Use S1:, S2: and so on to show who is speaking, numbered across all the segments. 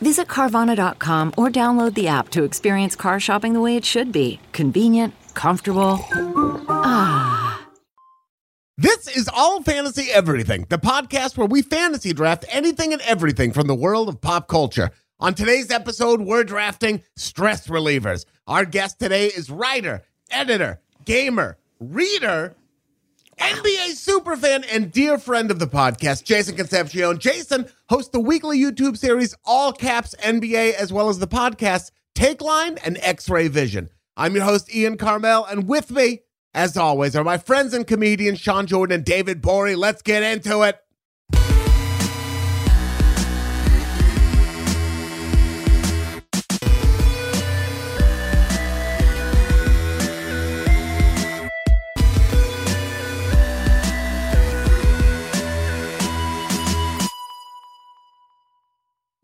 S1: Visit Carvana.com or download the app to experience car shopping the way it should be convenient, comfortable.
S2: This is All Fantasy Everything, the podcast where we fantasy draft anything and everything from the world of pop culture. On today's episode, we're drafting stress relievers. Our guest today is writer, editor, gamer, reader, NBA superfan, and dear friend of the podcast, Jason Concepcion. Jason hosts the weekly YouTube series All Caps NBA, as well as the podcasts Take Line and X Ray Vision. I'm your host, Ian Carmel, and with me, as always, are my friends and comedians Sean Jordan and David Borey. Let's get into it.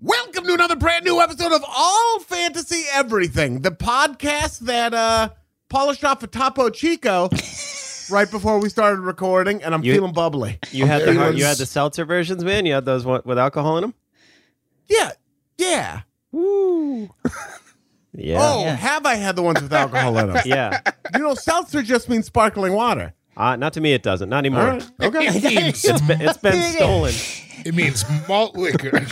S2: Welcome to another brand new episode of All Fantasy Everything, the podcast that uh, polished off a Topo Chico right before we started recording, and I'm
S3: You-
S2: feeling bubbly.
S3: You had the
S2: It
S3: hard,
S2: was-
S3: you had the seltzer versions, man. You had those one, with alcohol in them.
S2: yeah, yeah.
S3: Yeah,
S2: Oh, have I had the ones with alcohol in them?
S3: yeah.
S2: You know, seltzer just means sparkling water.
S3: Uh, not to me, it doesn't. Not anymore.
S2: All right, okay.
S4: means,
S3: It's been, it's been stolen.
S4: it means malt liquor.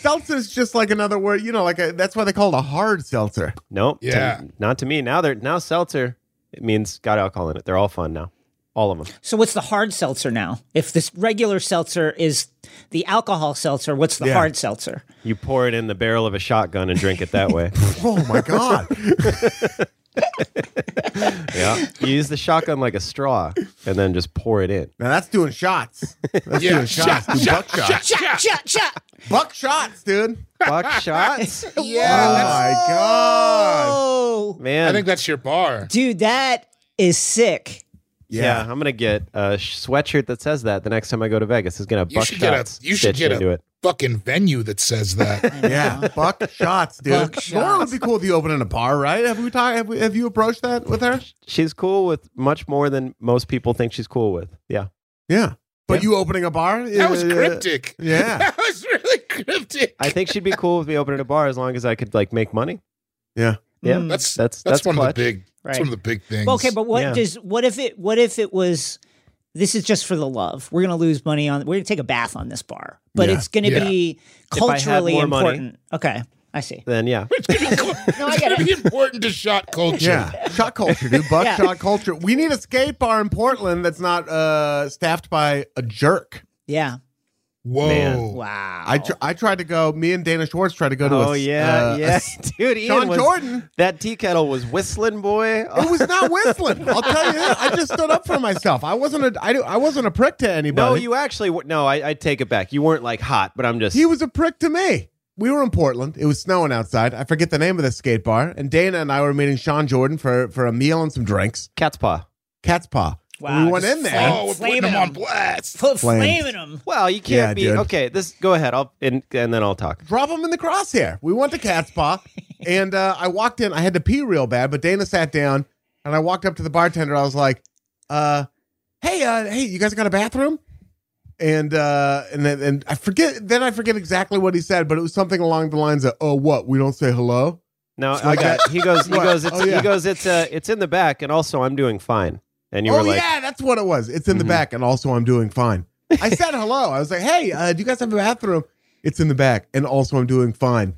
S2: seltzer is just like another word. You know, like a, that's why they call it a hard seltzer.
S3: Nope. to-
S4: Yeah.
S3: not to me. Now they're now seltzer. It means got alcohol in it. They're all fun now. All of them.
S5: So what's the hard seltzer now? If this regular seltzer is the alcohol seltzer, what's the
S2: Yeah.
S5: hard seltzer?
S3: You pour it in the barrel of a shotgun and drink it that way.
S2: Oh my god.
S3: yeah. You use the shotgun like a straw and then just pour it in.
S2: Now that's doing shots. That's doing shots. Dude, buck shots.
S5: Shot, shot, shot.
S2: Buck shots, dude.
S3: Buck shots.
S4: yeah,
S2: oh
S4: that's-
S2: my god.
S5: Oh,
S3: Man.
S4: I think that's your bar.
S5: dude, that is sick.
S3: yeah. I'm gonna get a sh- sweatshirt that says that the next time I go to Vegas. It's gonna have
S4: You
S3: buck
S4: should
S3: shots.
S4: get a you should
S3: stitched
S4: get
S3: into
S4: a
S3: it.
S4: fucking venue that says that.
S2: Yeah, buck shots, dude.
S5: Buck
S2: Laura would
S5: shots.
S2: be cool if you open in a bar, right? Have we talked? Have, we, have you approached that with her?
S3: she's cool with much more than most people think she's cool with. Yeah.
S2: Yeah, but you opening a bar?
S4: that was
S2: Uh,
S4: cryptic.
S2: Yeah,
S4: That was really cryptic.
S3: I think she'd be cool with me opening a bar as long as I could like make money.
S2: yeah.
S3: Yeah.
S5: Mm.
S4: that's
S3: that's-
S4: that's,
S3: that's
S4: one
S3: clutch.
S4: of the big that's one
S5: Right.
S4: of the big things.
S5: Well, okay, but what
S3: Yeah.
S5: does what if it what if it was this is just for the love. We're gonna lose money on we're gonna take a bath on this bar. But
S2: Yeah.
S5: it's gonna
S4: Yeah.
S5: be
S3: If I had
S5: culturally
S3: more money.
S5: important. Okay. I see.
S3: Then yeah.
S4: it's gonna be important to shot culture.
S2: Yeah, shot culture, dude. Buck
S5: Yeah.
S2: shot culture. We need a skate bar in Portland that's not uh, staffed by a jerk.
S5: Yeah.
S4: Whoa. Oh,
S3: Man.
S5: Wow.
S2: I tr- I tried to go. Me and Dana Schwartz tried to go to. a
S3: Oh
S2: s-
S3: yeah,
S2: uh, a
S3: yeah,
S2: s-
S3: dude. Ian
S2: Sean
S3: was-
S2: Jordan.
S3: That tea kettle was whistling, boy.
S2: It
S3: Oh,
S2: was not whistling. I'll tell you that. I just stood up for myself. I wasn't a I, do- I wasn't a prick to anybody.
S3: no, you actually. were- No, I, I take it back. You weren't like hot, but I'm just.
S2: He was a prick to me. We were in Portland. It was snowing outside. I forget the name of the skate bar. And Dana and I were meeting Sean Jordan for for a meal and some drinks.
S3: cat's paw.
S2: Cat's paw.
S5: Wow,
S2: we went
S5: just
S2: in there.
S4: Oh, we're putting
S5: Flaming
S4: them on
S5: them.
S4: blast.
S5: Put
S2: Flames.
S5: flaming them.
S3: Well, you can't
S2: Yeah,
S3: be
S2: dude.
S3: okay. This go ahead. I'll and, and then I'll talk.
S2: drop him in the crosshair. We went to Cat's Paw, and uh, I walked in. I had to pee real bad, but Dana sat down, and I walked up to the bartender. I was like, uh, "Hey, uh, hey, you guys got a bathroom?" And uh, and then and I forget. Then I forget exactly what he said, but it was something along the lines of, "Oh, what? We don't say hello."
S3: No, I
S2: like
S3: got. He goes. He
S2: What?
S3: goes. It's,
S2: Oh, yeah.
S3: He goes. It's. Uh, it's in the back, and also I'm doing fine. And you
S2: oh
S3: were like,
S2: yeah, that's what it was. It's in the back, and also I'm doing fine. I said hello. I was like, "Hey, uh, do you guys have a bathroom?" It's in the back, and also I'm doing fine.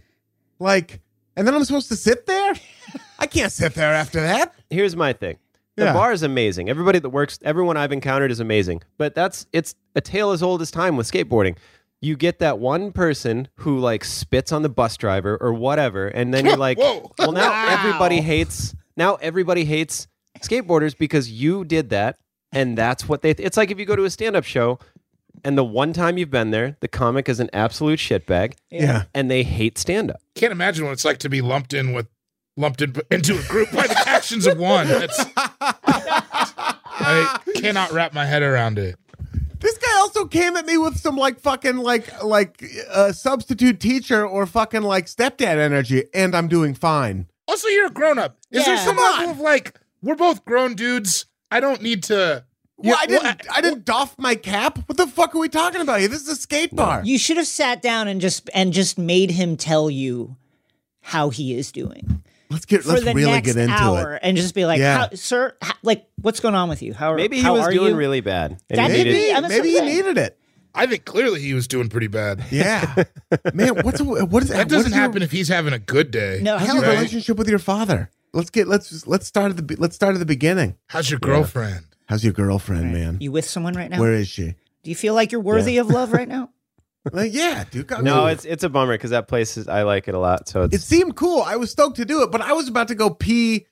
S2: Like, and then I'm supposed to sit there? I can't sit there after that.
S3: here's my thing. The
S2: Yeah.
S3: bar is amazing. Everybody that works, everyone I've encountered is amazing. But that's it's a tale as old as time with skateboarding. You get that one person who like spits on the bus driver or whatever, and then you're like,
S4: Whoa.
S3: well, now
S5: Wow.
S3: everybody hates. Now everybody hates skateboarders because you did that, and that's what they. it's like if you go to a stand-up show And the one time you've been there, the comic is an absolute shitbag
S2: Yeah.
S3: and they hate stand up.
S6: Can't imagine what it's like to be lumped in with lumped in, into a group by the actions of one. That's, I cannot wrap my head around it.
S2: This guy also came at me with some like fucking like like uh, substitute teacher or fucking like stepdad energy, and I'm doing fine.
S6: Also, you're a grown up. Is there
S5: Yeah.
S6: some
S2: Come
S6: level
S2: on.
S6: of like we're both grown dudes? I don't need to.
S2: Well,
S6: Yeah,
S2: I didn't.
S6: what-
S2: I didn't doff my cap. What the fuck are we talking about here? This is a skate bar.
S5: You should have sat down and just and just made him tell you how he is doing
S2: let's get.
S5: for
S2: Let's
S5: the
S2: really
S5: next
S2: get into
S5: hour,
S2: it.
S5: and just be like,
S2: Yeah.
S5: how, "Sir, how, like, what's going on with you? How are-
S3: Maybe he
S5: how
S3: was
S5: are
S3: doing
S5: you?
S3: really bad. and
S5: That
S3: he
S5: could
S3: needed-
S5: be.
S2: Maybe,
S5: I'm a
S2: maybe he
S5: surprise.
S2: needed it.
S6: I think clearly he was doing pretty bad.
S2: Yeah, man. What's what is
S6: That
S2: what
S6: doesn't
S2: is your-
S6: happen if he's having a good day.
S5: No,
S2: How's
S5: hell
S2: your
S5: no.
S2: relationship with your father? Let's get let's let's start at the be- let's start at the beginning.
S6: How's your girlfriend?
S2: How's your girlfriend, man?
S5: You with someone right now?
S2: Where is she?
S5: Do you feel like you're worthy of love right now?
S2: Like, yeah, dude. God,
S3: No,
S2: ooh.
S3: it's it's a bummer because that place is I like it a lot. So
S2: it
S3: it's
S2: seemed cool. I was stoked to do it, but I was about to go pee.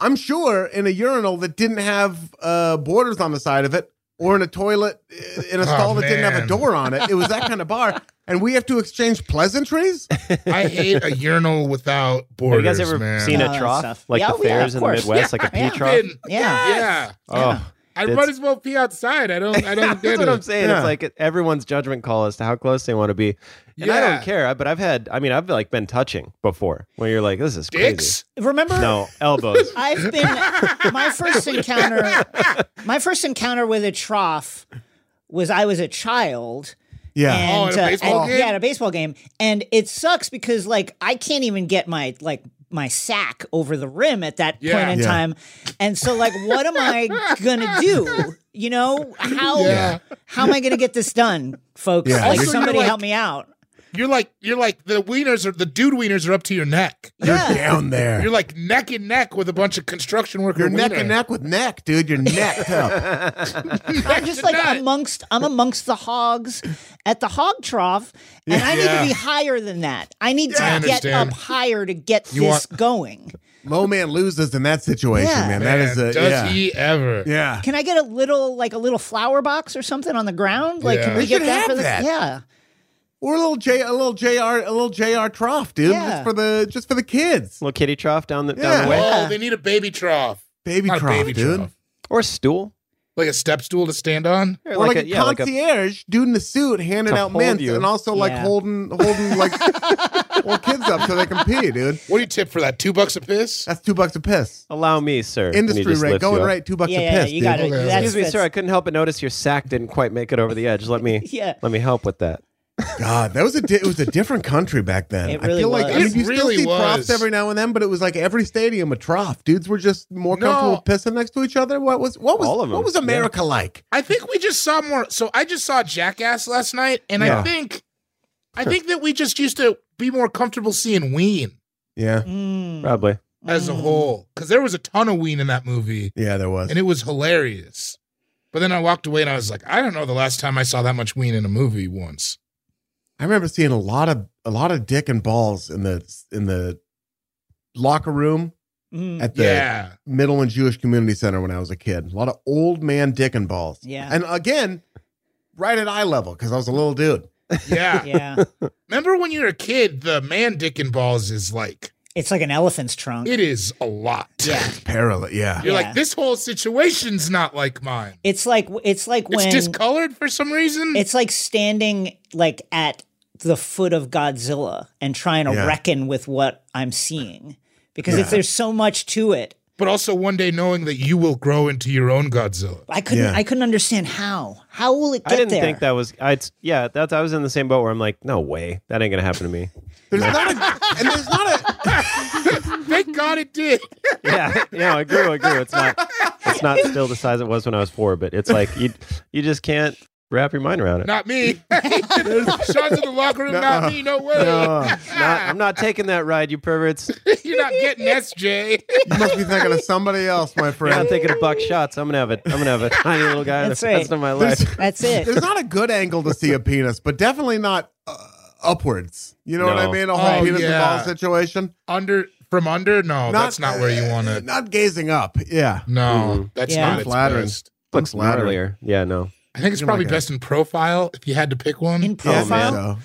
S2: I'm sure in a urinal that didn't have uh, borders on the side of it, or in a toilet uh, in a stall that didn't have a
S6: Oh, man.
S2: door on it. It was that kind of bar, and we have to exchange pleasantries.
S6: I hate a urinal without
S3: have you
S6: borders.
S3: guys ever
S6: man.
S3: seen
S5: Oh,
S3: a
S5: that
S3: trough
S5: stuff.
S3: like
S5: Yeah,
S3: the
S5: oh, yeah,
S3: fairs
S5: of
S3: in the
S5: course.
S3: Midwest, like a pea
S6: Yeah,
S3: trough?
S6: been-
S5: Yeah.
S6: yeah.
S3: Oh,
S6: I
S3: That's-
S6: might as well pee outside. I don't. I don't
S3: That's
S6: get
S3: what I'm
S6: it.
S3: saying.
S2: Yeah.
S3: It's like everyone's judgment call as to how close they want to be, and I
S6: Yeah.
S3: don't care. I- But I've had, I mean, I've like been touching before, where you're like, this is
S6: Dicks.
S5: Remember?
S3: crazy. No elbows.
S5: I've been my first encounter my first encounter with a trough was I was a child
S2: Yeah,
S5: and,
S6: Oh, at a
S5: uh,
S6: baseball
S5: and-
S6: game?
S5: yeah, at a baseball game and it sucks because like I can't even get my like my sack over the rim at that
S6: Yeah.
S5: point in
S2: Yeah.
S5: time. And so like what am I going to do? You know, how
S6: Yeah.
S5: how am I going to get this done, folks?
S2: Yeah.
S5: Like
S6: Also, you're
S5: somebody
S6: like-
S5: help me out.
S6: You're like you're like the wieners are the dude wieners are up to your neck.
S5: yeah.
S2: down there.
S6: You're like neck and neck with a bunch of construction worker.
S2: You're neck
S6: wiener.
S2: and neck with neck, dude. You're neck. up.
S5: I'm just like
S6: nut.
S5: amongst I'm amongst the hogs at the hog trough, and I need
S6: Yeah.
S5: to be higher than that. I need
S6: Yeah, I
S5: to get up
S6: understand.
S5: higher to get
S6: You
S5: this
S6: want-
S5: going.
S2: Mo man loses in that situation,
S5: Yeah.
S2: man.
S6: Man,
S2: That is a
S6: does
S2: yeah.
S6: he ever?
S2: yeah.
S5: Can I get a little like a little flower box or something on the ground? Like
S6: Yeah.
S5: can we
S2: They
S5: get
S2: should
S5: that
S2: have
S5: for the
S2: that.
S5: Yeah.
S2: Or a little J, a little Jr, a little Jr trough, dude.
S5: Yeah.
S2: Just for the just for the kids.
S3: Little kitty trough down the down
S2: Yeah.
S3: the
S6: Oh,
S3: way,
S5: Yeah.
S6: they need a baby trough.
S2: Baby
S6: Not a
S2: trough,
S6: baby
S2: dude.
S6: trough.
S3: or a stool,
S6: Like a step stool to stand on.
S3: or,
S2: Or like, a
S3: yeah, like a
S2: concierge dude in a suit handing
S3: To
S2: out
S3: hold
S2: mints
S3: you.
S2: and also like
S5: Yeah.
S2: holding holding like well kids up so they can pee, dude.
S6: What do you tip for that? Two bucks a piss?
S2: That's two bucks a piss.
S3: allow me, sir. and he
S2: Industry
S3: just
S2: rate
S3: lifts you
S2: going
S3: up.
S2: right, two bucks
S5: yeah,
S2: a
S5: yeah,
S2: piss.
S5: you
S2: dude.
S5: got it.
S6: Okay.
S5: That's,
S3: Excuse me, sir. I
S5: that's-
S3: couldn't help but notice your sack didn't quite make it over the edge. Let me,
S5: Yeah.
S3: let me help with that.
S2: God, that was a di- it was a different country back then.
S5: It
S2: I
S5: really
S2: feel like I
S5: was.
S2: mean,
S6: It
S2: you
S6: really
S2: still see troughs
S6: was.
S2: every now and then, but it was like every stadium a trough. Dudes were just more
S6: No.
S2: comfortable pissing next to each other. What was what was
S3: All of
S2: what
S3: them,
S2: was America like?
S6: I think we just saw more. So I just saw Jackass last night, and
S2: Yeah.
S6: I think, I think that we just used to be more comfortable seeing Ween
S2: Yeah,
S5: Mm,
S3: Probably.
S6: as a
S5: mm.
S6: whole, because there was a ton of Ween in that movie,
S2: yeah, there was.
S6: and it was hilarious. But then I walked away, and I was like, I don't know the last time I saw that much Ween in a movie once.
S2: I remember seeing a lot of a lot of dick and balls in the in the locker room
S5: Mm.
S2: at the
S6: yeah,
S2: Middle and Jewish Community Center when I was a kid. A lot of old man dick and balls.
S5: Yeah.
S2: and again, right at eye level because I was a little dude.
S6: yeah.
S5: yeah.
S6: Remember when you were a kid? The man dick and balls is like
S5: It's like an elephant's trunk.
S6: it is a lot.
S5: yeah.
S2: Parallel, yeah.
S6: You're
S5: Yeah.
S6: like this whole situation's not like mine.
S5: It's like it's like when
S6: it's discolored for some reason.
S5: It's like standing like at the foot of Godzilla and trying to
S2: Yeah.
S5: reckon with what I'm seeing because it's, there's so much to it.
S6: but also one day knowing that you will grow into your own Godzilla.
S5: I couldn't.
S2: Yeah.
S5: I couldn't understand how. How will it get
S3: I didn't
S5: there?
S3: think that was. I yeah, that's. I was in the same boat where I'm like, no way, that ain't gonna happen to me.
S2: There's not a, and there's not a
S6: Thank God it did.
S3: yeah, no, it grew, it grew. It's not, it's not still the size it was when I was four, but it's like you, you just can't wrap your mind around it.
S6: Not me. Shots in the locker room, not me. No way.
S3: No, it's not- I'm not taking that ride, you perverts.
S6: You're not getting SJ.
S2: You must be thinking of somebody else, my
S3: You're not
S2: friend.
S3: thinking of buck shots. I'm gonna have a, I'm gonna have a tiny little guy
S5: That's
S3: the
S5: right.
S3: rest of my life.
S5: That's it.
S2: There's not a good angle to see a penis, but definitely not uh, upwards. You know what I
S3: No.
S2: mean? A whole
S6: Oh,
S2: penis
S6: yeah.
S2: and ball situation.
S6: Under from under? No, that's not where you want
S2: uh,
S6: to.
S2: Not gazing up. Yeah.
S6: no, that's
S5: Yeah.
S6: not its
S2: Flattering.
S6: best.
S3: Looks
S2: Flattering.
S3: gnarlier. Yeah, no.
S6: I think it's
S2: You're not
S6: probably
S2: gonna-
S6: best in profile if you had to pick one.
S5: in
S2: Yeah,
S5: profile.
S2: man.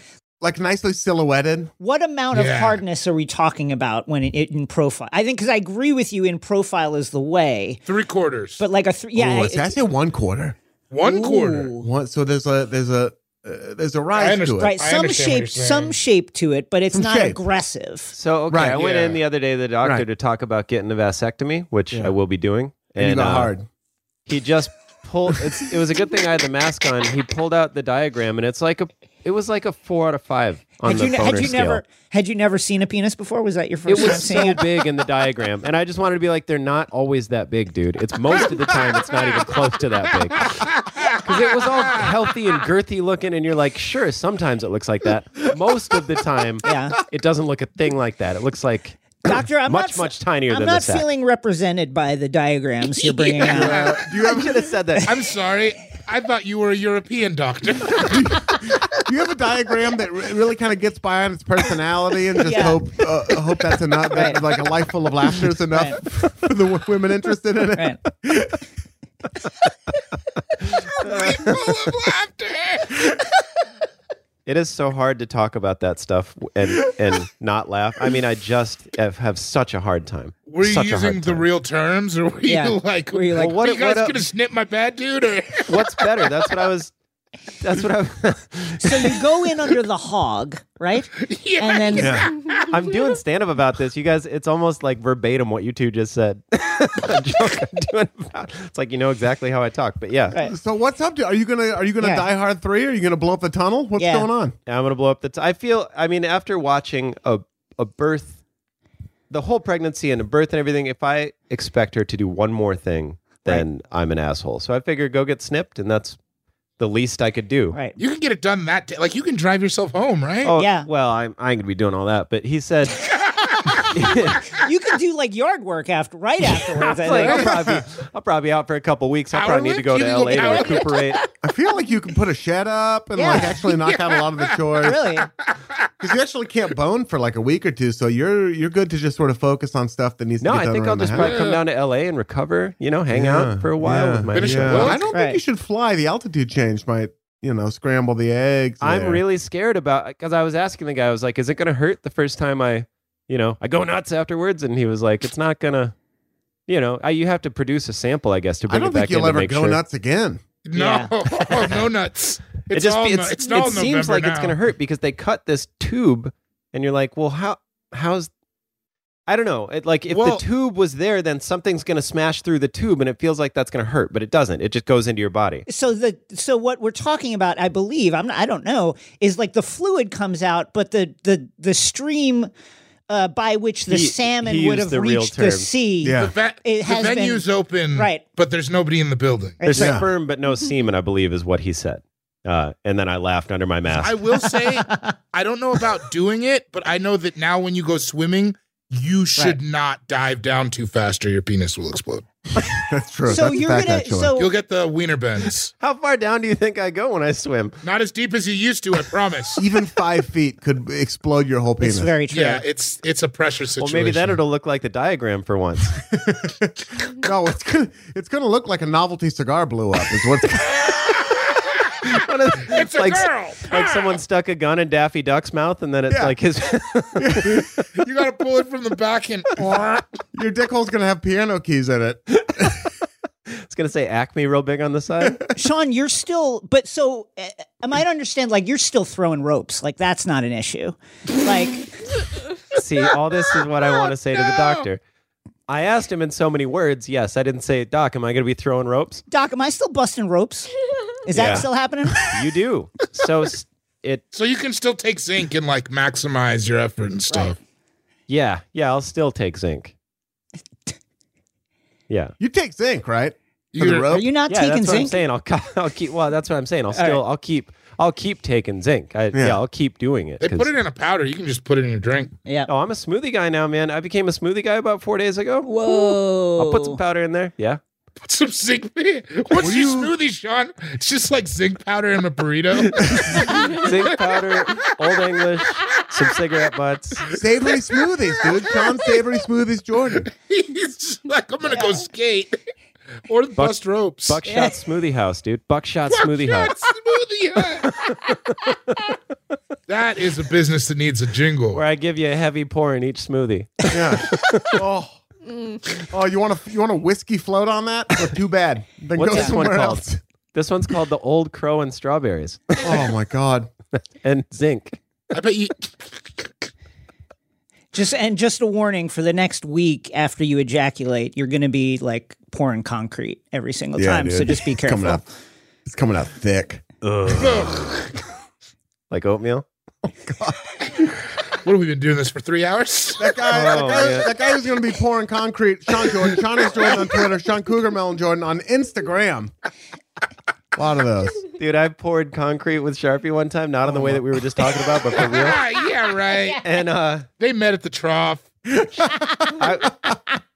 S2: Like nicely silhouetted.
S5: what amount of
S6: Yeah.
S5: hardness are we talking about when it, in profile? I think because I agree with you in profile is the way,
S6: Three quarters.
S5: but like a three, yeah,
S2: Ooh,
S5: I-
S2: it's actually one quarter.
S6: one quarter.
S5: Ooh.
S2: One, so there's a there's a uh, there's a rise to it.
S6: understand.
S5: right?
S6: I
S5: Some
S6: understand what
S5: shape,
S6: you're saying.
S5: some shape to it, but it's
S2: Some
S5: not
S2: shape.
S5: aggressive.
S3: So okay,
S2: Right,
S3: I went
S6: yeah.
S3: in the other day to the doctor
S2: Right.
S3: to talk about getting a vasectomy, which
S2: Yeah.
S3: I will be doing.
S2: And you got
S3: uh,
S2: hard.
S3: He just pulled. It's, it was a good thing I had the mask on. He pulled out the diagram, and it's like a. It was like a four out of five on
S5: Had
S3: the
S5: you, ne-
S3: Foner
S5: had you
S3: scale.
S5: never had you never seen a penis before? Was that your
S3: It
S5: first time
S3: was
S5: seeing
S3: so
S5: it?
S3: big in the diagram, and I just wanted to be like, they're not always that big, dude. It's most of the time, it's not even close to that big. Because it was all healthy and girthy looking, and you're like, sure, sometimes it looks like that. Most of the time,
S5: Yeah.
S3: it doesn't look a thing like that. It looks like
S5: Doctor, I'm
S3: much
S5: not,
S3: much tinier
S5: I'm
S3: than
S5: not
S3: the sack.
S5: feeling represented by the diagrams you're bringing out.
S3: you should have said that.
S6: I'm sorry. I thought you were a European doctor.
S2: Do you have a diagram that re- really kind of gets by on its personality and just
S5: Yeah.
S2: hope uh, hope that's enough? That,
S5: Right.
S2: Like a life full of laughter is enough for the w- women interested in it.
S5: Right.
S6: Full of laughter.
S3: It is so hard to talk about that stuff and and not laugh. I mean, I just have, have such a hard time.
S6: Were you
S3: Such a hard
S6: using the
S3: time.
S6: real terms, or were you
S5: Yeah.
S6: like,
S5: Were you like-
S3: Well, what-
S6: are you guys
S3: what up-
S6: gonna snip my bad dude? Or
S3: What's better? That's what I was. That's what I.
S5: So you go in under the hog, right?
S6: yeah,
S5: And then
S3: I'm doing stand up about this. You guys, it's almost like verbatim what you two just said. A joke I'm doing about- It's like you know exactly how I talk, but yeah,
S5: Right.
S2: So what's up? To, are you gonna are you gonna
S5: Yeah.
S2: die hard three? Are you gonna blow up the tunnel? What's
S5: Yeah.
S2: going on?
S3: I'm gonna blow up the. T- I feel. I mean, after watching a a birth, the whole pregnancy and a birth and everything, if I expect her to do one more thing, then I'm an asshole. So I figure go get snipped, and that's the least I could do.
S5: right.
S6: you can get it done that day. Like you can drive yourself home, right?
S3: Oh
S5: Yeah.
S3: yeah. Well, I'm I ain't gonna be doing all that. But he said,
S5: You can do like yard work after right afterwards. I
S3: It's like,
S5: think.
S3: I'll probably I'll probably be out for a couple weeks. I
S6: Power
S3: probably need to
S6: lift?
S3: go
S6: You
S3: to
S6: can go
S3: LA to
S6: power lift?
S3: recuperate.
S2: I feel like you can put a shed up and like
S5: Yeah.
S2: actually knock out a lot of the chores.
S5: Really?
S2: Because you actually can't bone for like a week or two, so you're you're good to just sort of focus on stuff that needs
S3: No,
S2: to be done.
S3: I think I'll
S2: around the
S3: just probably
S2: house.
S3: come down to LA and recover. You know, hang
S2: Yeah,
S3: out for a while
S2: yeah,
S3: with my.
S6: Finish it.
S2: yeah.
S6: Well,
S2: I don't
S5: right.
S2: think you should fly. The altitude change might, you know, scramble the eggs.
S3: I'm
S2: there.
S3: really scared about because I was asking the guy. I was like, "Is it gonna hurt the first time I, you know, I go nuts afterwards?" And he was like, "It's not gonna." You know, I, you have to produce a sample, I guess, to
S2: I
S3: bring
S2: don't
S3: it back
S2: think you'll
S3: in to
S2: ever
S3: make
S2: go
S3: sure.
S2: nuts again.
S6: No, Oh, no nuts.
S3: It
S6: It's
S3: just
S6: all.
S3: fe-
S6: no-
S3: it's-
S6: it's
S3: it
S6: all
S3: seems
S6: November
S3: like it's
S6: now.
S3: gonna hurt because they cut this tube, and you're like, "Well, how? How's?" I don't know. It, like, if
S6: Well-
S3: the tube was there, then something's gonna smash through the tube, and it feels like that's gonna hurt, but it doesn't. It just goes into your body.
S5: So the so what we're talking about, I believe, I'm not, I don't know, is like the fluid comes out, but the the the stream uh, by which the
S3: He-
S5: salmon
S3: he
S5: would
S3: used
S5: have
S3: the real
S5: reached the
S3: term.
S5: sea.
S2: Yeah.
S6: The, ve-
S5: It
S6: the
S5: has been-
S6: venue's open,
S5: Right.
S6: But there's nobody in the building.
S3: There's
S2: Yeah.
S3: sperm, but no semen, I believe, is what he said. Uh, and then I laughed under my mask.
S6: I will say, I don't know about doing it, but I know that now when you go swimming, you should not dive down too fast, or your penis will explode.
S2: That's true.
S5: So
S2: That's
S5: you're
S2: fact,
S5: gonna
S2: actually.
S6: You'll
S5: so
S6: get the wiener bends.
S3: How far down do you think I go when I swim?
S6: Not as deep as you used to, I promise.
S2: even five feet could explode your whole penis.
S5: it's very true.
S6: yeah, it's it's a pressure situation.
S3: Well, maybe then it'll look like the diagram for once.
S2: no, it's gonna it's gonna look like a novelty cigar blew up. Is what's
S3: One of the-
S6: It's a
S3: like,
S6: girl.
S3: Like someone stuck a gun in Daffy Duck's mouth, and then it's
S2: Yeah.
S3: like his.
S6: you gotta pull it from the back and
S2: your dick hole's gonna have piano keys in it.
S3: it's gonna say Acme real big on the side.
S5: Sean, you're still but so uh, am I to understand like you're still throwing ropes. Like that's not an issue. Like
S3: See, all this is what I want to say to the doctor. I asked him in so many words. Yes, I didn't say, Doc, am I going to be throwing ropes?
S5: Doc, am I still busting ropes? Is that
S3: Yeah.
S5: still happening?
S3: You do. So s- it
S6: so you can still take zinc and like maximize your effort and stuff.
S3: Yeah, yeah, I'll still take zinc. Yeah.
S2: You take zinc, right? For the
S6: You're-
S5: Are
S2: rope.
S5: you not
S3: yeah,
S5: taking
S3: that's what I'm
S5: zinc?
S3: saying. I'll, cu- I'll keep. Well, that's what I'm saying. I'll still. I'll keep. I'll keep taking zinc. I, yeah.
S2: Yeah.
S3: I'll keep doing it.
S6: They
S3: 'cause-
S6: put it in a powder. You can just put it in your drink.
S5: Yeah.
S3: oh, I'm a smoothie guy now, man. I became a smoothie guy about four days ago.
S5: Whoa.
S3: I'll put some powder in there. Yeah.
S6: Put some zinc. What's
S2: Were
S6: your
S2: you-
S6: smoothie, Sean? It's just like zinc powder in a burrito.
S3: zinc powder, Old English, some cigarette butts.
S2: Savory smoothies, dude. Sean Savory Smoothies Jordan.
S6: He's just like, I'm gonna go skate. or the
S3: Buck-
S6: bust ropes.
S3: Buckshot Smoothie House, dude. Buckshot Smoothie
S6: Buckshot
S3: House.
S6: smoothie hut. that is a business that needs a jingle.
S3: Where I give you a heavy pour in each smoothie.
S2: Yeah. oh. Oh, you want to you want a whiskey float on that? Well, too bad. Then
S3: What's
S2: go
S3: this one
S2: somewhere
S3: called?
S2: else.
S3: This one's called the Old Crow and Strawberries
S2: Oh my god.
S3: and Zinc.
S6: I bet you.
S5: Just and just a warning for the next week after you ejaculate, you're going to be like pouring concrete every single time. So just be careful.
S2: Coming out, it's coming out thick.
S3: Like oatmeal?
S6: What have we been doing this for three hours?
S2: That guy,
S3: Oh,
S2: that, guy
S3: yeah.
S2: that guy who's going to be pouring concrete. Sean Jordan. Sean is Jordan on Twitter. Sean Cougar Melon Jordan on Instagram. A lot of those.
S3: Dude, I poured concrete with Sharpie one time, not in the way that we were just talking about, but for real.
S6: ah, yeah, right.
S3: And uh
S6: They met at the trough.
S3: I,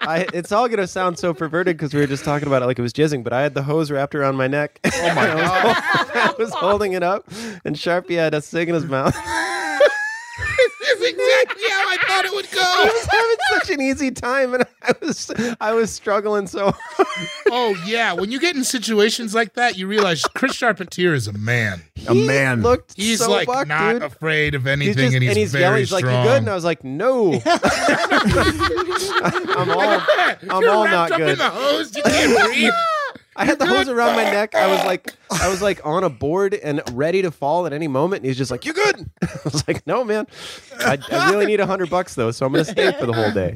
S3: I, it's all gonna sound so perverted because we were just talking about it like it was jizzing, but I had the hose wrapped around my neck. Oh my god! I was holding it up, and Sharpie had a cig in his mouth.
S6: That's exactly how I thought it would
S3: I
S6: go.
S3: was having such an easy time, and I was I was struggling so. hard.
S6: Oh yeah, when you get in situations like that, you realize Chris Charpentier is a man.
S2: A
S3: He
S2: man.
S3: looked
S6: He's
S3: so
S6: like
S3: bucked,
S6: not
S3: dude.
S6: afraid of anything,
S3: He's just,
S6: and he's,
S3: and he's
S6: very
S3: yelling. He's like,
S6: strong.
S3: "You good?" And I was like, "No." I'm all. I'm
S6: You're
S3: all not
S6: wrapped up
S3: good.
S6: In the hose, you can't breathe.
S3: I had the hose around my neck. I was like, I was like on a board and ready to fall at any moment. And he's just like, "You good?" I was like, "No, man. I, I really need a hundred bucks though, so I'm gonna stay for the whole day."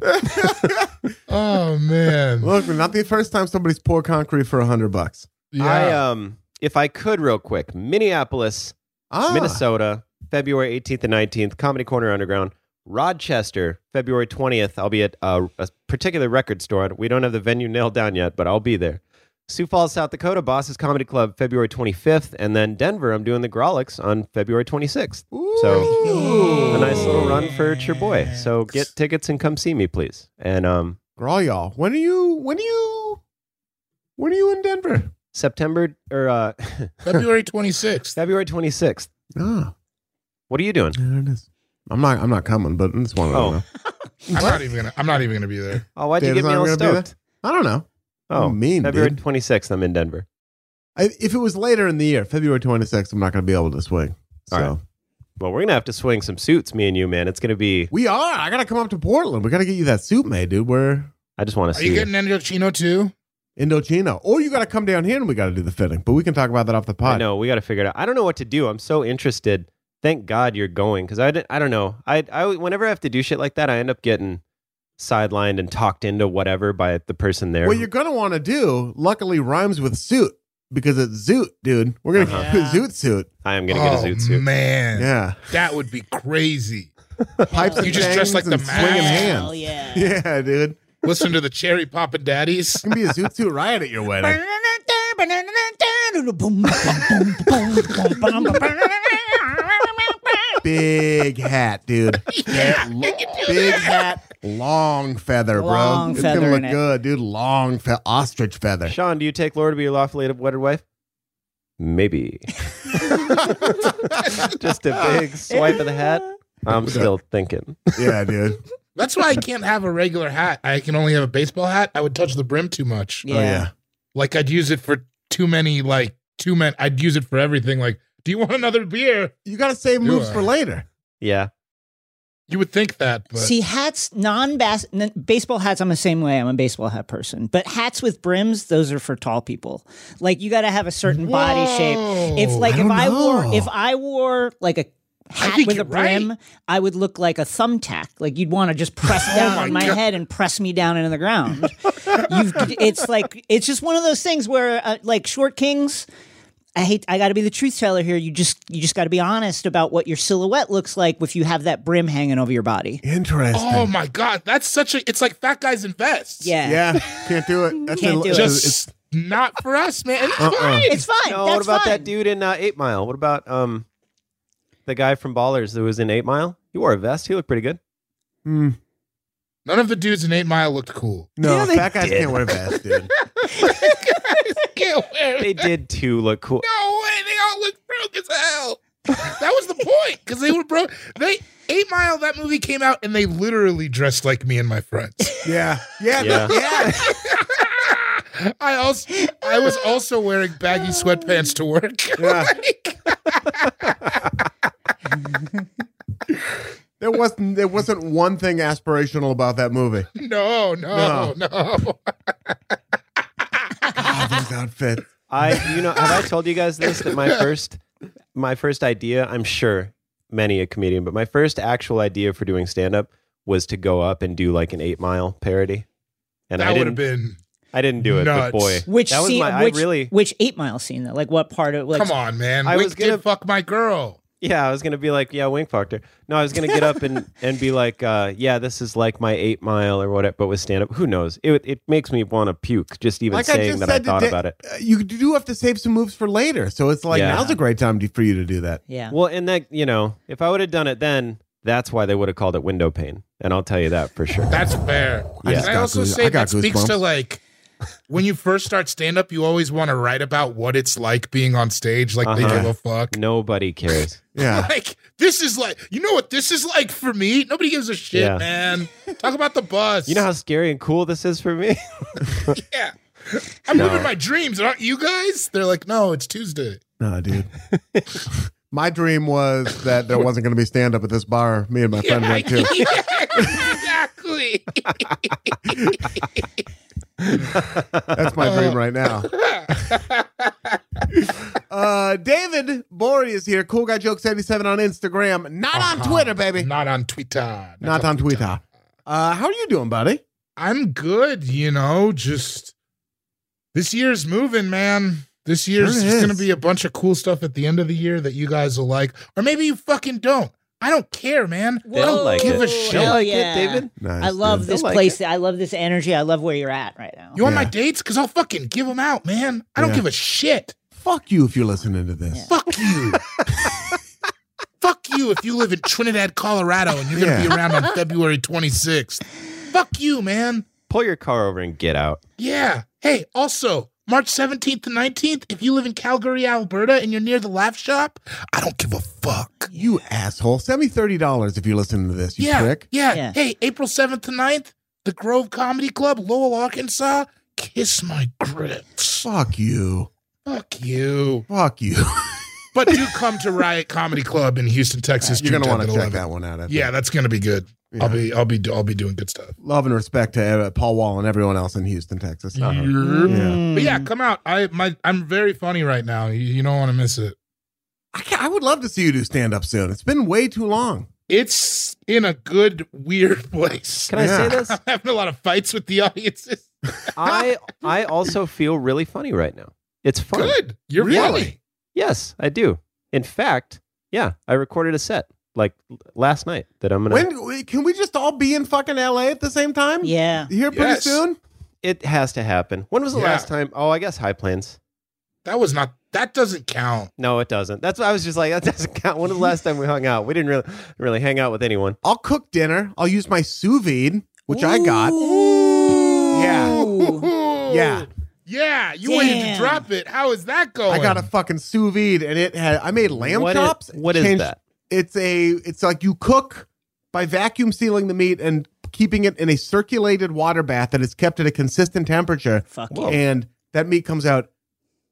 S6: Oh man,
S2: Look, not the first time somebody's poured concrete for a hundred bucks.
S6: yeah.
S3: I um, if I could, real quick, Minneapolis,
S2: Ah,
S3: Minnesota, February 18th and 19th, Comedy Corner Underground. Rochester, February 20th. I'll be at uh, a particular record store. We don't have the venue nailed down yet, but I'll be there. Sioux Falls, South Dakota, Bosses Comedy Club, February 25th. And then Denver, I'm doing the Grolix on February 26th.
S2: Oh.
S3: So a nice little run for your boy. So get tickets and come see me, please. And um,
S2: Graw y'all. When are you? When are you? When are you in Denver?
S3: September or uh,
S6: February twenty sixth.
S3: February 26th.
S2: Ah,
S3: What are you doing?
S2: there it is. I'm not. I'm not coming, but it's one of
S3: Oh.
S2: them.
S6: I'm not even gonna. I'm not even gonna be there.
S3: Oh, why'd you
S2: David's
S3: get me
S2: not
S3: all
S2: gonna be there?
S3: stoked?
S2: I don't know.
S3: Oh,
S2: You mean,
S3: February
S2: dude.
S3: 26th. I'm in Denver.
S2: I, if it was later in the year, February 26th, I'm not going to be able to swing. So
S3: All right. Well, we're gonna have to swing some suits, me and you, man. It's gonna be.
S2: we are. I got to come up to Portland. We got to get you that suit made, dude. We're
S3: I just want to
S6: Are
S3: see.
S6: you getting Indochino too?
S2: Indochino, or you got to come down here and we got to do the fitting. But we can talk about that off the
S3: I
S2: pod.
S3: know we got to figure it out. I don't know what to do. I'm so interested. Thank God you're going because I, didn't- I don't know. I, I whenever I have to do shit like that, I end up getting sidelined and talked into whatever by the person there.
S2: What you're going to want to do, luckily, rhymes with suit because it's zoot, dude. We're going to
S3: Uh-huh.
S2: get a zoot suit.
S3: I am gonna
S6: oh,
S3: get a zoot suit.
S6: man,
S2: Yeah,
S6: that would be crazy.
S2: pipes.
S6: You
S2: and
S6: just dress
S2: chains
S6: like the
S2: and swinging
S6: mask.
S5: Hell
S2: hands.
S5: yeah.
S2: Yeah, dude.
S6: Listen to the Cherry Papa Daddies.
S2: It can be a zoot suit riot at your wedding. Oh, Big hat, dude. Lo- big hat, long feather, bro.
S5: Long
S2: it's
S5: feather
S2: gonna look
S5: in it.
S2: good, dude. Long fe- ostrich feather.
S3: Sean, do you take Laura to be your lawfully wedded wife? Maybe. just a big swipe of the hat. I'm still thinking.
S2: Yeah, dude.
S6: That's why I can't have a regular hat. I can only have a baseball hat. I would touch the brim too much.
S2: Oh yeah.
S6: Like I'd use it for too many. Like too many. I'd use it for everything. Like, do you want another beer?
S2: You gotta save moves
S6: I?
S2: for later.
S3: Yeah.
S6: You would think that, but
S5: See, hats, non baseball hats, I'm the same way. I'm a baseball hat person. But hats with brims, those are for tall people. Like you got to have a certain body shape. If like
S2: I
S5: if
S2: don't
S5: I
S2: know.
S5: wore if I wore like a hat
S6: think
S5: with
S6: you're
S5: a brim, I would look like a thumbtack. Like you'd want to just press down on my head and press me down into the ground. You've, it's like it's just one of those things where uh, like short kings. I hate. I got to be the truth teller here. You just you just got to be honest about what your silhouette looks like if you have that brim hanging over your body.
S2: Interesting.
S6: oh my god, that's such a. It's like fat guys in vests.
S5: Yeah.
S2: yeah, can't do it. That's
S5: Can't do it.
S6: just
S2: it's-
S6: not for us, man. It's
S3: Uh-uh.
S6: fine.
S5: It's fine.
S3: No,
S5: That's
S3: what about
S5: fine.
S3: that dude in uh, Eight Mile? What about um, the guy from Ballers that was in Eight Mile? He wore a vest. He looked pretty good.
S2: mm,
S6: None of the dudes in Eight Mile looked cool.
S2: no,
S3: Yeah, they
S2: fat guys
S3: did.
S2: can't wear vests, dude.
S6: Can't wear it.
S3: They did too look cool.
S6: No way, they all look broke as hell. That was the point, because they were broke. They Eight Mile, that movie came out, and they literally dressed like me and my friends.
S2: Yeah, yeah,
S3: Yeah.
S2: yeah.
S6: I also I was also wearing baggy sweatpants to work. Like,
S2: There wasn't there wasn't one thing aspirational about that movie.
S6: no, no, no,
S2: God, those outfits.
S3: I, you know, have I told you guys this that my first, my first idea, I'm sure many a comedian, but my first actual idea for doing stand up was to go up and do like an eight mile parody. And I
S6: That would have
S3: didn't,
S6: been
S3: I didn't do it,
S6: nuts.
S3: but boy,
S5: Which
S3: that was
S5: scene?
S3: my,
S5: which,
S3: I really,
S5: which eight mile scene though? Like what part of? Like,
S6: come on, man.
S3: I
S6: Wink
S3: was gonna-
S6: did fuck my girl.
S3: yeah, I was going to be like, yeah, wink factor. No, I was going to get up and, and be like, uh, yeah, this is like my eight mile or whatever, but with stand up, who knows? It, it makes me want to puke just even saying that I
S2: to
S3: thought
S2: Da-
S3: about it.
S2: uh, you do have to save some moves for later. So it's like
S3: Yeah.
S2: now's a great time to, for you to do that.
S5: Yeah.
S3: Well, and that, you know, if I would have done it then, that's why they would have called it window pane. And I'll tell you that for sure.
S6: That's fair.
S2: I just
S6: Can I
S2: got
S6: also
S2: goose-
S6: say
S2: I
S6: that
S2: got
S6: speaks to
S2: goosebumps.
S6: like when you first start stand up, you always want to write about what it's like being on stage. Like they
S3: Uh-huh.
S6: give a fuck.
S3: Nobody cares.
S2: Yeah.
S6: Like this is like you know what this is like for me. Nobody gives a shit,
S3: Yeah.
S6: man. Talk about the bus.
S3: You know how scary and cool this is for me?
S6: yeah. I'm living my dreams, aren't you guys? They're like, no, it's Tuesday.
S2: No, dude. My dream was that there wasn't going to be stand up at this bar. Me and my friend went to.
S6: exactly.
S2: That's my dream right now. Uh, David Bory is here. Cool Guy Jokes 87 on Instagram. Not on Twitter, baby. Not,
S6: Uh-huh. Not on Twitter. Not,
S2: on Twitter. Uh, how are you doing, buddy?
S6: I'm good, you know, just this year's moving, man. This year's
S2: Sure
S6: just going to
S2: is.
S6: be a bunch of cool stuff at the end of the year that you guys will like. Or maybe you fucking don't. I don't care, man.
S3: They don't like
S6: give
S3: it.
S6: a
S3: They don't
S6: shit.
S5: Oh
S3: like it,
S5: yeah,
S3: David?
S2: Nice,
S5: I love
S2: dude.
S5: this
S3: I like
S5: place. I love this energy. I love where you're at right now.
S6: You want my
S2: Yeah.
S6: dates? Because I'll fucking give them out, man. I don't
S2: Yeah.
S6: give a shit.
S2: Fuck you if you're listening to this.
S6: Fuck you. Fuck you if you live in Trinidad, Colorado and you're going to
S2: Yeah.
S6: be around on February 26th. Fuck you, man.
S3: Pull your car over and get out.
S6: Yeah. Hey, also, March 17th to 19th, if you live in Calgary, Alberta, and you're near the Laugh Shop, I don't give a fuck.
S2: You asshole. Send me $30 if you're listening to this, you
S6: yeah,
S2: prick.
S6: yeah.
S5: Yeah.
S6: Hey, April 7th to 9th, the Grove Comedy Club, Lowell, Arkansas. Kiss my grits.
S2: Fuck you.
S6: Fuck you.
S2: Fuck you.
S6: But do come to Riot Comedy Club in Houston, Texas.
S2: You're
S6: June
S2: gonna want to
S6: 10th
S2: check
S6: and 11th.
S2: that one out. I think.
S6: Yeah, that's gonna be good.
S2: Yeah.
S6: I'll be, I'll be, I'll be doing good stuff.
S2: Love and respect to uh, Paul Wall and everyone else in Houston, Texas. Uh-huh.
S5: Mm.
S6: But yeah, come out. I, my, I'm very funny right now. You, you don't want to miss it.
S2: I, ca- I would love to see you do stand up soon. It's been way too long.
S6: It's in a good, weird place.
S3: Can I say
S2: Yeah.
S3: this?
S6: I'm having a lot of fights with the audiences.
S3: I I also feel really funny right now. It's fun.
S6: Good. You're
S2: Really?
S6: funny.
S3: Yes, I do. In fact, yeah, I recorded a set like l- last night that I'm gonna.
S2: When can we just all be in fucking LA at the same time?
S5: Yeah.
S2: Here pretty
S6: Yes.
S2: soon?
S3: it has to happen. When was the
S6: Yeah.
S3: last time? Oh, I guess High Plains.
S6: That was not. That doesn't count.
S3: No, it doesn't. That's I was just like that doesn't count. When was the last time we hung out? We didn't really really hang out with anyone.
S2: I'll cook dinner. I'll use my sous vide, which I got. Yeah.
S5: Ooh.
S2: Yeah.
S6: Yeah. You wanted to
S5: Damn.
S6: drop it. How is that going?
S2: I got a fucking sous vide and it had I made lamb
S3: What is-
S2: chops.
S3: what is
S2: changed-
S3: that?
S2: It's a it's like you cook by vacuum sealing the meat and keeping it in a circulated water bath that is kept at a consistent temperature.
S5: Fuck
S3: Whoa.
S2: And that meat comes out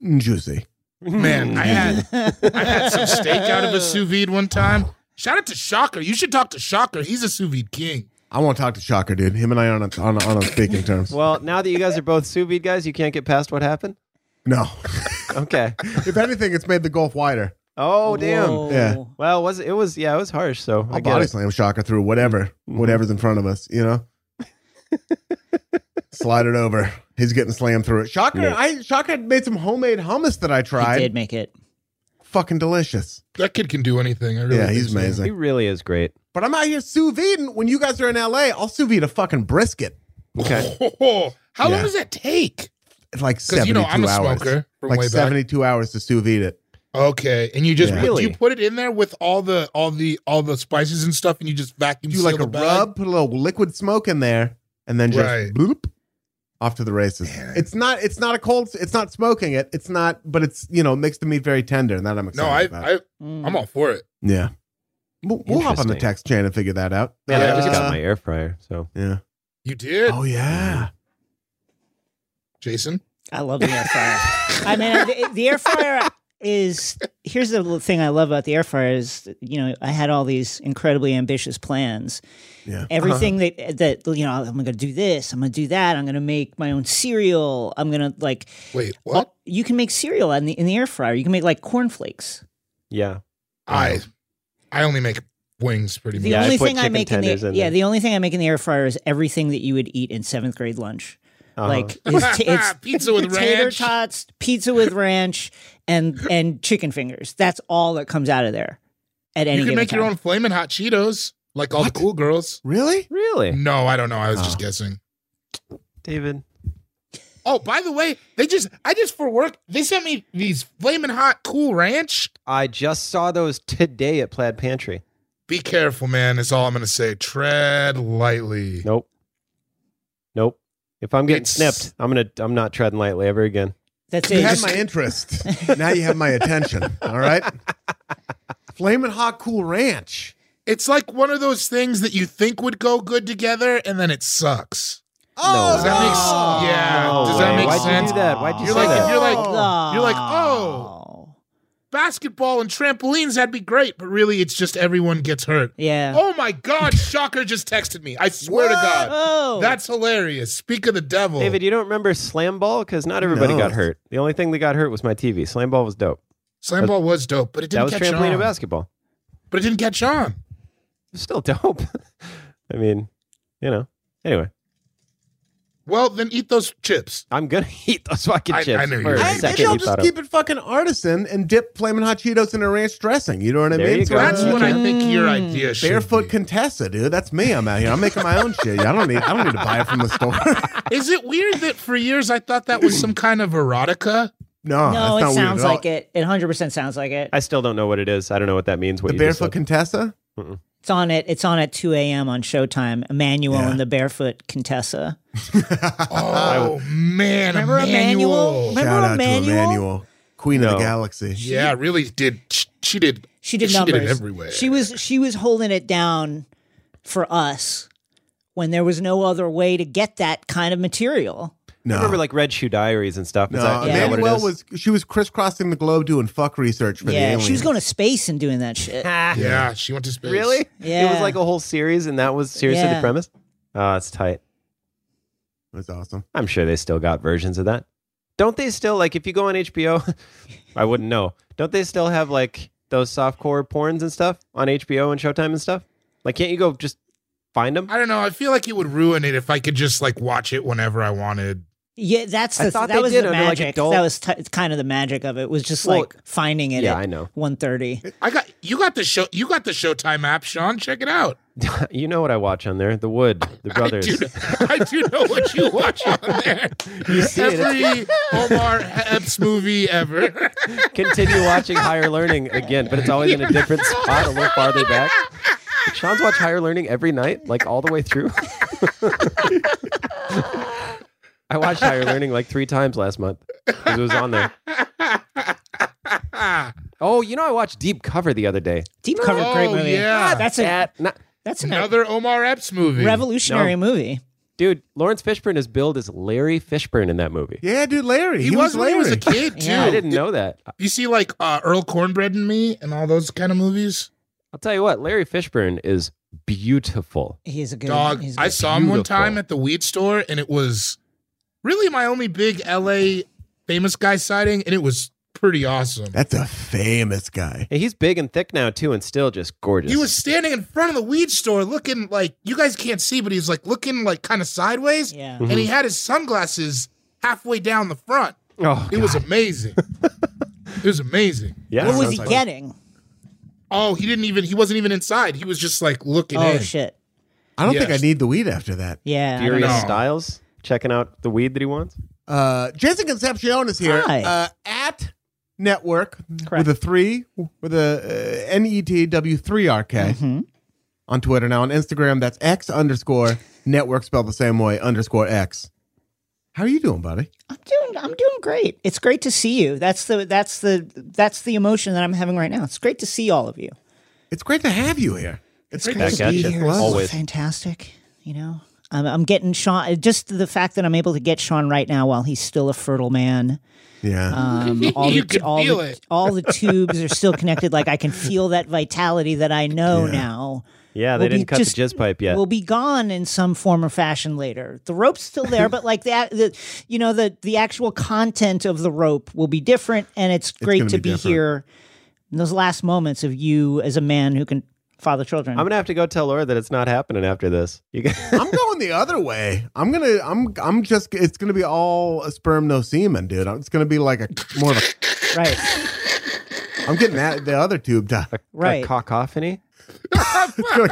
S2: juicy.
S6: man. I had I had some steak out of a sous vide one time. Shout out to Shocker. You should talk to Shocker. He's a sous vide king.
S2: I won't talk to Shocker, dude. Him and I aren't on, on, on speaking terms.
S3: Well, now that you guys are both sous vide guys, you can't get past what happened.
S2: No.
S3: Okay.
S2: if anything, it's made the gulf wider.
S3: Oh damn.
S5: Whoa.
S2: Yeah.
S3: Well, it was it was yeah, it was harsh. So I
S2: I'll
S3: get
S2: body
S3: it.
S2: slam Shocker through whatever, whatever's in front of us, you know? Slide it over. He's getting slammed through it. Shocker,
S3: Yeah.
S2: I Shocker made some homemade hummus that I
S5: He
S2: tried.
S5: did make it.
S2: Fucking delicious.
S6: That kid can do anything. I really
S2: yeah,
S6: think
S2: he's
S6: so.
S3: He
S2: amazing.
S3: really is great.
S2: But I'm out here sous vide when you guys are in LA. I'll sous vide a fucking brisket.
S3: Okay.
S6: Oh, How
S2: Yeah.
S6: long does that take?
S2: It's like
S6: Because
S2: 72
S6: you know I'm a
S2: hours.
S6: smoker from
S2: like
S6: way back.
S2: 72 hours to sous vide it.
S6: Okay, and you just
S2: Yeah.
S6: put-
S3: Really?
S6: you put it in there with all the all the all the spices and stuff, and you just vacuum
S2: Do
S6: seal
S2: like
S6: the
S2: a
S6: bag?
S2: rub, put a little liquid smoke in there, and then just
S6: Right.
S2: bloop off to the races. It's not it's not a cold it's not smoking it. It's not but it's you know, makes the meat very tender and that I'm
S6: No,
S2: excited
S6: I,
S2: about.
S6: I
S5: Mm.
S6: I'm all for it.
S2: Yeah. We'll, we'll hop on the
S3: Interesting.
S2: text chain and figure that out.
S3: Man, I just
S6: Uh,
S3: got my air fryer. So
S2: oh, Yeah.
S6: You did,
S2: Oh yeah.
S6: Jason.
S5: I love the air fryer. I mean, the, the air fryer is here's the little thing I love about the air fryer is you know I had all these incredibly ambitious plans.
S2: Yeah.
S5: Everything that that you know I'm going to do this, I'm going to do that, I'm going to make my own cereal, I'm going to like
S6: Wait, what?
S5: you can make cereal in the in the air fryer. You can make like cornflakes.
S3: Yeah.
S6: I I only make wings pretty much.
S5: The
S3: Yeah, I
S5: only
S3: put
S5: thing I
S3: chicken
S5: make in the
S3: tenders in
S5: yeah,
S3: there.
S5: the only thing I make in the air fryer is everything that you would eat in seventh grade lunch.
S3: Uh-huh.
S5: Like it's, it's
S6: Pizza with
S5: tater
S6: ranch.
S5: tots, pizza with ranch, and and chicken fingers. That's all that comes out of there. At any
S6: You can
S5: given
S6: make your
S5: time.
S6: own flaming hot Cheetos, like all the cool girls.
S2: Really?
S3: really,
S6: No, I don't know. I was just guessing.
S3: David.
S6: Oh, by the way, they just I just for work, they sent me these flaming hot cool ranch.
S3: I just saw those today at Plaid Pantry.
S6: Be careful, man. Is all I'm gonna say. Tread lightly.
S3: Nope. Nope. If I'm getting
S6: It's-
S3: snipped, I'm gonna. I'm not treading lightly ever again.
S5: That's
S2: You
S5: it.
S2: had my interest. now you have my attention. All right. Flamin' Hot Cool Ranch.
S6: It's like one of those things that you think would go good together and then it sucks.
S3: Oh,
S6: Does that make
S5: Oh.
S6: sense? Yeah.
S3: No
S6: Does that
S3: way.
S6: make
S3: Why'd
S6: sense?
S3: you do that? Why'd you
S6: You're
S3: say
S6: like
S3: that?
S6: if you're like
S2: Oh.
S6: you're like, oh, basketball and trampolines, that'd be great, but really it's just everyone gets hurt.
S5: yeah.
S6: Oh my god, Shocker just texted me. I swear to God.
S5: Oh.
S6: That's hilarious. Speak of the devil.
S3: David, you don't remember slam ball because not everybody
S2: No.
S3: got hurt. The only thing that got hurt was my TV. Slam ball was dope.
S6: Slam ball was dope, but it
S3: That
S6: didn't
S3: was
S6: catch
S3: trampoline
S6: on.
S3: and basketball.
S6: But it didn't catch on.
S3: It was still dope. I mean, you know. Anyway,
S6: Well, then eat those chips.
S3: I'm gonna eat those fucking
S6: I- I
S3: chips.
S6: knew you
S3: for
S6: were
S3: a
S6: gonna
S2: I,
S6: do
S3: second
S2: maybe I'll
S3: you thought
S2: just
S3: of-
S2: keep it fucking artisan and dip Flamin' Hot Cheetos in a ranch dressing. You know what I
S3: There
S2: mean?
S3: you go.
S6: That's
S3: Uh,
S6: what I think your
S5: Mm.
S6: idea should
S2: Barefoot
S6: be.
S2: Contessa, dude. That's me. I'm out here. I'm making my own shit. I don't need. I don't need to buy it from the store.
S6: Is it weird that for years I thought that was some kind of erotica?
S2: no,
S5: no,
S2: that's not
S5: it sounds
S2: weird at all.
S5: like it. It 100% sounds like it.
S3: I still don't know what it is. I don't know what that means. What
S2: The
S3: you just
S2: Barefoot
S3: said.
S2: Contessa.
S5: It's on at it's on at 2 a.m. on Showtime. Emmanuel
S2: Yeah.
S5: and the Barefoot Contessa.
S6: Oh man,
S5: Remember Emmanuel? Remember
S2: Shout out
S5: Emmanuel?
S2: to Emmanuel, Queen of
S3: No.
S2: the Galaxy.
S6: Yeah, really did. She, she did.
S5: She did
S6: She did
S5: numbers
S6: it everywhere.
S5: She was she was holding it down for us when there was no other way to get that kind of material.
S2: No.
S3: I remember like Red Shoe Diaries and stuff. Is
S2: no,
S3: that, is that what it
S2: Emmanuel
S3: is?
S2: was she was crisscrossing the globe doing fuck research for the
S5: yeah,
S2: aliens.
S5: she was going to space and doing that shit.
S6: Yeah, she went to space.
S3: Really? It
S5: Yeah.
S3: was like a whole series, and that was seriously
S5: Yeah.
S3: the premise. Oh, it's tight.
S2: That's awesome.
S3: I'm sure they still got versions of that. Don't they still like if you go on HBO? I wouldn't know. Don't they still have like those softcore porns and stuff on HBO and Showtime and stuff? Like, can't you go just find them?
S6: I don't know. I feel like it would ruin it if I could just like watch it whenever I wanted.
S5: Yeah, that's
S3: I
S5: the
S3: thought
S5: that
S3: they
S5: was
S3: did
S5: the
S3: under, like,
S5: magic.
S3: adult-
S5: that was t- it's kind of the magic of it was just
S3: Well,
S5: like finding it
S3: yeah, I
S5: at
S3: know.
S5: 1:30.
S6: I got you got the show you got the Showtime app, Sean. Check it out.
S3: you know what I watch on there? The Wood, The Brothers.
S6: I do, I do know what you watch on there.
S3: You see it.
S6: Every Omar Epps movie ever.
S3: Continue watching Higher Learning again, but it's always in a different spot, a little farther back. Sean's watch Higher Learning every night, like all the way through. I watched Higher Learning like three times last month 'cause it was on there. Oh, you know, I watched Deep Cover the other day.
S5: Deep cover, great
S6: Oh,
S5: movie.
S6: yeah.
S5: that's a
S3: At- not-
S5: that's an
S6: Another Omar Epps movie.
S5: revolutionary
S3: No.
S5: movie.
S3: dude, Lawrence Fishburne is billed as Larry Fishburne in that movie.
S2: Yeah, dude, Larry.
S6: He, was, when
S2: Larry.
S6: he was a kid too.
S5: Yeah.
S3: I didn't know that.
S6: You see, like uh, Earl Cornbread and Me, and all those kind of movies.
S3: I'll tell you what, Larry Fishburne is beautiful.
S5: He's a good
S6: Dog,
S5: he's a
S6: I
S5: good-
S6: saw him one time
S3: Beautiful.
S6: at the weed store, and it was really my only big LA famous guy sighting, and it was pretty awesome.
S2: That's a famous guy.
S3: And he's big and thick now too, and still just gorgeous.
S6: He was standing in front of the weed store, looking like you guys can't see, but he was like looking like kind of sideways,
S5: Yeah.
S6: and he had his sunglasses halfway down the front.
S3: oh,
S6: It was amazing. it was amazing.
S3: yeah.
S5: What was he
S2: Sounds like-
S5: getting?
S6: Oh, he didn't even. He wasn't even inside. He was just like looking.
S5: Oh
S6: in.
S5: shit.
S2: I don't
S6: Yes.
S2: think I need the weed after that.
S5: Yeah. I don't
S3: Furious
S5: know.
S3: Styles checking out the weed that he wants.
S2: Uh, Jason Concepcion is here
S5: Hi.
S2: uh, at Network
S5: Correct.
S2: with a three with a uh, N E T W three R K
S5: Mm-hmm.
S2: on Twitter now on Instagram. That's X underscore Network spelled the same way underscore X. How are you doing, buddy?
S5: I'm doing I'm doing great. It's great to see you. That's the that's the that's the emotion that I'm having right now. It's great to see all of you.
S2: It's great to have you here.
S5: It's
S3: great to be
S5: here.
S3: here.
S5: This is
S3: Always.
S5: fantastic. You know, I'm, I'm getting Sean. Just the fact that I'm able to get Sean right now while he's still a fertile man.
S2: Yeah.
S5: Um, all
S6: You
S5: the,
S6: can
S5: all
S6: feel
S5: the,
S6: it.
S5: all the tubes are still connected. Like I can feel that vitality that I know now.
S7: Yeah, they
S5: We'll be
S7: didn't cut
S5: just-
S7: the jizz pipe yet.
S5: Will be gone in some form or fashion later. The rope's still there, but like that, the, you know, the the actual content of the rope will be different, and it's great
S2: gonna
S5: to
S2: be
S5: be,
S2: different.
S5: here in those last moments of you as a man who can father children.
S7: I'm gonna have to go tell Laura that it's not happening after this. You guys,
S2: I'm going the other way. I'm gonna. I'm. I'm just. It's gonna be all sperm, no semen, dude. It's gonna be like a more of a.
S5: right,
S2: I'm getting that the other tube done.
S5: right.
S7: A cacophony.
S6: Going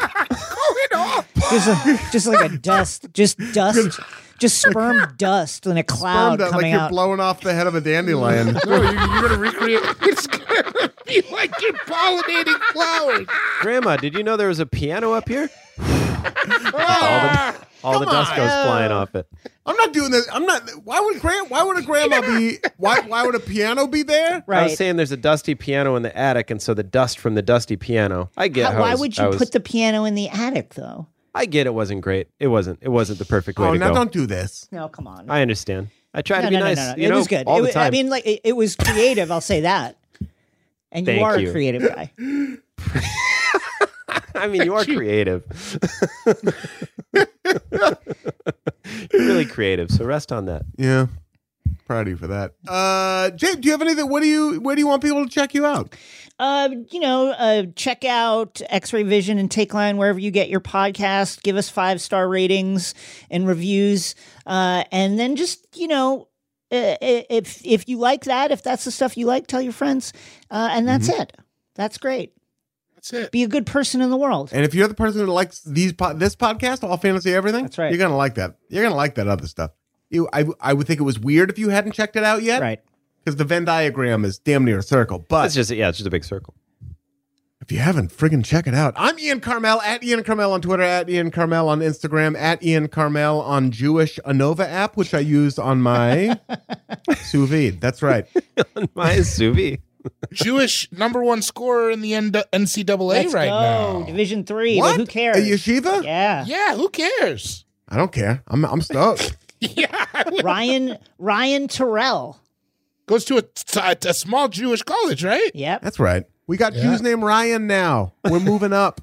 S6: off.
S5: just, a, just like a dust, just dust, just sperm dust in a cloud
S2: Sperm done, like
S5: coming
S2: you're
S5: out.
S2: blowing off the head of a dandelion.
S6: No, you, you're gonna recreate. It's gonna be like you're pollinating flowers.
S7: Grandma, did you know there was a piano up here? all the, all the dust goes flying off it.
S2: I'm not doing this. I'm not. Why would grand? Why would a grandma be? Why? Why would a piano be there?
S7: I
S5: right.
S7: was saying there's a dusty piano in the attic, and so the dust from the dusty piano. I get.
S5: How-
S7: how I
S5: why
S7: was-
S5: would you
S7: I was-
S5: put the piano in the attic though?
S7: I get it wasn't great. It wasn't. It wasn't the perfect way
S2: Oh,
S7: to
S2: now
S7: go.
S2: don't do this.
S5: No, come on.
S7: I understand. I try
S5: no,
S7: to be
S5: no,
S7: nice.
S5: no, no, no.
S7: You
S5: it
S7: know,
S5: was good.
S7: all
S5: it,
S7: the
S5: wa-
S7: time.
S5: I mean, like it, it was creative. I'll say that. And
S7: Thank
S5: you are
S7: you.
S5: a creative guy.
S7: I mean, you are creative. You're really creative, so rest on that.
S2: Yeah. Proud of you for that. Uh, Jake, do you have anything? What do you? Where do you want people to check you out?
S5: Uh, you know, uh, check out X Ray Vision and Take Line wherever you get your podcast. Give us five star ratings and reviews, uh, and then just you know, uh, if if you like that, if that's the stuff you like, tell your friends, uh, and that's
S7: Mm-hmm.
S5: it. That's great.
S6: That's it.
S5: Be a good person in the world.
S2: And if you're the person who likes these po- this podcast, all fantasy everything,
S5: That's right.
S2: You're gonna like that. You're gonna like that other stuff. You, I, I would think it was weird if you hadn't checked it out yet,
S5: Right.
S2: Because the Venn diagram is damn near a circle. But
S7: It's just yeah, it's just a big circle.
S2: if you haven't, friggin' check it out. I'm Ian Carmel at Ian Carmel on Twitter, at Ian Carmel on Instagram, at Ian Carmel on Jewish Anova app, which I use on my sous vide. That's right.
S7: My sous vide.
S6: Jewish number one scorer in the N- NCAA
S5: Let's
S6: right
S5: go.
S6: now.
S5: Division three.
S2: What?
S5: But who cares?
S2: A yeshiva?
S5: yeah.
S6: Yeah, who cares?
S2: I don't care. I'm I'm stoked.
S6: Yeah, I would-
S5: Ryan Ryan Terrell.
S6: goes to a, t- a- a small Jewish college, right?
S5: Yep.
S2: That's right. We got Jews named Ryan now. We're moving up.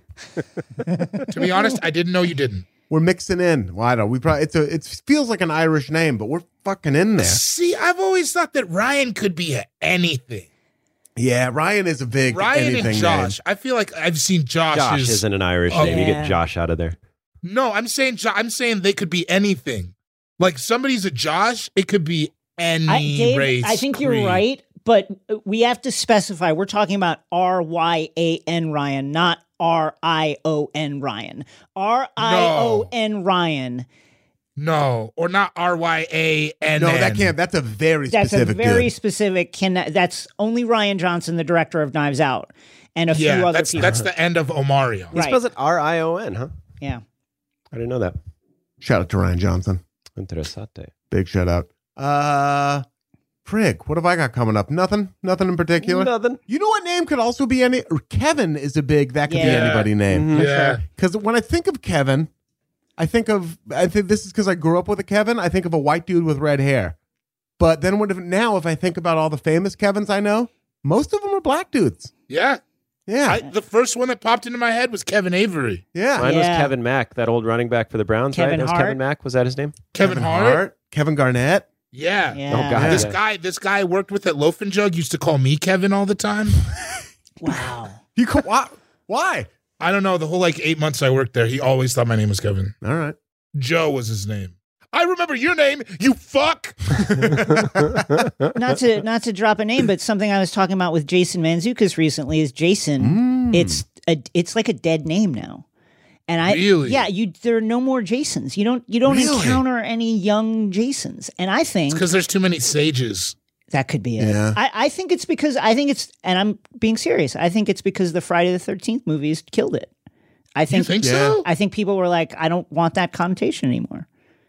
S6: To be honest, I didn't know you didn't.
S2: We're mixing in. Well, I don't. We probably it's a it feels like an Irish name, but we're fucking in there.
S6: See, I've always thought that Ryan could be a- anything.
S2: Yeah, Ryan is a big
S6: Ryan
S2: anything
S6: and Josh. I feel like I've seen Josh.
S7: Josh
S6: as-
S7: isn't an Irish
S6: Oh.
S7: name. You
S5: Yeah.
S7: get Josh out of there.
S6: No, I'm saying Jo- I'm saying they could be anything. Like somebody's a Josh, it could be any
S5: I, Dave,
S6: race.
S5: I think
S6: creed.
S5: you're right, but we have to specify. We're talking about R Y A N Ryan, not R I O N Ryan. R I O N Ryan.
S6: No, or not R Y A N.
S2: No, that can't. That's a very
S5: That's
S2: specific.
S5: a very
S2: dude.
S5: specific. Can that's only Ryan Johnson, the director of Knives Out, and a few
S6: Yeah,
S5: other
S6: that's
S5: people.
S6: that's the end of Omario.
S7: He
S5: Right.
S7: spells it R I O N, huh?
S5: yeah.
S7: I didn't know that.
S2: shout out to Ryan Johnson.
S7: Interessante.
S2: Big shout out. Uh, Frig, what have I got coming up? Nothing. Nothing in particular.
S7: Nothing.
S2: You know what name could also be any? or Kevin is a big. That could be
S5: Yeah.
S2: anybody name.
S6: Yeah,
S2: Because when I think of Kevin, I think of I think this is because I grew up with a Kevin. I think of a white dude with red hair. But then when, if- now, if I think about all the famous Kevins I know, most of them are black dudes.
S6: yeah.
S2: Yeah,
S6: I, the first one that popped into my head was Kevin Avery,
S2: yeah.
S7: Mine was
S5: Yeah.
S7: Kevin Mack, that old running back for the Browns, right?
S5: Kevin
S7: That was
S5: Hart.
S7: Kevin Mack. Was that his name?
S6: Kevin, Hart.
S2: Kevin Garnett.
S6: Yeah.
S5: Yeah.
S7: Oh God.
S6: This
S7: Yeah.
S6: guy, this guy I worked with at Loaf and Jug used to call me Kevin all the time.
S5: Wow.
S2: You co- why? Why?
S6: I don't know. The whole like eight months I worked there, he always thought my name was Kevin.
S2: All right.
S6: Joe was his name. I remember your name, you fuck.
S5: not to not to drop a name, but something I was talking about with Jason Manzukas recently is Jason. It's a it's like a dead name now, and I
S6: Really?
S5: yeah you there are no more Jasons. You don't you don't
S2: Really?
S5: encounter any young Jasons, and I think
S6: Because there's too many sages.
S5: that could be it.
S2: Yeah.
S5: I, I think it's because I think it's and I'm being serious. I think it's because the Friday the Thirteenth movies killed it. I
S6: You
S5: think,
S6: think so?
S5: I think people were like, I don't want that connotation anymore.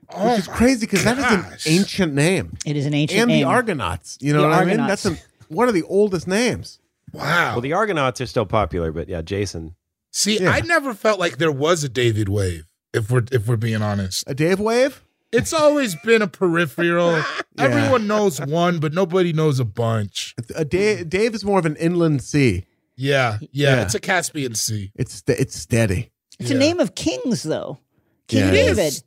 S6: Oh,
S2: It's crazy because that is an
S6: Gosh.
S2: ancient name.
S5: It is an ancient
S2: And
S5: name.
S2: the Argonauts. You know
S5: The
S2: what I mean?
S5: Argonauts.
S2: That's an, one of the oldest names.
S6: wow.
S7: Well, the Argonauts are still popular, but yeah, Jason.
S6: See,
S2: Yeah.
S6: I never felt like there was a David Wave. If we're if we're being honest,
S2: A Dave wave?
S6: it's always been a peripheral. Everyone knows one, but nobody knows a bunch.
S2: A Dave, Dave is more of an inland sea.
S6: Yeah, yeah.
S2: Yeah.
S6: It's a Caspian Sea.
S2: It's st- it's steady.
S5: It's
S6: Yeah.
S5: a name of kings, though. King
S2: Yeah, it
S5: David.
S6: is.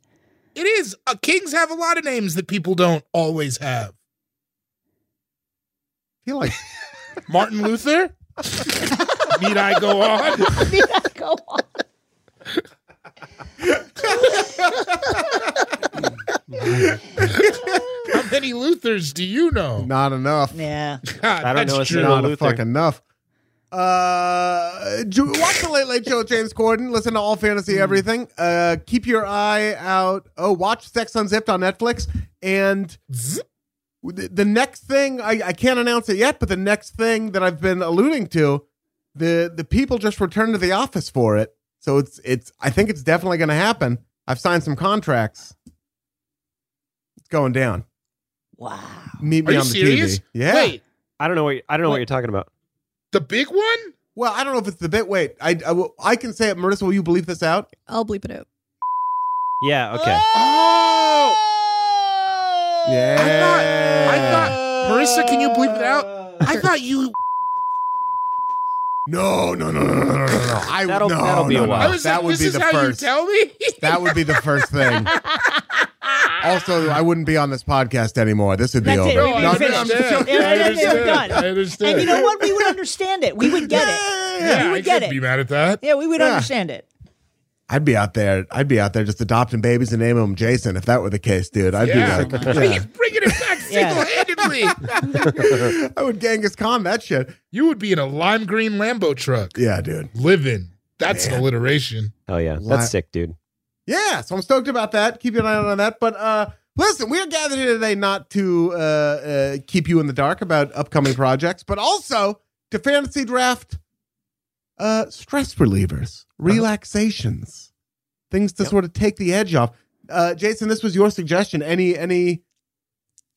S6: It is. Uh, kings have a lot of names that people don't always have.
S2: I feel like
S6: Martin Luther. Need I go on?
S5: Go on.
S6: How many Luthers do you know?
S2: not enough.
S5: Yeah.
S6: God,
S3: I don't
S6: that's
S3: know a
S6: true.
S3: single
S2: Not a
S3: Luther.
S2: fuck enough. Uh, ju- watch the Late Late Show, with James Corden. Listen to All
S6: Hmm.
S2: Fantasy Everything. Uh, keep your eye out. Oh, watch Sex Unzipped on Netflix. And the, the next thing I, I can't announce it yet, but the next thing that I've been alluding to, the the people just returned to the office for it. So it's it's I think it's definitely going to happen. I've signed some contracts. It's going down.
S5: Wow.
S2: Meet
S6: Are
S2: me
S6: you
S2: on the
S6: serious?
S2: TV. Yeah.
S6: Wait,
S3: I don't know what you- I don't know what you're talking about.
S6: the big one?
S2: Well, I don't know if it's the bit. Wait, I, I, will- I can say it. Marissa, will you believe this out?
S8: I'll bleep it out.
S3: Yeah. Okay.
S6: Oh,
S2: Yeah.
S6: I thought Marissa, can you bleep it out? I thought you.
S2: No, no, no, no, no, no, no. no. I,
S3: That'll-
S2: no,
S3: that'll be
S2: no,
S3: a
S2: no.
S3: while.
S6: I was
S2: That
S6: like,
S2: would
S6: this
S2: be
S6: is
S2: the
S6: how
S2: first.
S6: you tell me.
S2: That would be the first thing. also, I wouldn't be on this podcast anymore. This would be
S5: That's it.
S2: over.
S5: No, I
S2: I'm-
S5: finished.
S2: I'm
S5: Yeah,
S2: joking.
S5: yeah, yeah, yeah, we're done.
S6: I understand.
S5: And you know what? We would understand it. We would get it.
S6: Yeah,
S5: we
S6: I
S5: would get
S6: couldn't
S5: it.
S6: be mad at that.
S5: Yeah, we would
S2: Yeah.
S5: understand it.
S2: I'd be out there. I'd be out there just adopting babies and naming them Jason. If that were the case, dude, I'd
S6: Yeah.
S2: be like,
S6: Bring
S2: yeah.
S6: it- bringing it back
S5: Yeah.
S6: single handedly.
S2: I would Genghis Khan that shit.
S6: you would be in a lime green Lambo truck.
S2: Yeah, dude.
S6: Living. That's an alliteration.
S3: Hell yeah.
S2: Li-
S3: That's sick, dude.
S2: Yeah, so I'm stoked about that. Keep an eye out on that. But uh, listen, we are gathered here today not to uh, uh, keep you in the dark about upcoming projects, but also to fantasy draft uh, stress relievers, relaxations, things to sort of take the edge off. Uh, Jason, this was your suggestion. Any any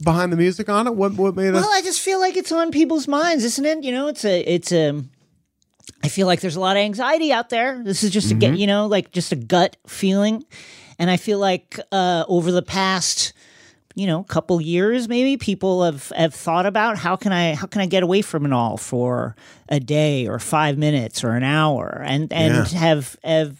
S2: behind the music on it? What what made us?
S5: Well, I just feel like it's on people's minds, isn't it? You know, it's a, it's a. I feel like there's a lot of anxiety out there. This is just a get, you know, like just a gut feeling, and I feel like uh, over the past, you know, couple years, maybe people have have thought about how can I how can I get away from it all for a day or five minutes or an hour, and and have have.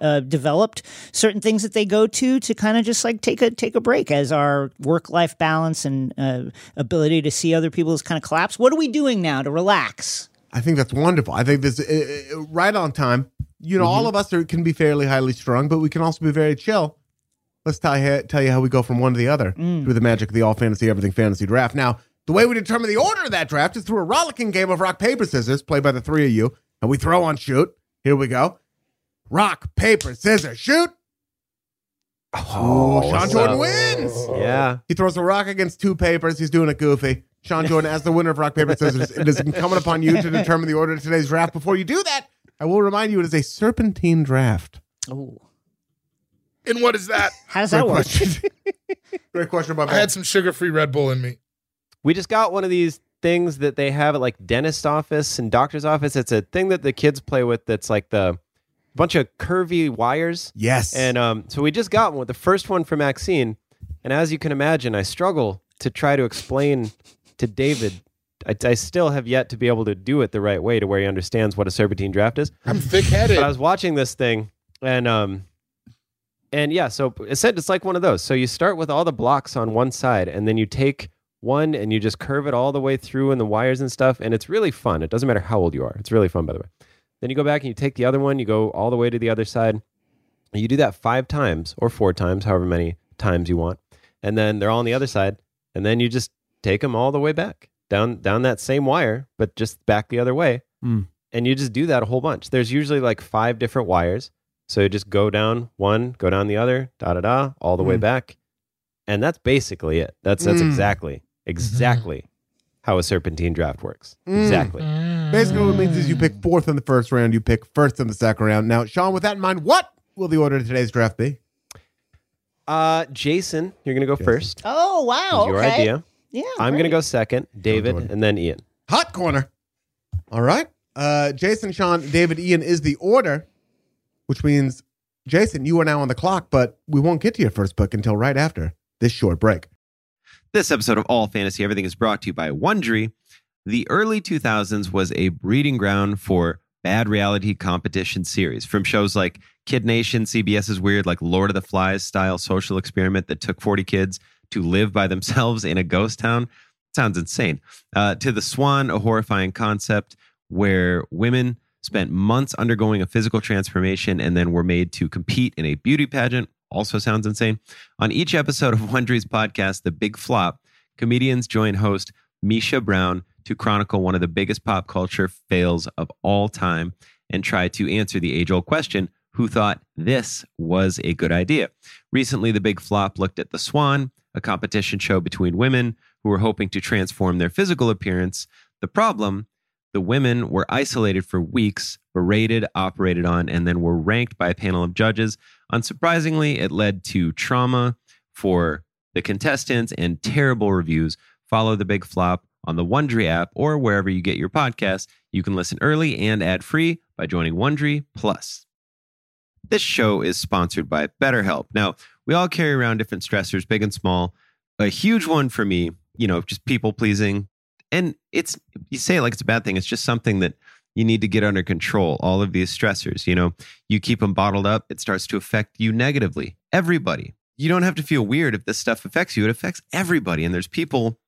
S5: Uh, developed certain things that they go to to kind of just like take a take a break as our work life balance and uh, ability to see other people has kind of collapsed. What are we doing now to relax?
S2: I think that's wonderful. I think this uh, uh, right on time. You know,
S3: Mm-hmm.
S2: all of us are, can be fairly highly strung, but we can also be very chill. Let's tell you, tell you how we go from one to the other
S3: Mm.
S2: through the magic of the all fantasy everything fantasy draft. Now, the way we determine the order of that draft is through a rollicking game of rock paper scissors played by the three of you, and we throw on shoot. Here we go. Rock paper scissors shoot. Oh, Sean
S3: what's
S2: Jordan
S3: up?
S2: wins.
S3: Yeah.
S2: He throws a rock against two papers. He's doing it goofy. Sean Jordan, as the winner of Rock, Paper, Scissors, it is incumbent upon you to determine the order of today's draft. Before you do that, I will remind you it is a serpentine draft.
S5: Oh,
S6: And what is that?
S5: how does that work?
S2: Great question about
S6: I had some sugar free Red Bull in me.
S3: We just got one of these things that they have at like dentist office and doctor's office. It's a thing that the kids play with. That's like the bunch of curvy wires.
S2: Yes.
S3: And um, so we just got one, the first one for Maxine. And as you can imagine, I struggle to try to explain to David. I, I still have yet to be able to do it the right way to where he understands what a serpentine draft is.
S6: I'm thick headed.
S3: But I was watching this thing, and um, and yeah, so it said it's like one of those. So you start with all the blocks on one side, and then you take one and you just curve it all the way through and the wires and stuff, and it's really fun. It doesn't matter how old you are; it's really fun, by the way. Then you go back and you take the other one, you go all the way to the other side. And you do that five times or four times, however many times you want, and then they're all on the other side, and then you just take them all the way back down down that same wire, but just back the other way and you just do that a whole bunch. There's usually like five different wires. So you just go down one, go down the other, da da da, all the way
S2: Mm.
S3: back. And that's basically it. That's that's
S2: Mm.
S3: exactly, exactly how a serpentine draft works.
S5: Hmm.
S2: Mm.
S3: Exactly.
S2: Basically, what it means is you pick fourth in the first round, you pick first in the second round. Now, Sean, with that in mind, what will the order of today's draft be?
S3: Uh Jason, you're gonna go first.
S5: Oh wow!
S3: Your
S5: okay.
S3: idea.
S5: Yeah,
S3: I'm
S5: great.
S3: gonna go second, David,
S2: Jordan.
S3: and then Ian.
S2: Hot corner. All right. Uh, Jason, Sean, David, Ian is the order, which means Jason, you are now on the clock, but we won't get to your first book until right after this short break.
S3: This episode of All Fantasy Everything is brought to you by Wondery. The early 2000s was a breeding ground for bad reality competition series from shows like Kid Nation, CBS's weird, like Lord of the Flies style social experiment that took 40 kids to live by themselves in a ghost town. Sounds insane. Uh, to The Swan, a horrifying concept where women spent months undergoing a physical transformation and then were made to compete in a beauty pageant. Also sounds insane. On each episode of Wondery's podcast, The Big Flop, comedians join host Misha Brown to chronicle one of the biggest pop culture fails of all time and try to answer the age old question who thought this was a good idea? Recently, The Big Flop looked at The Swan, a competition show between women who were hoping to transform their physical appearance. The problem the women were isolated for weeks, berated, operated on, and then were ranked by a panel of judges. Unsurprisingly, it led to trauma for the contestants and terrible reviews. Follow the big flop on the Wondery app or wherever you get your podcasts. You can listen early and ad free by joining Wondery Plus. This show is sponsored by BetterHelp. Now, we all carry around different stressors, big and small. A huge one for me, you know, just people pleasing, and it's you say it like it's a bad thing it's just something that you need to get under control all of these stressors you know you keep them bottled up it starts to affect you negatively everybody you don't have to feel weird if this stuff affects you it affects everybody and there's people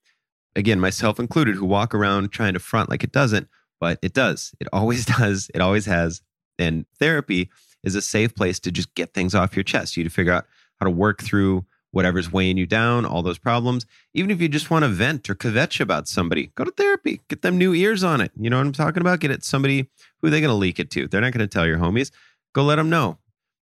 S3: again myself included who walk around trying to front like it doesn't but it does it always does it always has and therapy is a safe place to just get things off your chest you to figure out how to work through whatever's weighing you down, all those problems. Even if you just want to vent or kvetch about somebody, go to therapy, get them new ears on it. You know what I'm talking about? Get it somebody who they're going to leak it to. They're not going to tell your homies. Go let them know.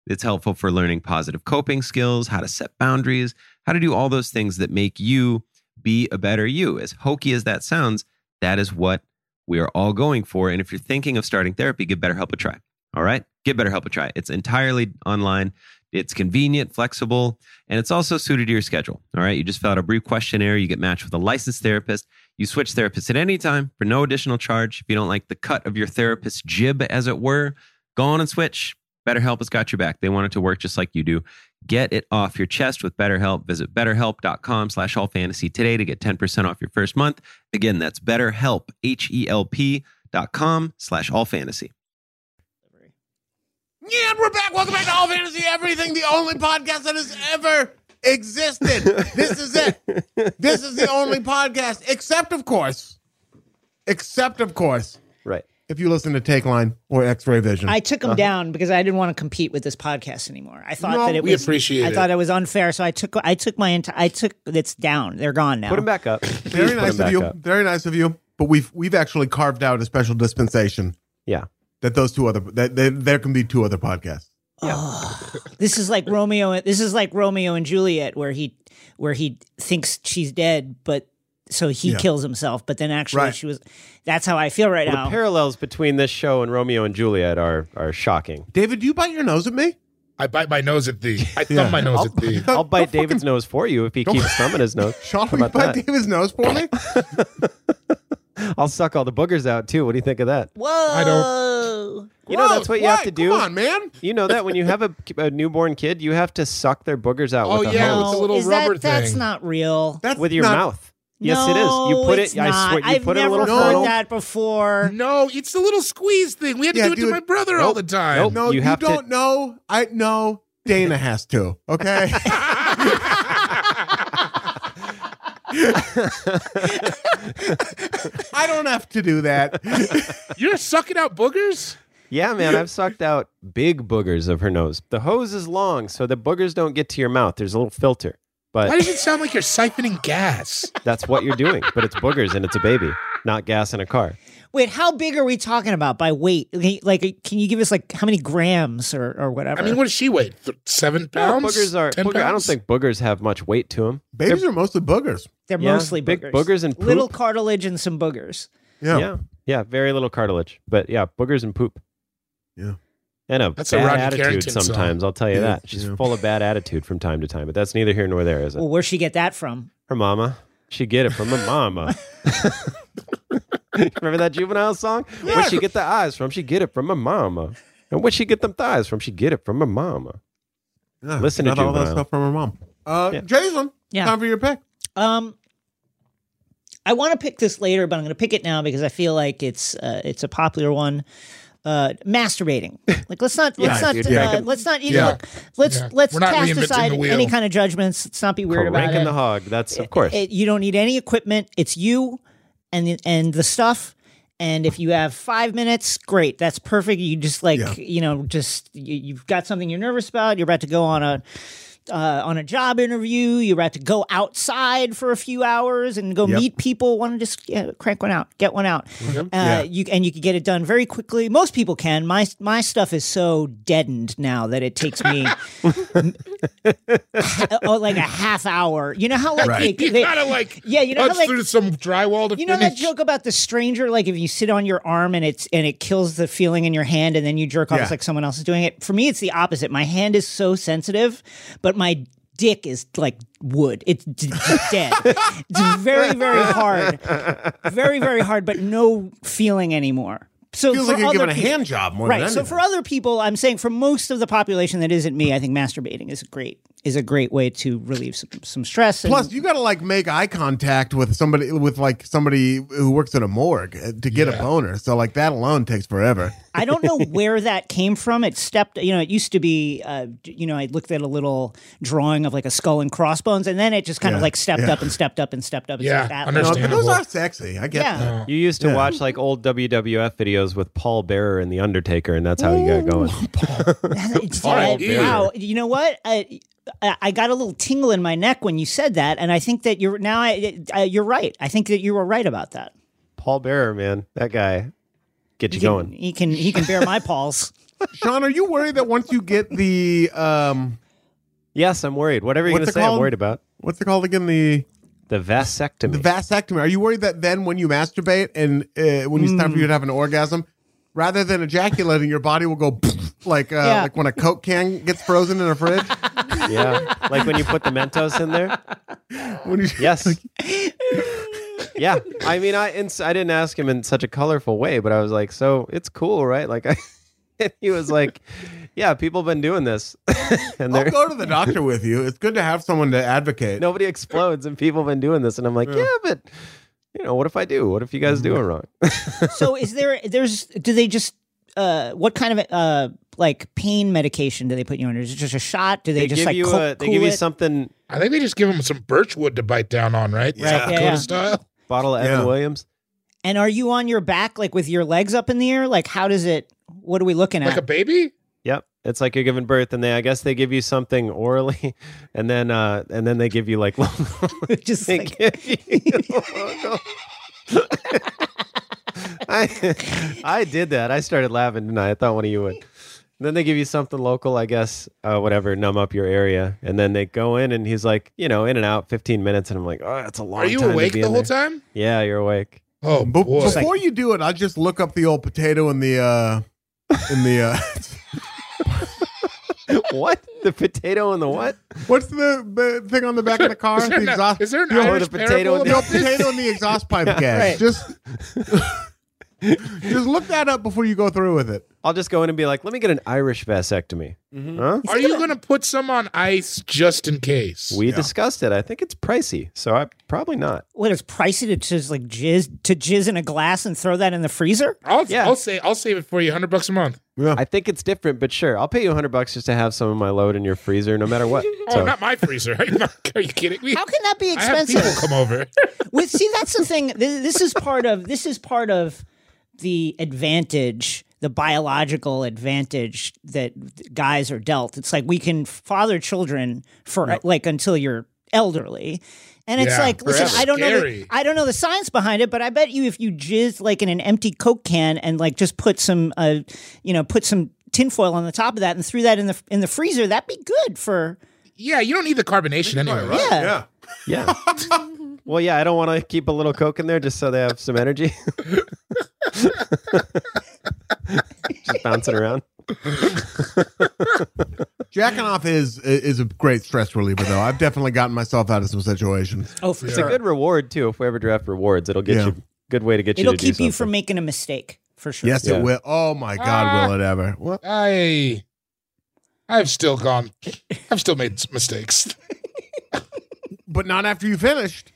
S3: It's helpful for learning positive coping skills, how to set boundaries, how to do all those things that make you be a better you. As hokey as that sounds, that is what we are all going for. And if you're thinking of starting therapy, give BetterHelp a try. All right? Give BetterHelp a try. It's entirely online. It's convenient, flexible, and it's also suited to your schedule. All right. You just fill out a brief questionnaire. You get matched with a licensed therapist. You switch therapists at any time for no additional charge. If you don't like the cut of your therapist's jib, as it were, go on and switch. BetterHelp has got your back. They want it to work just like you do. Get it off your chest with BetterHelp. Visit betterhelp.com slash all fantasy today to get 10% off your first month. Again, that's betterhelp, H-E-L-P dot com slash all fantasy.
S2: Yeah, and we're back. Welcome back to All Fantasy Everything, the only podcast that has ever existed. this is it. This is the only podcast, except, of course, except, of course,
S3: Right.
S2: if you listen to Take Line or X Ray Vision.
S5: I took them
S3: Uh-huh.
S5: down because I didn't want to compete with this podcast anymore. I thought
S2: No,
S5: that it
S6: we
S5: was
S6: appreciate
S5: I
S6: it.
S5: thought it was unfair, so I took I took my entire I took it's down. They're gone now.
S3: Put them back up. Please
S2: Very
S3: put 'em
S2: nice of
S3: back
S2: you.
S3: up.
S2: Very nice of you. But we've we've actually carved out a special dispensation
S3: Yeah.
S2: that those two other that, that there can be two other podcasts.
S5: This is like Romeo. This is like Romeo and Juliet, where he where he thinks she's dead, but so he
S2: Yeah.
S5: kills himself. But then actually,
S2: Right.
S5: she was. That's how I feel right
S3: Well,
S5: now.
S3: the parallels between this show and Romeo and Juliet are are shocking.
S2: David, do you bite your nose at me?
S6: I bite my nose at thee. I thumb
S2: Yeah.
S6: my nose
S3: I'll,
S6: at thee.
S3: I'll bite David's nose for you if he keeps thumbing his nose.
S2: Sean,
S3: How
S2: will you
S3: about
S2: bite
S3: that?
S2: David's nose for me?
S3: I'll suck all the boogers out too. What do you think of that?
S5: Whoa!
S6: I
S3: You know that's what you have to do.
S2: Come on, man.
S3: You know that when you have a, a newborn kid, you have to suck their boogers out
S6: Oh,
S3: with a
S6: yeah,
S3: hose
S6: with the little
S5: is
S6: rubber
S5: that, That's
S6: thing.
S5: not real.
S2: That's
S3: with your
S2: not-
S3: mouth. Yes, it is. You
S5: No,
S3: put
S5: it's
S3: it. I
S5: not.
S3: swear, you
S5: I've
S3: put it in a
S5: never
S3: little
S5: heard
S3: funnel.
S5: that before.
S6: No, it's the little squeeze thing. We had to
S2: Yeah,
S6: do it to
S2: dude.
S6: my brother all the time.
S3: Nope.
S2: No,
S3: You
S2: you,
S3: have to-
S2: don't know. I know. Dana has to. Okay. I don't have to do that.
S6: You're sucking out boogers?
S3: Yeah, man, I've sucked out big boogers of her nose. The hose is long, so the boogers don't get to your mouth. There's a little filter,
S6: Why
S3: but
S6: does it sound like you're siphoning gas?
S3: that's what you're doing. But it's boogers and it's a baby, not gas in a car.
S5: Wait, how big are we talking about by weight? Like, like, can you give us like how many grams or, or whatever?
S6: I mean, what does she weigh? Th- seven pounds?
S3: No, boogers are.
S6: 10
S3: Booger, I don't
S6: pounds?
S3: think boogers have much weight to them.
S2: Babies are mostly boogers.
S5: They're
S3: Yeah,
S5: mostly
S3: big
S5: boogers.
S3: boogers and
S5: little
S3: poop.
S5: cartilage and some boogers.
S2: Yeah.
S3: Yeah, yeah, very little cartilage, but yeah, boogers and poop.
S2: Yeah.
S3: and a
S6: That's a
S3: bad
S6: Rodney
S3: attitude
S6: Carrington song.
S3: sometimes. I'll tell you
S2: Yeah,
S3: that she's
S2: yeah.
S3: full of bad attitude from time to time. But that's neither here nor there, is
S5: Well,
S3: it?
S5: where'd she get that from?
S3: Her mama, she get it from her mama. Remember that juvenile song? Where'd she get the eyes from? She get it from her mama.
S7: And where'd she get them thighs from? She get it from her mama.
S9: Yeah,
S7: Listen to
S9: got all that
S7: Juvenile.
S9: stuff from her mom. Uh,
S7: Yeah.
S9: Jason,
S5: Yeah.
S9: time for your pick.
S5: Um, I want to pick this later, but I'm going to pick it now because I feel like it's uh, it's a popular one. Uh, masturbating. Like let's not let's not
S7: dude,
S5: uh,
S7: crank 'em.
S5: let's not even
S6: Yeah.
S5: look, let's
S6: Yeah.
S5: let's
S6: We're not
S5: cast
S6: reinventing
S5: aside
S6: the wheel.
S5: any kind of judgments. Let's not be weird about
S7: Ranking
S5: it.
S7: the hog. That's of course.
S5: It- you don't need any equipment. It's you and the, and the stuff. And if you have five minutes, great. That's perfect. You just like you know, just you, you've got something you're nervous about. You're about to go on a uh, on a job interview. You're about to go outside for a few hours and go meet people. Want to just yeah, crank one out, get one out. Uh, You and you can get it done very quickly. Most people can. My my stuff is so deadened now that it takes me oh, like a half hour. You know how like
S2: Right.
S5: they-
S6: You
S5: they-
S6: gotta like
S5: yeah, you know how
S6: punch
S5: like
S6: through some drywall to
S5: you know that
S6: finish.
S5: joke about the stranger, like if you sit on your arm and it's and it kills the feeling in your hand, and then you jerk off,
S2: Yeah.
S5: it's like someone else is doing it. For me, it's the opposite. My hand is so sensitive, but my dick is like wood. It's d- dead. it's very very hard, very very hard, but no feeling anymore. So
S2: Feels
S5: for
S2: like you're
S5: other
S2: giving a
S5: people-
S2: hand job more
S5: right.
S2: than
S5: So
S2: anything.
S5: for other people, I'm saying for most of the population that isn't me, I think masturbating is great is a great way to relieve some, some stress. and-
S2: Plus, you got to like make eye contact with somebody with like somebody who works at a morgue uh, to get a boner. So like that alone takes forever.
S5: I don't know where that came from. It stepped, you know, it used to be, uh, d- you know, I looked at a little drawing of like a skull and crossbones, and then it just kind of
S2: Yeah,
S5: like stepped
S2: yeah.
S5: up and stepped up and stepped up. And
S6: Yeah,
S5: stepped up.
S2: No,
S6: understand.
S2: but those
S6: Understandable.
S2: are sexy. I get
S5: Yeah.
S2: that.
S7: You used to
S2: Yeah.
S7: watch like old WWF videos with Paul Bearer and The Undertaker, and that's how you got going.
S5: Yeah,
S6: Alright, dude.
S5: wow. You know what? I, I I got a little tingle in my neck when you said that, and I think that you're now. I, I, you're right. I think that you were right about that.
S7: Paul Bearer, man, that guy, get you going.
S5: He can he can bear my paws.
S2: Sean, are you worried that once you get the um,
S7: Yes, I'm worried. Whatever you're
S2: What's
S7: gonna
S2: it
S7: say, I'm
S2: called?
S7: worried about
S2: what's it called again? The
S7: the vasectomy.
S2: the vasectomy. Are you worried that then when you masturbate and uh, when it's time
S5: Mm.
S2: for you to have an orgasm, rather than ejaculating, your body will go like uh,
S5: Yeah.
S2: like when a Coke can gets frozen in a fridge.
S7: yeah, like when you put the Mentos in there.
S2: when you,
S7: Yes. yeah, I mean, I ins- I didn't ask him in such a colorful way, but I was like, so it's cool, right? Like, I, and he was like, yeah, people have been doing this, and
S2: I'll
S7: they're.
S2: go to the doctor with you. It's good to have someone to advocate.
S7: nobody explodes and people have been doing this and i'm like yeah, but you know what if i do what if you guys do it wrong
S5: so is there? There's. Do they just? Uh, what kind of uh like pain medication do they put you under? Is it just a shot? Do they,
S7: they
S5: just
S7: give
S5: like
S7: you
S5: co-
S7: a, they
S5: cool
S7: give you
S5: it?
S7: something
S6: I think they just give him some birch wood to bite down on, right? South
S5: Yeah,
S6: Dakota
S5: yeah.
S6: style.
S7: bottle of evan
S2: Yeah.
S7: williams
S5: And are you on your back, like with your legs up in the air? Like, how does it? What are we looking at?
S6: Like a baby?
S7: yep it's like you're giving birth and they i guess they give you something orally and then uh and then they give you like
S5: Just
S7: they
S5: like-
S7: give you- I, I did that. I started laughing tonight. I thought one of you would. Then they give you something local, I guess, uh, whatever, numb up your area. And then they go in, and he's like, you know, in and out, 15 minutes. And I'm like, oh, that's a long
S6: Are you
S7: time to
S6: awake
S7: be
S6: the
S7: in
S6: whole
S7: there."
S6: time?
S7: Yeah, you're awake.
S6: Oh
S2: Be-
S6: boy.
S2: before you do it, I just look up the old potato in the uh, in the uh,
S7: what? The potato and the what?
S2: what's the, the thing on the back of the car?
S6: Is there,
S2: the
S6: an-
S2: exhaust.
S6: is there an
S2: the old-
S6: Irish
S7: the potato
S6: parable
S7: in
S2: the old
S6: about this?
S2: potato in the exhaust pipe gas?
S5: Right.
S2: Just just look that up before you go through with it.
S7: I'll just go in and be like, let me get an Irish vasectomy. Huh?
S6: Are you going to put some on ice just in case?
S7: We discussed it. I think it's pricey, so I probably not.
S5: what is pricey to just like jizz to jizz in a glass and throw that in the freezer?
S6: I'll,
S7: Yeah.
S6: I'll say I'll save it for you, hundred bucks a month.
S7: I think it's different, but sure, I'll pay you 100 bucks just to have some of my load in your freezer, no matter what.
S6: Oh,
S7: So,
S6: not my freezer. Are you, not- are you kidding me?
S5: How can that be
S6: I have people
S5: expensive?
S6: come over.
S5: With see, that's the thing. Th- This is part of this is part of the advantage, the biological advantage that guys are dealt. It's like we can father children for like until you're elderly. And it's
S6: Yeah,
S5: like, listen,
S6: forever.
S5: I don't know, the,
S6: Scary.
S5: I don't know the science behind it, but I bet you if you jizz like in an empty Coke can and like just put some, uh, you know, put some tinfoil on the top of that and threw that in the in the freezer, that'd be good for
S6: Yeah, you don't need the carbonation anyway, right?
S5: yeah.
S7: yeah. well, yeah, I don't want to keep a little Coke in there just so they have some energy. just bouncing around.
S2: Jacking off is is a great stress reliever, though. I've definitely gotten myself out of some situations.
S5: Oh, for
S7: It's
S5: sure.
S7: a good reward, too, if we ever draft rewards. It'll get
S2: Yeah.
S7: you good way to get you
S5: It'll
S7: to do
S5: keep you
S7: something.
S5: from making a mistake. for sure.
S2: Yes,
S7: Yeah.
S2: it will. Oh my
S6: Ah.
S2: God, will it ever? Well,
S6: I I've still gone I've still made some mistakes.
S2: but not after you finished.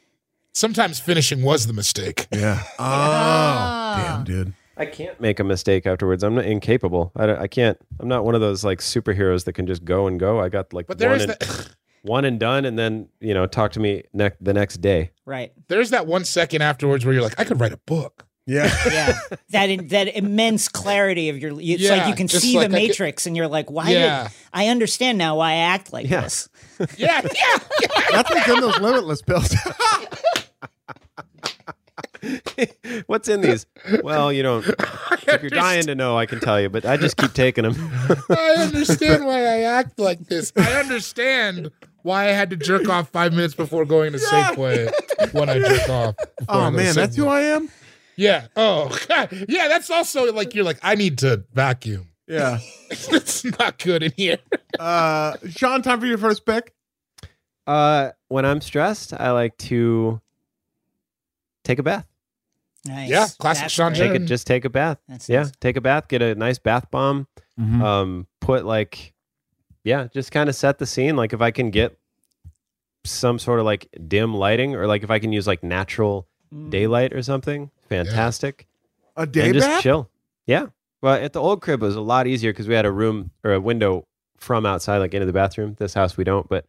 S6: Sometimes finishing was the mistake.
S2: Yeah. Oh,
S7: Ah.
S2: damn, dude.
S7: I can't make a mistake afterwards. I'm not incapable. I, don't- I can't. I'm not one of those like superheroes that can just go and go. I got like
S6: But there
S7: one,
S6: is
S7: and,
S6: that
S7: one and done, and then you know talk to me ne- the next day.
S5: Right.
S6: there is that one second afterwards where you're like, I could write a book.
S2: Yeah.
S5: Yeah. that in, that immense clarity of your it's
S6: Yeah,
S5: like you can
S6: just
S5: see
S6: like
S5: the
S6: I could-
S5: matrix and you're like, why
S6: Yeah.
S5: did I understand now why I act like
S7: Yeah.
S5: this?
S6: Yeah, yeah, yeah.
S2: That's what's in those limitless pills.
S7: What's in these? Well, you don't. If you're dying to know, I can tell you, but I just keep taking them.
S6: I understand why I act like this. I understand why I had to jerk off five minutes before going to Safeway when I jerk off. before I
S2: oh
S6: go to
S2: man, that's
S6: Safeway.
S2: who I am.
S6: Yeah. Oh God. Yeah, that's also like you're like, I need to vacuum.
S2: Yeah.
S6: it's not good in here.
S2: Uh, Sean, time for your first pick.
S7: Uh, when I'm stressed, I like to take a bath.
S5: Nice.
S6: Yeah, classic
S5: That's
S6: Sean
S5: great.
S7: Take a,
S6: Mm.
S7: just take a bath.
S5: That's
S7: yeah,
S5: nice.
S7: take a bath. Get a nice bath bomb. Um, put like, yeah, just kind of set the scene. Like if I can get some sort of like dim lighting, or like if I can use like natural
S5: Mm.
S7: daylight or something, fantastic.
S2: A day
S7: and just
S2: back.
S7: chill. Yeah. Well, at the old crib it was a lot easier because we had a room or a window from outside, like into the bathroom. This house we don't, but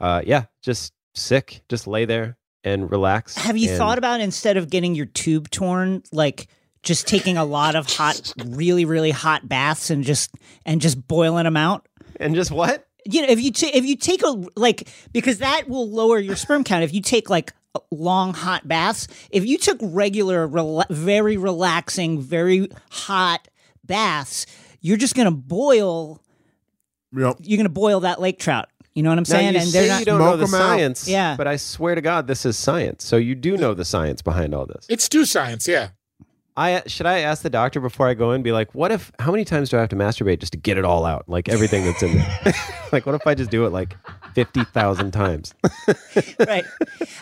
S7: uh, yeah, just sick. Just lay there and relax.
S5: Have you
S7: and-
S5: thought about instead of getting your tube torn, like just taking a lot of hot, really, really hot baths and just and just boiling them out?
S7: and just what?
S5: You know, if you ta- if you take a like because that will lower your sperm count. If you take like a- long hot baths, if you took regular, rela- very relaxing, very hot baths, you're just gonna boil.
S2: Yep.
S5: You're gonna boil that lake trout. You know what I'm
S7: Now,
S5: saying?
S7: you
S5: and
S7: say
S5: they're not.
S7: you don't know
S2: Smoke
S7: the
S2: 'em out.
S7: science,
S5: Yeah.
S7: but I swear to God, this is science. So you do know the science behind all this.
S6: It's too science, yeah.
S7: I should I ask the doctor before I go in? Be like, what if? How many times do I have to masturbate just to get it all out? Like everything that's in there. like, what if I just do it like fifty thousand times?
S5: right.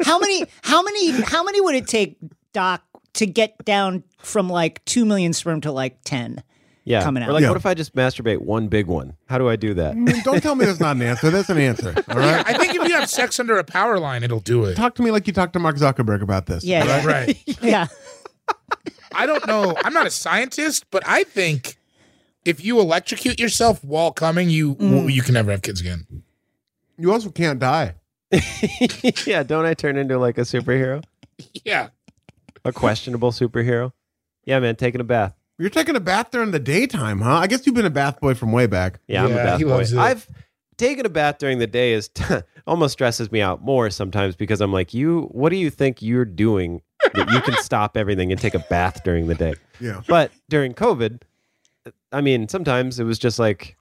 S5: How many? How many? How many would it take, Doc, to get down from like two million sperm to like ten?
S7: Yeah,
S5: Coming out. Mm.
S7: Or like,
S2: Yeah.
S7: what if I just masturbate one big one? How do I do that?
S2: Don't tell me that's not an answer. That's an answer. All
S6: Yeah,
S2: right.
S6: I think if you have sex under a power line, it'll do it.
S2: Talk to me like you talked to Mark Zuckerberg about this.
S5: Yeah. yeah.
S6: Right.
S5: Yeah.
S6: I don't know. I'm not a scientist, but I think if you electrocute yourself while coming, you
S2: Mm.
S6: you can never have kids again.
S2: You also can't die.
S7: yeah, don't I turn into like a superhero,
S6: Yeah.
S7: a questionable superhero? Yeah, man, taking a bath.
S2: You're taking a bath during the daytime, huh? I guess you've been a bath boy from way back.
S7: Yeah, I'm a
S6: Yeah,
S7: bath
S6: he
S7: boy.
S6: loves it.
S7: I've taken a bath during the day is almost stresses me out more sometimes because I'm like, you, what do you think you're doing that you can stop everything and take a bath during the day?
S2: Yeah.
S7: But during COVID, I mean, sometimes it was just like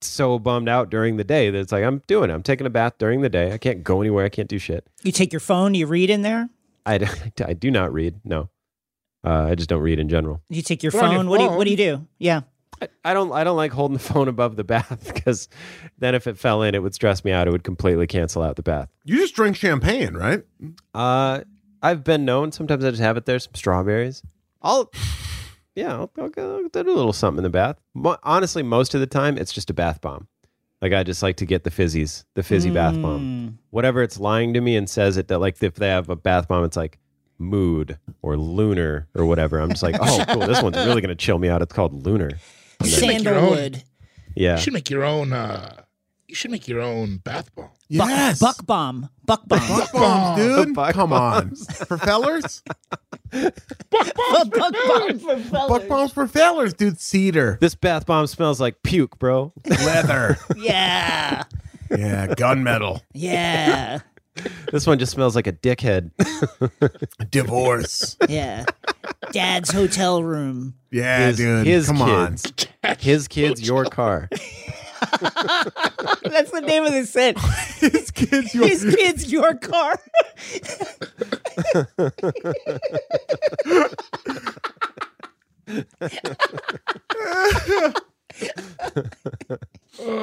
S7: so bummed out during the day that it's like I'm doing it. I'm taking a bath during the day. I can't go anywhere. I can't do shit.
S5: You take your phone. You read in there.
S7: I, d- I do not read. No, uh, I just don't read in general.
S5: You take your
S6: Put it on
S5: phone.
S6: your
S5: What do you? What do
S6: phone.
S5: you do? Yeah.
S7: I, I don't. I don't like holding the phone above the bath because then if it fell in, it would stress me out. It would completely cancel out the bath.
S2: You just drink champagne, right?
S7: Uh, I've been known. Sometimes I just have it there. Some strawberries. I'll. Yeah, I'll, I'll, go- I'll do a little something in the bath. Mo- honestly, most of the time, it's just a bath bomb. Like I just like to get the fizzies, the fizzy bath bomb. Whatever it's lying to me and says it that like if they have a bath bomb, it's like mood or lunar or whatever. I'm just like, oh, cool. This one's really gonna chill me out. It's called lunar.
S6: You should make your own.
S5: Sandalwood.
S7: Yeah.
S6: You should make your own. Uh, you should make your own bath bomb.
S5: Buck,
S2: Yes.
S5: buck bomb. Buck bomb.
S2: Buck bombs, dude.
S7: Buck
S2: Come on. For fellers?
S5: buck bomb for
S2: Buck
S5: fellas.
S2: bombs for fellers, dude. Cedar.
S7: This bath bomb smells like puke, bro.
S2: Leather.
S5: Yeah.
S2: yeah. Gunmetal.
S5: Yeah.
S7: this one just smells like a dickhead.
S2: Divorce.
S5: Yeah. Dad's hotel room.
S2: Yeah,
S7: His-
S2: dude.
S7: his
S2: Come on.
S7: kids. His kids, your car.
S5: That's the name of the set.
S2: His kids. You,
S5: His kid's your car.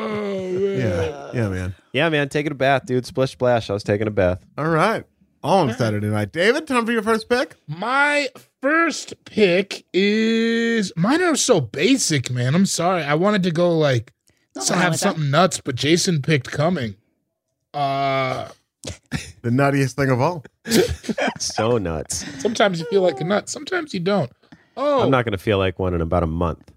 S2: yeah. Yeah, man.
S7: Yeah, man, taking a bath, dude. Splish splash. I was taking a bath.
S2: All right. All on Saturday night. David, time for your first pick.
S6: My first pick is mine are so basic, man. I'm sorry. I wanted to go like
S5: Nothing
S6: so
S5: wrong
S6: have
S5: with that.
S6: something nuts, but Jason picked coming. Uh
S2: The nuttiest thing of all.
S7: so nuts.
S6: sometimes you feel like a nut, sometimes you don't. Oh
S7: I'm not going to feel like one in about a month.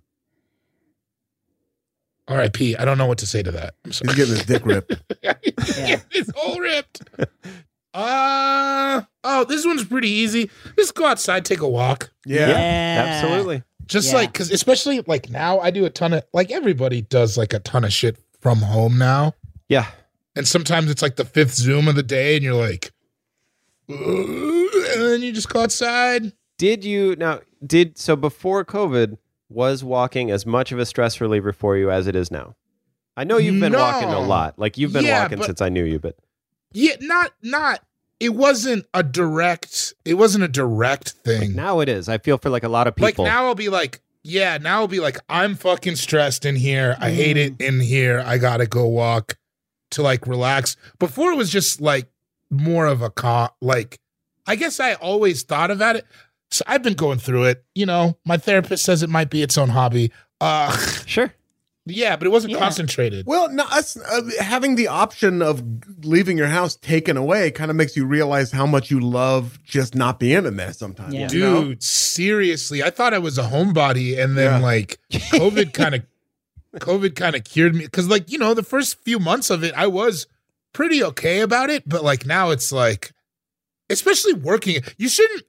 S6: R.I.P. I don't know what to say to that. I'm sorry.
S2: He's getting his dick ripped.
S6: yeah, it's all ripped. Uh oh, this one's pretty easy. Just go outside, take a walk.
S2: Yeah.
S7: Absolutely.
S6: Just
S5: Yeah.
S6: like because especially like now, I do a ton of like everybody does like a ton of shit from home now,
S7: Yeah.
S6: and sometimes it's like the fifth Zoom of the day, and you're like, "Ugh," and then you just go outside.
S7: Did you now did so before COVID was walking as much of a stress reliever for you as it is now? I know you've been
S6: No.
S7: walking a lot. Like you've been
S6: Yeah,
S7: walking
S6: but-
S7: since I knew you, but
S6: Yeah, not not. It wasn't a direct. It wasn't a direct thing.
S7: now it is. I feel for like a lot of
S6: like
S7: people.
S6: now I'll be like, yeah, now I'll be like, I'm fucking stressed in here. I hate it in here. I gotta go walk to like relax. Before it was just like more of a con like I guess I always thought about it. So I've been going through it. You know, my therapist says it might be its own hobby. Uh
S7: sure.
S6: yeah, but it wasn't
S5: Yeah.
S6: concentrated.
S2: Well, no, us uh, having the option of leaving your house taken away kind of makes you realize how much you love just not being in there sometimes.
S5: Yeah.
S2: you know?
S6: Dude, seriously. I thought I was a homebody and then
S2: Yeah.
S6: like COVID kind of COVID kind of cured me cuz like, you know, the first few months of it I was pretty okay about it, but like now it's like especially working you shouldn't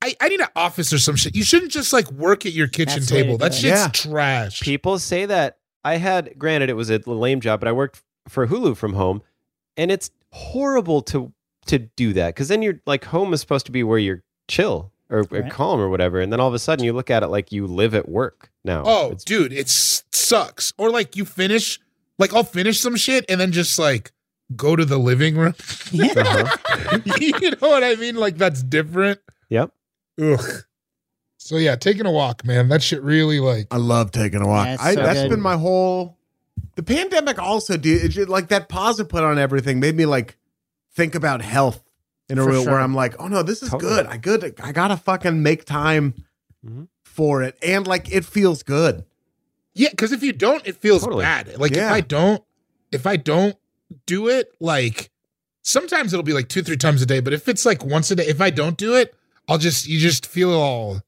S6: I, I need an office or some shit. You shouldn't just like work at your kitchen
S5: That's the way to
S6: table.
S5: do
S6: That
S5: it.
S6: shit's
S2: Yeah.
S6: trash.
S7: People say that. I had, granted, it was a lame job, but I worked for Hulu from home, and it's horrible to to do that because then you're like, home is supposed to be where you're chill or, or
S5: Right.
S7: calm or whatever, and then all of a sudden you look at it like you live at work now.
S6: oh,
S7: It's-
S6: dude, it s- sucks. Or like you finish like I'll finish some shit and then just like go to the living room.
S7: Uh-huh.
S6: you know what I mean? Like that's different.
S7: yep.
S6: Ugh. So yeah, taking a walk, man. That shit really like
S2: I love taking a walk.
S5: Yeah, it's
S2: I,
S5: so
S2: that's
S5: good.
S2: been my whole. The pandemic also did it ju- like that pause it put on everything made me like think about health in a
S5: For
S2: real
S5: sure.
S2: where I'm like, oh no, this is
S7: Totally.
S2: good. I good. I gotta fucking make time
S7: Mhm.
S2: for it, and like it feels good.
S6: yeah, because if you don't, it feels
S7: Totally.
S6: bad. Like
S2: Yeah.
S6: if I don't, if I don't do it, like sometimes it'll be like two, three times a day. But if it's like once a day, if I don't do it, I'll just you just feel all.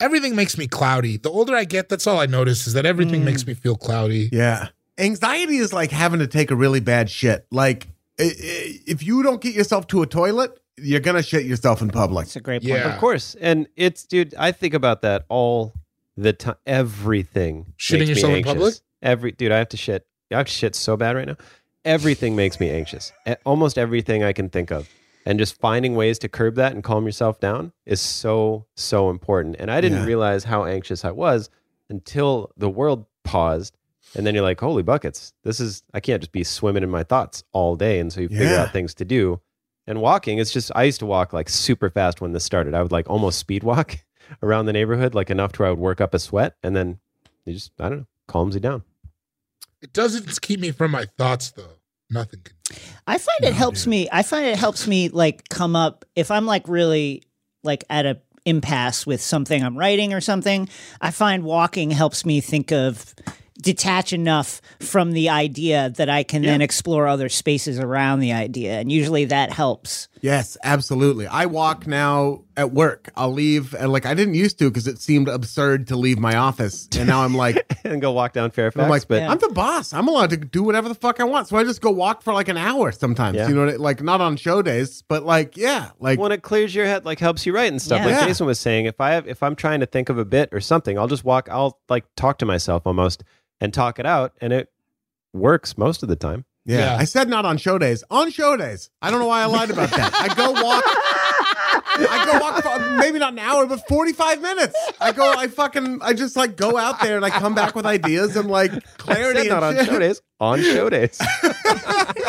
S6: Everything makes me cloudy. The older I get, that's all I notice is that everything
S5: Mm.
S6: makes me feel cloudy.
S2: Yeah. Anxiety is like having to take a really bad shit. Like i- i- if you don't get yourself to a toilet, you're gonna shit yourself in public.
S5: That's a great point.
S6: Yeah.
S7: Of course. And it's, dude, I think about that all the time. Everything.
S6: Shitting
S7: makes me
S6: yourself in
S7: anxious.
S6: public?
S7: Every, dude, I have to shit. I have to shit so bad right now. Everything makes me anxious. E- Almost everything I can think of. And just finding ways to curb that and calm yourself down is so, so important. And I didn't
S2: Yeah.
S7: realize how anxious I was until the world paused. And then you're like, holy buckets, this is, I can't just be swimming in my thoughts all day. And so you figure
S2: Yeah.
S7: out things to do. And walking, it's just, I used to walk like super fast when this started. I would like almost speed walk around the neighborhood, like enough to where I would work up a sweat. And then you just, I don't know, calms you down.
S6: It doesn't keep me from my thoughts though. Nothing can.
S5: I find it helps me. I find it helps me like come up if I'm like really like at a impasse with something I'm writing or something. I find walking helps me think of detach enough from the idea that I can then explore other spaces around the idea, and usually that helps.
S2: Yes, absolutely. I walk now at work. I'll leave, and like I didn't used to because it seemed absurd to leave my office, and now I'm like,
S7: and go walk down Fairfax.
S2: I'm like,
S7: but
S2: I'm the boss. I'm allowed to do whatever the fuck I want. So I just go walk for like an hour sometimes.
S7: Yeah.
S2: You know, what I- like not on show days, but like yeah, like
S7: when it clears your head, like helps you write and stuff.
S5: Yeah.
S7: Like
S2: Yeah.
S7: Jason was saying, if I have, if I'm trying to think of a bit or something, I'll just walk. I'll like talk to myself almost and talk it out, and it works most of the time.
S2: yeah.
S6: Yeah.
S2: I said not on show days. On show days, I don't know why I lied about that. I go walk. I go walk for maybe not an hour, but 45 minutes. I go, I fucking, I just like go out there and I come back with ideas and like
S7: I
S2: clarity.
S7: said not on
S2: and shit. Oh,
S7: show days. On show days.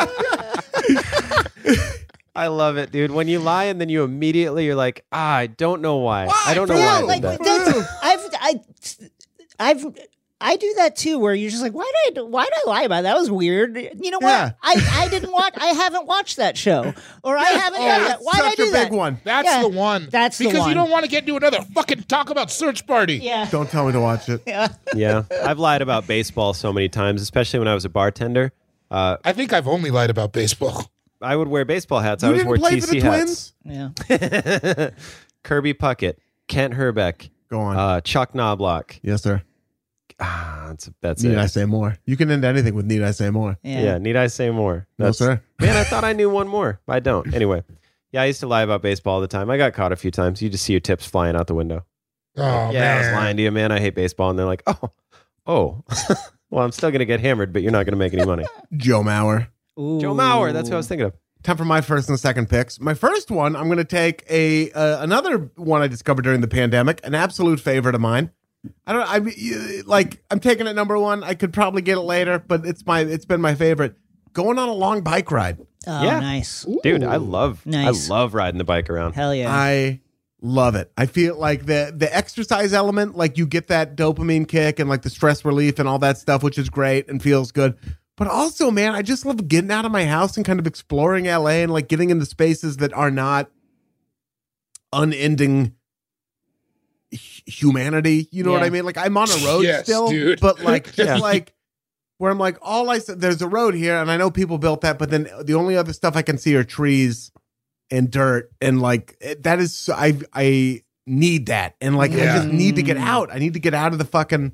S7: I love it, dude. When you lie and then you immediately you're like, ah, I don't know why. I don't know
S2: Why?
S7: why. I
S2: Yeah,
S7: did
S5: like
S7: that.
S5: that's, I've I. I've I do that too, where you're just like, why did I, why did I lie about that? That was weird. You know what?
S2: Yeah.
S5: I, I didn't watch. I haven't watched that show, or I haven't done that. Why did I
S2: Oh, such
S5: do
S2: a big
S5: that?
S2: one.
S6: That's
S5: Yeah,
S6: the one.
S5: that's the
S6: because
S5: one.
S6: you don't want to get into another fucking talk about search party.
S5: Yeah.
S9: Don't tell me to watch it.
S7: yeah, I've lied about baseball so many times, especially when I was a bartender. Uh,
S6: I think I've only lied about baseball.
S7: I would wear baseball hats. I
S2: You
S7: always
S2: didn't
S7: wore
S2: play
S7: TC
S2: for the
S7: hats.
S2: Twins?
S5: Yeah.
S7: Kirby Puckett, Kent Herbeck,
S2: Go on.
S7: uh, Chuck Knoblock.
S2: yes, sir.
S7: Ah, that's that's
S2: Need
S7: it.
S2: I say more? You can end anything with need I say more.
S7: yeah. need I say more?
S2: No, sir.
S7: Man, I thought I knew one more. I don't. Anyway, yeah, I used to lie about baseball all the time. I got caught a few times. You just see your tips flying out the window.
S6: Oh
S7: yeah,
S6: man,
S7: I was lying to you, man. I hate baseball. And they're like, oh, oh. well, I'm still going to get hammered, but you're not going to make any money.
S2: Joe Mauer.
S7: Joe
S5: Ooh.
S7: Mauer, that's who I was thinking of.
S2: Time for my first and second picks. My first one, I'm going to take a uh, another one I discovered during the pandemic, an absolute favorite of mine. I don't, I you- like, I'm taking it number one. I could probably get it later, but it's my, it's been my favorite. Going on a long bike ride.
S5: Oh,
S7: Yeah.
S5: nice.
S7: Dude, I love
S5: Nice.
S7: I love riding the bike around.
S5: Hell yeah.
S2: I love it. I feel like the the exercise element, like you get that dopamine kick and like the stress relief and all that stuff, which is great and feels good. But also, man, I just love getting out of my house and kind of exploring LA and like getting into spaces that are not unending hu- humanity. You know what
S5: Yeah.
S2: I mean? Like I'm on a road
S6: Yes,
S2: still,
S6: dude.
S2: but like just
S7: Yeah.
S2: like where I'm like, all I said, there's a road here, and I know people built that, but then the only other stuff I can see are trees and dirt, and like it- that is, so- I I need that, and like I
S6: Yeah.
S2: just need to get
S7: Mm.
S2: out. I need to get out of the fucking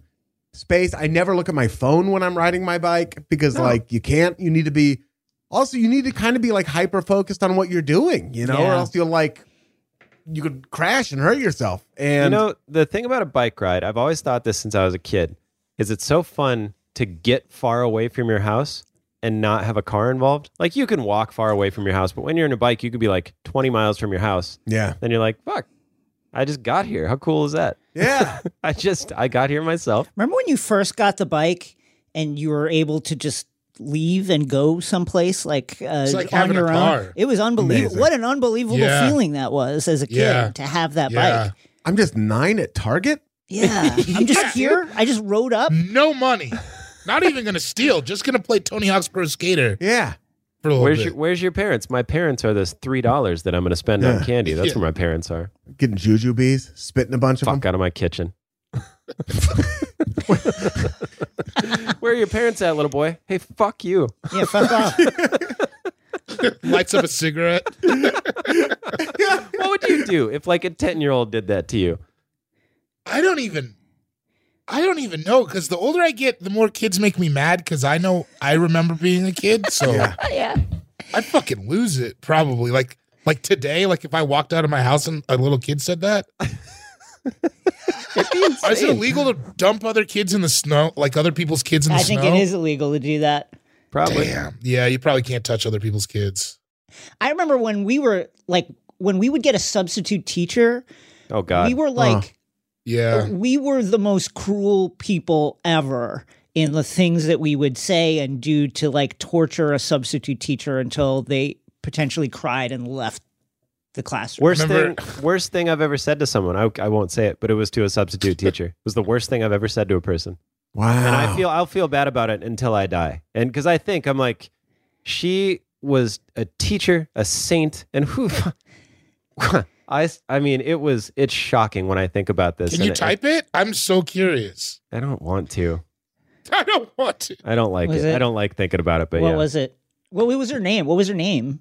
S2: space. I never look at my phone when I'm riding my bike because like you can't. You need to be. Also, you need to kind of be like hyper focused on what you're doing, you know, or
S5: Yeah.
S2: else you'll like you could crash and hurt yourself. And
S7: you know, the thing about a bike ride, I've always thought this since I was a kid, is it's so fun to get far away from your house and not have a car involved. Like you can walk far away from your house, but when you're in a bike, you could be like 20 miles from your house.
S2: yeah,
S7: Then you're like, fuck, I just got here. How cool is that?
S2: yeah,
S7: I just, I got here myself.
S5: Remember when you first got the bike and you were able to just leave and go someplace like, uh,
S6: It's like
S5: on
S6: having a
S5: your own?
S6: car.
S5: It was unbelievable.
S2: Amazing.
S5: What an unbelievable
S6: Yeah.
S5: feeling that was as a kid
S6: Yeah.
S5: to have that
S6: Yeah.
S5: bike.
S2: I'm just nine at Target.
S5: Yeah. I'm just here. I just rode up.
S6: no money. Not even gonna steal. Just gonna play Tony Hawk's Pro Skater
S2: Yeah.
S6: for a little
S7: Where's
S6: bit.
S7: your, where's your parents? My parents are this $3 that I'm going to spend on
S2: Yeah.
S7: candy. That's
S6: Yeah.
S7: where my parents are.
S2: Getting juju bees, spitting a bunch of
S7: Fuck
S2: them.
S7: out of my kitchen. Where are your parents at, little boy? Hey, fuck you.
S5: Yeah, fuck off.
S6: Lights up a cigarette.
S7: what would you do if like a 10 year old did that to you
S6: I don't even. I don't even know because the older I get, the more kids make me mad because I know I remember being a kid. So I fucking lose it probably. Like like today, like if I walked out of my house and a little kid said that, is it illegal to dump other kids in the snow? Like other people's kids in the
S5: I
S6: snow?
S5: think it is illegal to do that.
S7: probably
S6: Damn. Yeah, you probably can't touch other people's kids.
S5: I remember when we were like, when we would get a substitute teacher,
S7: oh god Oh,
S5: we were like,
S6: Yeah.
S5: we were the most cruel people ever in the things that we would say and do to like torture a substitute teacher until they potentially cried and left the classroom.
S7: worst
S6: Remember-
S7: thing worst thing i've ever said to someone I, I won't say it but it was to a substitute teacher it was the worst thing i've ever said to a person
S2: Wow.
S7: and
S4: Oh.
S7: i feel i'll feel bad about it until i die and because i think i'm like she was a teacher a saint and who I, I mean it was it's shocking when i think about this
S6: Can
S7: and
S6: you
S7: it-
S6: type it? I'm so curious.
S7: I, don't want to
S6: I don't want to.
S7: i don't like
S5: Was
S7: it?
S5: it-
S7: i don't like thinking about it but
S5: what
S7: yeah
S5: was it? What was her name? What was her name?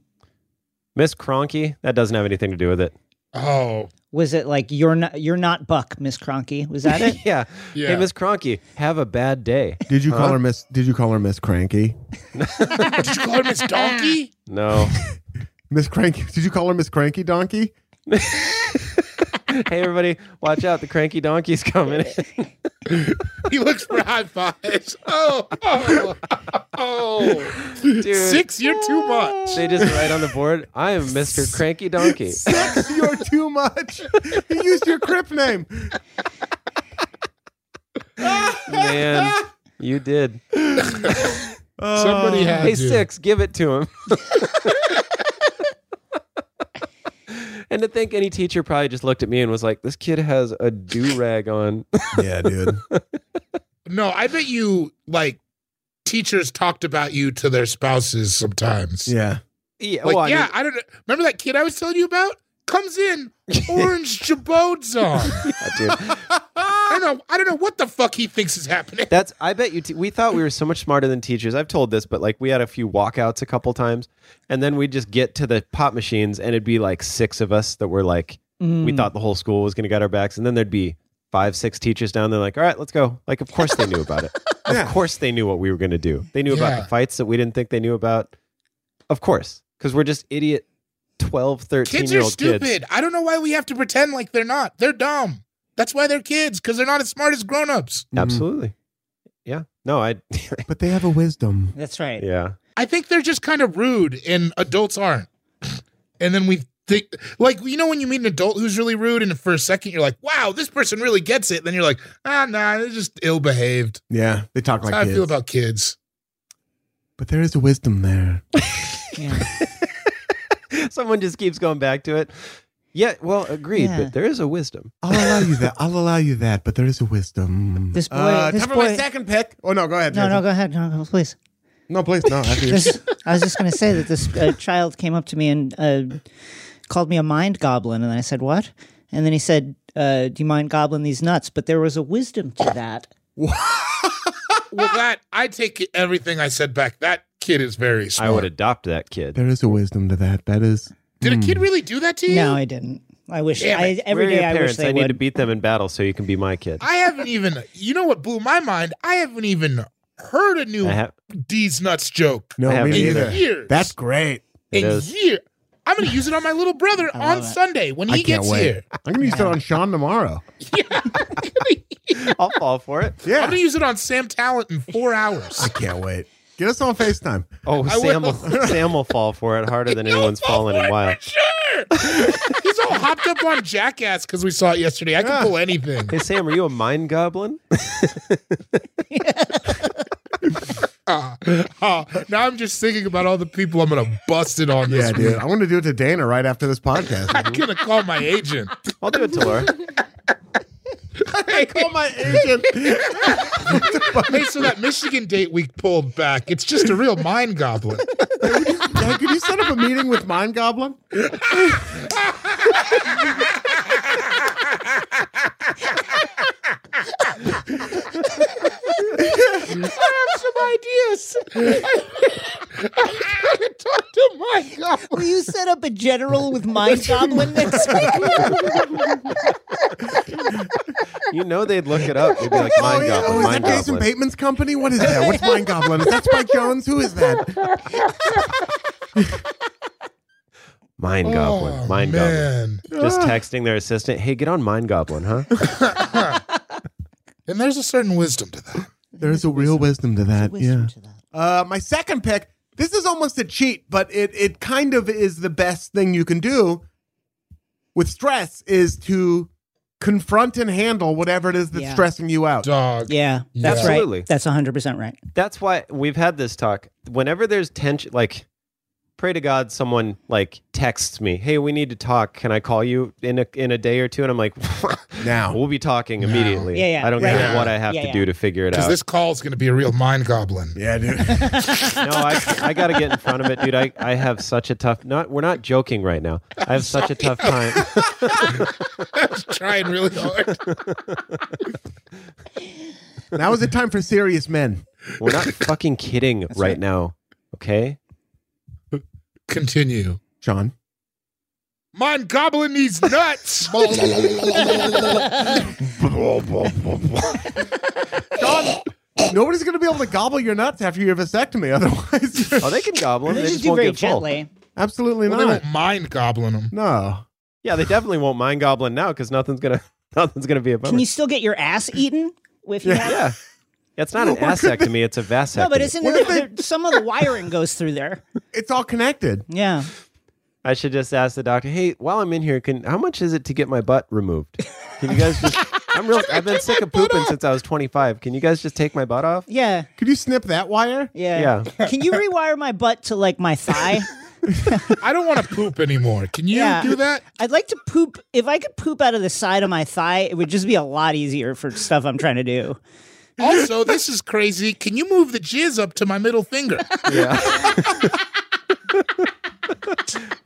S7: miss cronky that doesn't have anything to do with it
S6: Oh,
S5: Was it like you're not you're not Buck, Miss Cronky? Was that it?
S7: yeah.
S6: Yeah.
S7: Hey, Miss Cronky, have a bad day.
S2: Did you call her Miss? Did you call her Miss Cranky?
S6: did you call her Miss Donkey?
S7: No.
S2: Miss Cranky? Did you call her Miss Cranky Donkey?
S7: hey, everybody, watch out. The cranky donkey's coming.
S6: He looks for high fives. Oh, oh, oh.
S7: Dude.
S6: Six, you're too much.
S7: They just write on the board, I am Mr. Cranky Donkey.
S2: Sex, you're too much. You used your crip name.
S7: Man, you did.
S2: Oh.
S9: Uh,
S6: Somebody had
S7: Hey,
S6: you.
S7: Six, give it to him. and to think any teacher probably just looked at me and was like, this kid has a do rag on.
S2: Yeah, dude.
S6: No, I bet you like teachers talked about you to their spouses sometimes.
S9: Yeah.
S6: Like,
S7: Yeah, well, Oh, I
S6: yeah,
S7: mean,
S6: I don't know. Remember that kid I was telling you about? Comes in orange jabots on. I don't know. I don't know what the fuck he thinks is happening.
S7: That's. I bet you. T- we thought we were so much smarter than teachers. I've told this, but like we had a few walkouts a couple times, and then we'd just get to the pop machines, and it'd be like six of us that were like, we
S6: Hmm.
S5: Mm,
S7: thought the whole school was going to get our backs, and then there'd be five, six teachers down there, like, all right, let's go. Like, of course they knew about it. Of course they knew what we were going to do. They knew about
S6: Yeah.
S7: the fights that we didn't think they knew about. Of course, because we're just idiot 12, 13
S6: Kids
S7: year
S6: are
S7: old
S6: stupid.
S7: kids.
S6: I don't know why we have to pretend like they're not. They're dumb. That's why they're kids because they're not as smart as grown-ups.
S5: Mm-hmm.
S7: Absolutely. Yeah. No, I.
S9: Mm. But they have a wisdom.
S5: That's right.
S7: yeah.
S6: I think they're just kind of rude and adults aren't. And then we think like you know when you meet an adult who's really rude and for a second you're like, "Wow, this person really gets it." Then you're like, "Ah, nah, they're just ill-behaved."
S9: Yeah. They talk
S6: That's
S9: like
S6: how
S9: kids.
S6: I feel about kids.
S9: but there is a wisdom there.
S5: Yeah.
S7: Someone just keeps going back to it. Yeah, well, agreed.
S5: Yeah.
S7: But there is a wisdom.
S9: I'll allow you that. I'll allow you that. But there is a wisdom.
S5: This boy.
S2: Uh,
S5: this
S2: time for my
S5: boy.
S2: second pick. Oh no, go ahead.
S5: No,
S2: Jason.
S5: no, go ahead. No, no, please.
S9: no, please, no. After you.
S5: This, I was just going to say that this uh, child came up to me and uh, called me a mind goblin, and then I said, "What?" And then he said, uh, "Do you mind goblin these nuts?" But there was a wisdom to that.
S6: Well, that I take everything I said back. That kid is very smart.
S7: I would adopt that kid.
S9: there is a wisdom to that. That is.
S6: Did a kid really do that to you?
S5: No, I didn't. I wish.
S6: Damn
S5: I,
S6: it.
S5: every
S7: Where
S5: day
S7: are your
S5: I wish
S7: parents?
S5: they
S7: I need
S5: would.
S7: to beat them in battle so you can be my kid.
S6: I haven't even. You know what blew my mind? I haven't even heard a new
S7: I have-
S6: D's nuts joke
S9: No,
S7: I
S9: me
S7: haven't
S6: in
S7: either.
S9: neither.
S6: years.
S2: That's great.
S7: It
S6: in
S7: is.
S6: year. I'm gonna use it on my little brother on Sunday when he
S2: can't
S6: gets
S2: wait.
S6: here.
S2: I'm gonna use it on Sean tomorrow.
S7: I'll fall for it.
S6: I'm gonna use it on Sam Talent in four hours.
S2: Can't wait.
S9: Get us on Facetime.
S7: Oh,
S6: I
S7: Sam will,
S6: will.
S7: Sam will fall for it harder than anyone's fallen in a while.
S6: Sure. He's all hopped up on Jackass because we saw it yesterday. I can pull anything.
S7: Hey, Sam, are you a mind goblin?
S6: Oh, now I'm just thinking about all the people I'm gonna bust it on this.
S9: Yeah, dude. I want to do it to Dana right after this podcast.
S6: I'm gonna call my agent.
S7: I'll do it to Laura.
S9: I call my agent.
S6: Hey, so that Michigan date we pulled back. It's just a real mind goblin.
S9: Dad, could you set up a meeting with Mind Goblin?
S6: I have some ideas. I'm gonna talk to mind goblin.
S5: Will you set up a general with mind goblin next week?
S7: You know they'd look it up. They'd be like, mind
S9: oh, yeah.
S7: goblin,
S9: Oh, is that
S7: mind
S9: Jason
S7: goblin.
S9: Bateman's company? What is that? What's Mind Goblin? Is that Spike Jones? Who is that? Oh,
S7: mind goblin, mind
S6: Oh,
S7: goblin.
S6: Man.
S7: Just
S9: Ah.
S7: texting their assistant, hey, get on mind goblin, huh?
S6: And there's a certain wisdom to that.
S9: There is a real wisdom to that.
S5: Wisdom
S9: yeah.
S5: to that.
S9: Uh, my second pick. This is almost a cheat, but it it kind of is the best thing you can do with stress is to confront and handle whatever it is that's
S5: Yeah.
S9: stressing you out.
S6: Dog.
S5: Yeah, that's
S7: Absolutely.
S5: right. That's 100% right.
S7: that's why we've had this talk. Whenever there's tension, like, pray to God, someone like texts me, "Hey, we need to talk. Can I call you in a in a day or two? And I'm like,
S9: Now.
S7: we'll be talking immediately.
S5: Yeah, yeah,
S7: I don't
S5: right.
S7: care
S6: Yeah.
S7: what I have
S5: Yeah,
S7: to
S5: yeah.
S7: do to figure it
S6: Because
S7: out.
S6: this call is going to be a real mind goblin.
S9: Yeah, dude.
S7: no, I I gotta get in front of it, dude. I I have such a tough. Not we're not joking right now. I have such a tough time.
S6: Trying really hard.
S9: now is the time for serious men.
S7: We're not fucking kidding right, now. Okay.
S6: Continue.
S9: Sean.
S6: Mind goblin needs nuts.
S9: Sean, nobody's gonna be able to gobble your nuts after your vasectomy, otherwise. you're-
S7: Oh, they can gobble them.
S5: They
S7: They,
S5: just
S7: just
S5: do
S7: won't
S5: very
S7: get full.
S5: gently.
S9: Absolutely
S6: well, they
S9: not.
S6: won't mind goblin them.
S9: No.
S7: Yeah, they definitely won't mind goblin now because nothing's gonna nothing's gonna be a bummer.
S5: Can you still get your ass eaten if you have?
S7: Yeah. It's not an vasectomy, it's a vasectomy.
S5: No, but isn't
S9: What
S5: it,
S9: if they-
S5: there- some of the wiring goes through there?
S9: It's all connected.
S5: Yeah.
S7: I should just ask the doctor, hey, while I'm in here, can how much is it to get my butt removed? Can you guys just I'm real I've been sick of pooping since I was twenty five. Can you guys just take my butt off?
S5: Yeah.
S9: Could you snip that wire?
S5: Yeah. Can you rewire my butt to like my thigh?
S6: I don't want to poop anymore. Can you
S5: Yeah.
S6: do that?
S5: I'd like to poop. If I could poop out of the side of my thigh, it would just be a lot easier for stuff I'm trying to do.
S6: Also, this is crazy. Can you move the jizz up to my middle finger?
S7: Yeah.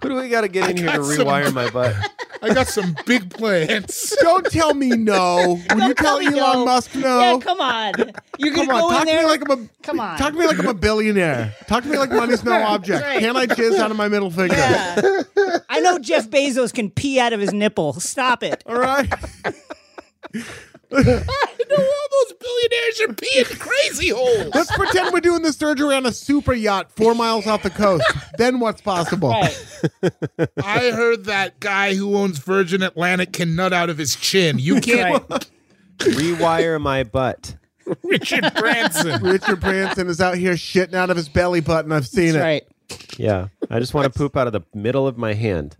S7: Who do we got to get in here to
S6: got some-
S7: rewire my butt?
S6: I got some big plans.
S2: Don't tell me no. When you tell
S5: Tell me
S2: Elon
S5: no.
S2: Musk no,
S5: Yeah, come on. You're gonna
S2: come on,
S5: go
S2: talk
S5: in
S2: to
S5: there.
S2: me like I'm a
S5: come on.
S2: talk to me like I'm a billionaire. Talk to me like money's no object.
S5: Right.
S2: Can I jizz out of my middle finger?
S5: Yeah. I know Jeff Bezos can pee out of his nipple. Stop it.
S2: All right.
S6: No, all those billionaires are peeing crazy holes.
S2: Let's pretend we're doing the surgery on a super yacht four miles off the coast. Then what's possible?
S5: Right.
S6: I heard that guy who owns Virgin Atlantic can nut out of his chin. You can't,
S7: Rewire my butt.
S6: Richard Branson.
S2: Richard Branson is out here shitting out of his belly button. I've seen
S5: That's
S2: it.
S5: right.
S7: Yeah. I just want to poop out of the middle of my hand.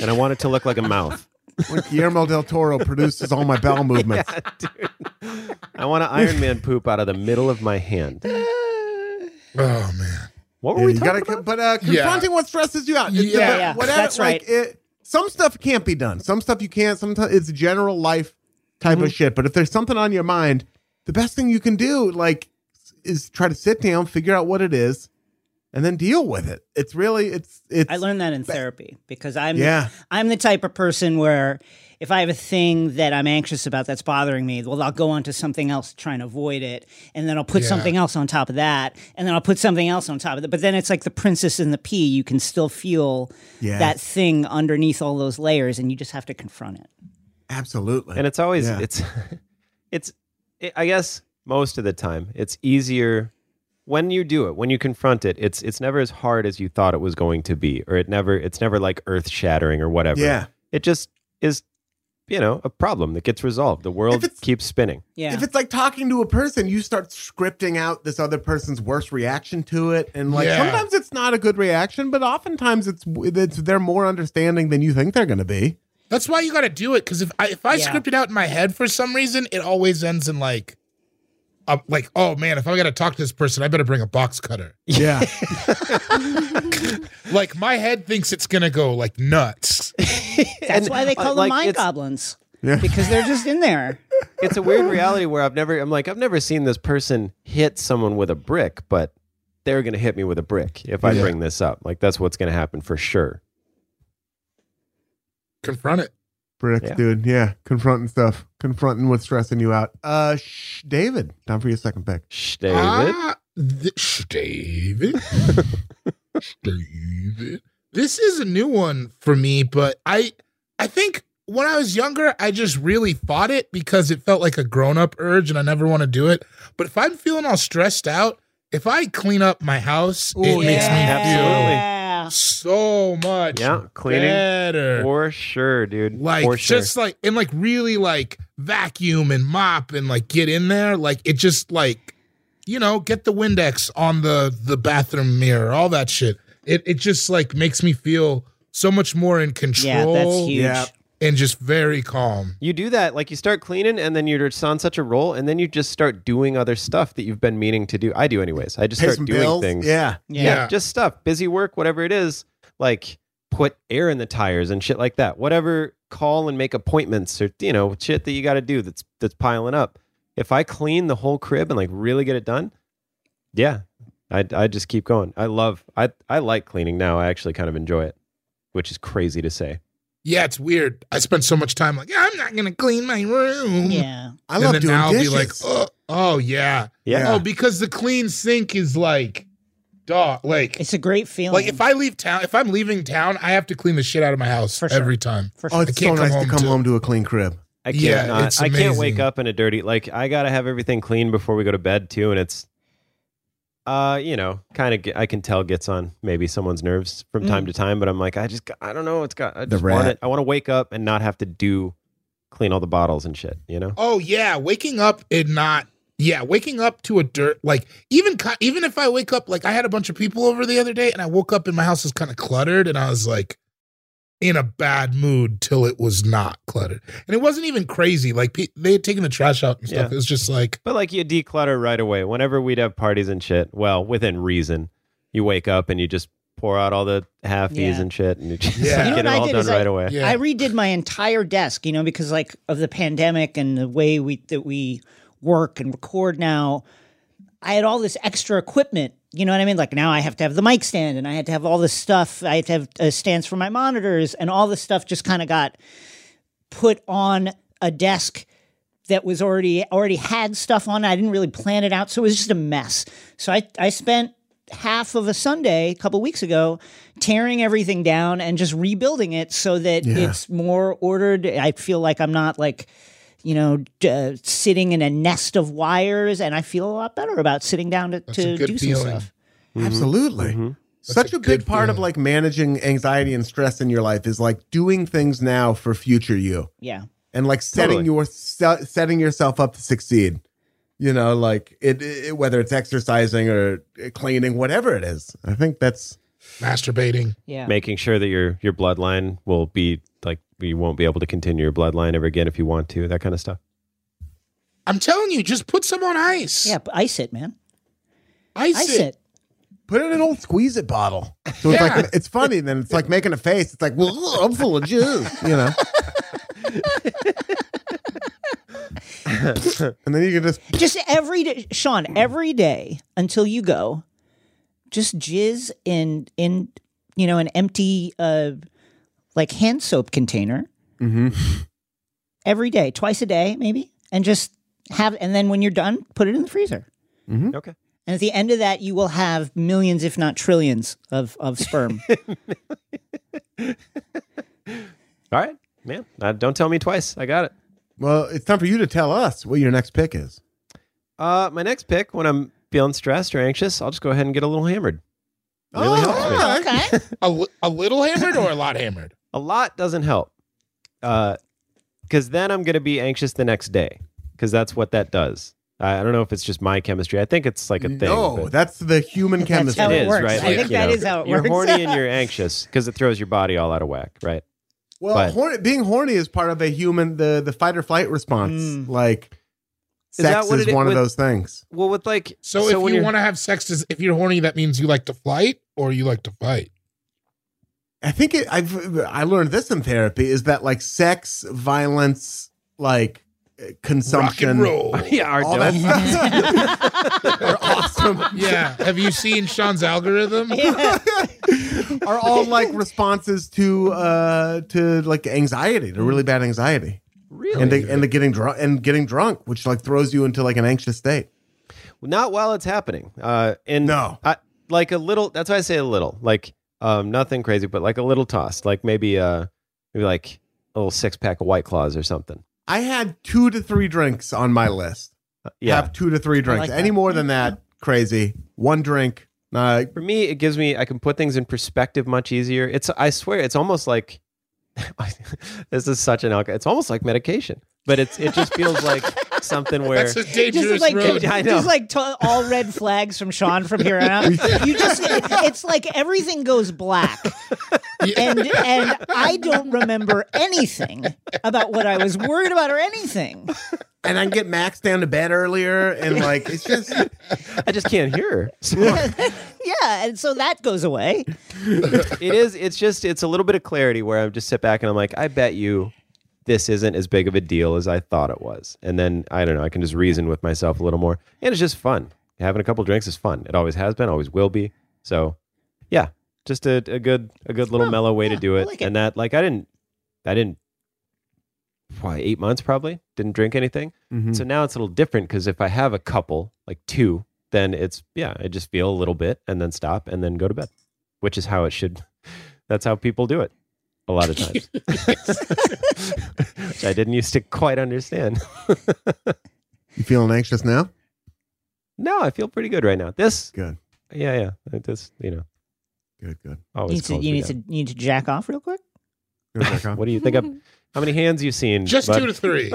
S7: And I want it to look like a mouth.
S2: When Guillermo del Toro produces all my bowel movements.
S7: I want an Iron Man poop out of the middle of my hand.
S6: Oh man,
S7: What were
S2: Yeah,
S7: we
S2: you
S7: talking
S2: gotta,
S7: about?
S2: But uh,
S6: Yeah.
S2: confronting what stresses you out. It's
S6: Yeah.
S2: about
S5: Yeah,
S2: whatever-
S5: that's
S2: like,
S5: right.
S2: it- some stuff can't be done. Some stuff you can't. Sometimes it's general life type
S5: Mm-hmm.
S2: of shit. But if there's something on your mind, the best thing you can do, like, is try to sit down, figure out what it is, and then deal with it. It's really, it's, it's.
S5: I learned that in therapy because I'm
S2: Yeah.
S5: I'm the type of person where if I have a thing that I'm anxious about that's bothering me, well, I'll go on to something else to try and avoid it. And then I'll put
S6: Yeah.
S5: something else on top of that. And then I'll put something else on top of that. But then it's like the princess and the pea. You can still feel
S2: Yes.
S5: that thing underneath all those layers and you just have to confront it.
S2: Absolutely.
S7: and it's always
S2: Yeah.
S7: it's it's it, i guess most of the time it's easier when you do it when you confront it it's it's never as hard as you thought it was going to be or it never it's never like earth shattering or whatever
S2: Yeah.
S7: it just is you know a problem that gets resolved the world
S2: it's-
S7: keeps spinning
S5: Yeah.
S2: If it's like talking to a person, you start scripting out this other person's worst reaction to it, and like
S6: Yeah.
S2: sometimes it's not a good reaction, but oftentimes it's it's they're more understanding than you think they're going to be.
S6: that's why you got to do it. Because if I if I
S5: Yeah.
S6: script it out in my head for some reason, it always ends in like, uh, like oh man, if I got to talk to this person, I better bring a box cutter.
S2: Yeah,
S6: Like my head thinks it's gonna go like nuts.
S5: That's why they call them
S7: uh, like,
S5: mind
S7: it's-
S5: goblins. Because they're just in there.
S7: it's a weird reality where i've never i'm like i've never seen this person hit someone with a brick but they're going to hit me with a brick if i bring this up like that's what's going to happen for sure
S6: Confront it.
S2: bricks,
S7: Yeah.
S2: dude. Yeah, confronting stuff, confronting what's stressing you out. Uh, shh, David, time for your second pick.
S7: Shh, David.
S6: Ah, th- sh- David. David. This is a new one for me, but I I think when I was younger, I just really fought it because it felt like a grown-up urge and I never want to do it. But if I'm feeling all stressed out, if I clean up my house, it makes me
S7: Absolutely.
S5: Yeah.
S6: so much
S7: Yeah, cleaning
S6: better.
S7: For sure, dude.
S6: like
S7: For sure.
S6: just like and like really like vacuum and mop and like get in there like it just like you know get the windex on the the bathroom mirror all that shit it it just like makes me feel so much more in
S5: Yeah,
S6: control
S5: that's huge.
S6: and just very calm
S7: you do that, like you start cleaning, and then you're just on such a roll, and then you just start doing other stuff that you've been meaning to do. I do, anyways. I just
S2: Pay
S7: start
S2: some
S7: doing
S2: bills.
S7: things.
S2: Yeah,
S5: Yeah.
S6: Yeah.
S7: just stuff, busy work, whatever it is. Like put air in the tires and shit like that. Whatever, call and make appointments or you know shit that you got to do that's that's piling up. If I clean the whole crib and like really get it done, yeah, I I just keep going. I love I I like cleaning now. I actually kind of enjoy it, which is crazy to say.
S6: yeah it's weird i spent so much time like i'm not gonna clean my room
S5: Yeah.
S2: I
S6: and
S2: love
S6: then
S2: doing
S6: now
S2: dishes.
S6: i'll be like oh, oh yeah
S7: Yeah.
S6: oh because the clean sink is like dog like
S5: It's a great feeling.
S6: Like if I leave town, if I'm leaving town, I have to clean the shit out of my house
S5: For sure.
S6: every time.
S5: for
S2: oh,
S5: sure.
S2: it's
S6: I
S2: so
S6: can't come
S2: nice to
S6: home
S2: come
S6: to-
S2: home to a clean crib.
S7: I can't
S6: Yeah,
S7: not.
S6: it's
S7: I can't wake
S6: amazing.
S7: up in a dirty like I gotta have everything clean before we go to bed too, and it's uh, you know, kind of I can tell gets on maybe someone's nerves from time
S6: Mm.
S7: to time, but I'm like, I just got- I don't know, it's got I just want
S2: rat.
S7: it. I want to wake up and not have to do clean all the bottles and shit, you know?
S6: Oh yeah, waking up and not. Yeah, waking up to a dirt like even ki- even if I wake up like I had a bunch of people over the other day and I woke up and my house was kind of cluttered and I was like in a bad mood till it was not cluttered and it wasn't even crazy like pe- they had taken the trash out and stuff
S7: Yeah.
S6: it was just like
S7: But like you declutter right away. Whenever we'd have parties and shit, well, within reason, you wake up and you just pour out all the halfies
S5: Yeah.
S7: and shit and you just
S6: Yeah.
S7: like,
S6: You know
S7: get
S5: what
S7: it
S5: I
S7: all
S5: did
S7: done
S5: is I-
S7: right away.
S6: yeah
S5: I redid my entire desk, you know, because like of the pandemic and the way we that we work and record now. I had all this extra equipment. You know what I mean? Like now I have to have the mic stand and I had to have all this stuff. I had to have uh, stands for my monitors and all this stuff just kind of got put on a desk that was already already had stuff on it. I didn't really plan it out, so it was just a mess. So I I spent half of a Sunday a couple weeks ago tearing everything down and just rebuilding it so that it's more ordered. I feel like I'm not like you know d- uh, sitting in a nest of wires, and I feel a lot better about sitting down to,
S6: a
S5: to
S6: good
S5: do
S6: feeling.
S5: some stuff.
S2: Absolutely. Such a, big
S6: good
S2: part of
S6: feeling.
S2: like managing anxiety and stress in your life is like doing things now for future you
S5: Yeah.
S2: and like setting
S7: Totally.
S2: your se- setting yourself up to succeed. You know, like it, it whether it's exercising or cleaning, whatever it is. I think that's
S6: masturbating.
S5: Yeah.
S7: making sure that your your bloodline will be like you won't be able to continue your bloodline ever again if you want to that kind of stuff
S6: I'm telling you, just put some on ice.
S5: Yeah, but ice it, man.
S6: ice,
S5: Ice
S6: it.
S5: it.
S2: put it in an old squeeze it bottle. So it's like it's funny. Then it's like making a face. It's like, well, I'm full of juice. You know. and then you can just
S5: Just every day, Sean, every day until you go, just jizz in in you know an empty uh like hand soap container. Every day, twice a day, maybe, and just have. And then when you're done, put it in the freezer.
S7: okay
S5: And at the end of that, you will have millions, if not trillions, of of sperm.
S7: all right man uh, don't tell me twice i got it
S2: well, it's time for you to tell us what your next pick is.
S7: uh my next pick when i'm feeling stressed or anxious i'll just go ahead and get a little hammered really helps me
S5: Oh, okay.
S6: A, li- a little hammered or a lot hammered?
S7: a lot doesn't help because then i'm going to be anxious the next day because that's what that does I, I don't know if it's just my chemistry i think it's like a thing
S2: No,
S7: but-
S2: that's the human chemistry.
S5: how
S7: it
S5: it
S7: is
S5: works.
S7: right
S5: I think
S7: you
S5: that is how it
S7: you're
S5: works.
S7: horny and you're anxious because it throws your body all out of whack right
S2: Well,
S7: But-
S2: horny, being horny is part of a human the the fight or flight response.
S5: Mm.
S2: Like
S7: Is
S2: sex
S7: that what
S2: is
S7: it-
S2: one
S7: with-
S2: of those things.
S7: well with like
S6: So, if
S7: when
S6: you
S7: you're-
S6: want to have sex, does, if you're horny, that means you like to flight or you like to fight.
S2: I think it, I've I learned this in therapy is that like sex, violence, like uh,
S6: Rock and
S2: consumption,
S6: roll.
S7: yeah our
S2: all
S7: dope.
S2: that stuff are awesome.
S6: yeah. Have you seen Sean's algorithm?
S2: Are all like responses to uh to like anxiety, to really bad anxiety,
S7: really
S2: and the, and the getting drunk and getting drunk, which like throws you into like an anxious state.
S7: not while it's happening. Uh, and
S2: No.
S7: I, like a little. That's why I say a little. Like um, nothing crazy, but like a little toss. Like maybe uh, maybe like a little six pack of White Claws or something.
S2: I had two to three drinks on my list.
S7: Uh, yeah.
S2: have two to three drinks. Any more than that, crazy. One drink. uh, Nah,
S7: For me, it gives me I can put things in perspective much easier. It's I swear it's almost like this is such an alcohol. It's almost like medication, but it's it just feels like something where
S6: That's a
S5: just
S6: dangerous
S5: like
S6: road.
S7: I know.
S5: just like to- all red flags from Sean from here on out. You just it's like everything goes black. And and I don't remember anything about what I was worried about or anything.
S2: and I can get Max down to bed earlier, and like it's just
S7: I just can't hear. So
S5: Yeah, and so that goes away.
S7: it is it's just it's a little bit of clarity where i just sit back and i'm like i bet you this isn't as big of a deal as i thought it was and then i don't know i can just reason with myself a little more and it's just fun having a couple drinks is fun it always has been always will be so yeah just a, a good a good little mellow way to do
S5: I
S7: it.
S5: like it.
S7: and that like i didn't i didn't why eight months probably didn't drink anything
S2: Mm-hmm.
S7: so now it's a little different because if i have a couple like two then it's yeah i just feel a little bit and then stop and then go to bed which is how it should. That's how people do it a lot of times. which I didn't used to quite understand.
S2: you feeling anxious now.
S7: No, I feel pretty good right now. This,
S2: Good,
S7: yeah, yeah, It- this, you know,
S2: good, good.
S7: always.
S5: You need to
S7: calms
S5: you
S7: me
S5: need to
S7: down.
S5: you need to jack off real quick.
S2: Go back on.
S7: What do you think? I've, how many hands you seen?
S6: Just
S7: bud?
S6: two to three.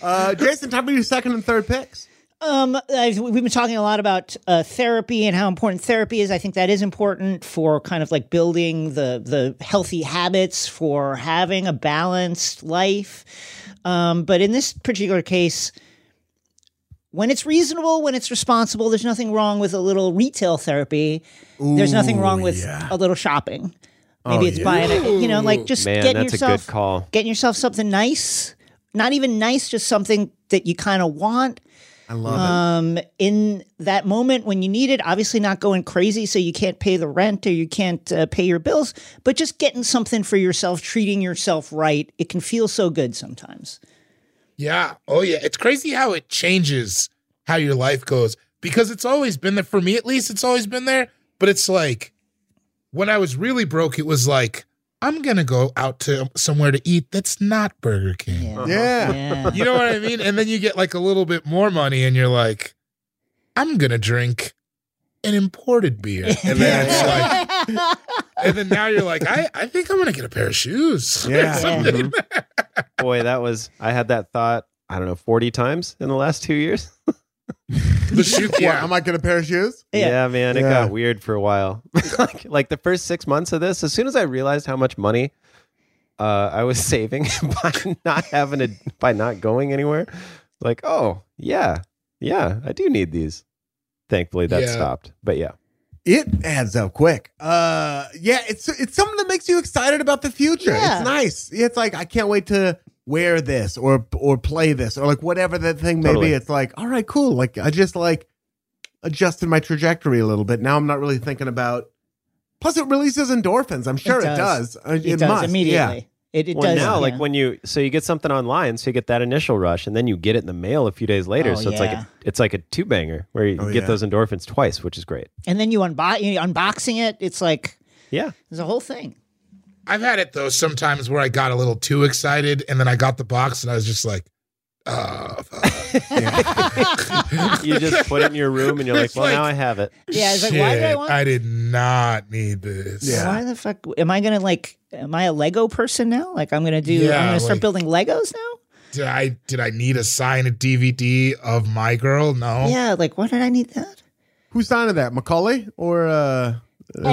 S2: Uh, Jason, talk about your second and third picks.
S5: Um, I've, we've been talking a lot about uh, therapy and how important therapy is. I think that is important for kind of like building the the healthy habits for having a balanced life. Um, but in this particular case, when it's reasonable, when it's responsible, there's nothing wrong with a little retail therapy. there's nothing wrong with a little shopping. Maybe it's buying, a, you know, like just
S7: Man,
S5: getting
S7: that's a
S5: yourself
S7: good call.
S5: getting yourself something nice not even nice, just something that you kind of want.
S9: I love
S5: Um, in that moment when you need it, obviously not going crazy so you can't pay the rent or you can't uh, pay your bills, but just getting something for yourself, treating yourself right. It can feel so good sometimes.
S6: Yeah. Oh, yeah. It's crazy how it changes how your life goes because it's always been there. For me, at least, it's always been there. But it's like when I was really broke, it was like, I'm going to go out to somewhere to eat that's not Burger King.
S9: Yeah.
S5: Yeah.
S6: You know what I mean? And then you get like a little bit more money and you're like, I'm going to drink an imported beer. And then it's like, and then now you're like, I, I think I'm going to get a pair of shoes.
S9: Yeah.
S6: Something.
S7: Boy, that was I had that thought. I don't know, forty times in the last two years.
S6: The shoe,
S9: Yeah.
S6: yeah.
S9: I might get a pair of shoes.
S5: Yeah.
S7: Yeah, man, it
S9: Yeah.
S7: got weird for a while. like, like the first six months of this, as soon as I realized how much money uh, I was saving by not having a by not going anywhere, like, oh yeah, yeah, I do need these. Thankfully, that
S6: Yeah.
S7: stopped. But yeah,
S9: It adds up quick. Uh, yeah, it's it's something that makes you excited about the future.
S5: Yeah.
S9: It's nice. It's like I can't wait to wear this or or play this or like whatever that thing may
S7: Totally.
S9: be. It's like all right, cool. Like I just like adjusted my trajectory a little bit. Now I'm not really thinking about. Plus, it releases endorphins. I'm sure it
S5: does.
S9: does. Uh, It,
S5: It, does
S9: must.
S5: immediately.
S9: Yeah.
S5: It, it
S7: well
S5: does.
S7: now,
S5: yeah.
S7: like when you so you get something online, so you get that initial rush, and then you get it in the mail a few days later.
S5: Oh,
S7: so it's like
S5: yeah.
S7: a, it's like a two banger where you
S9: Oh,
S7: get
S9: yeah.
S7: those endorphins twice, which is great.
S5: and then you, unbo- you unboxing it, it's like
S7: Yeah,
S5: there's a whole thing.
S6: I've had it though sometimes where I got a little too excited and then I got the box and I was just like, oh,
S7: you just put it in your room, and you're like,
S6: It's
S7: well,
S6: like-
S7: now I have it.
S5: Yeah, it's like, why did I
S6: shit,
S5: want
S6: I did not need this.
S9: Yeah.
S5: Why the fuck am I gonna like? Am I a Lego person now? Like I'm gonna do?
S6: Yeah,
S5: I'm gonna start
S6: like-
S5: building Legos now?
S6: Did I did I need a signed DVD of my girl? No.
S5: Yeah. Like why did I need that?
S9: Who signed that? Macaulay or uh,
S6: Oh,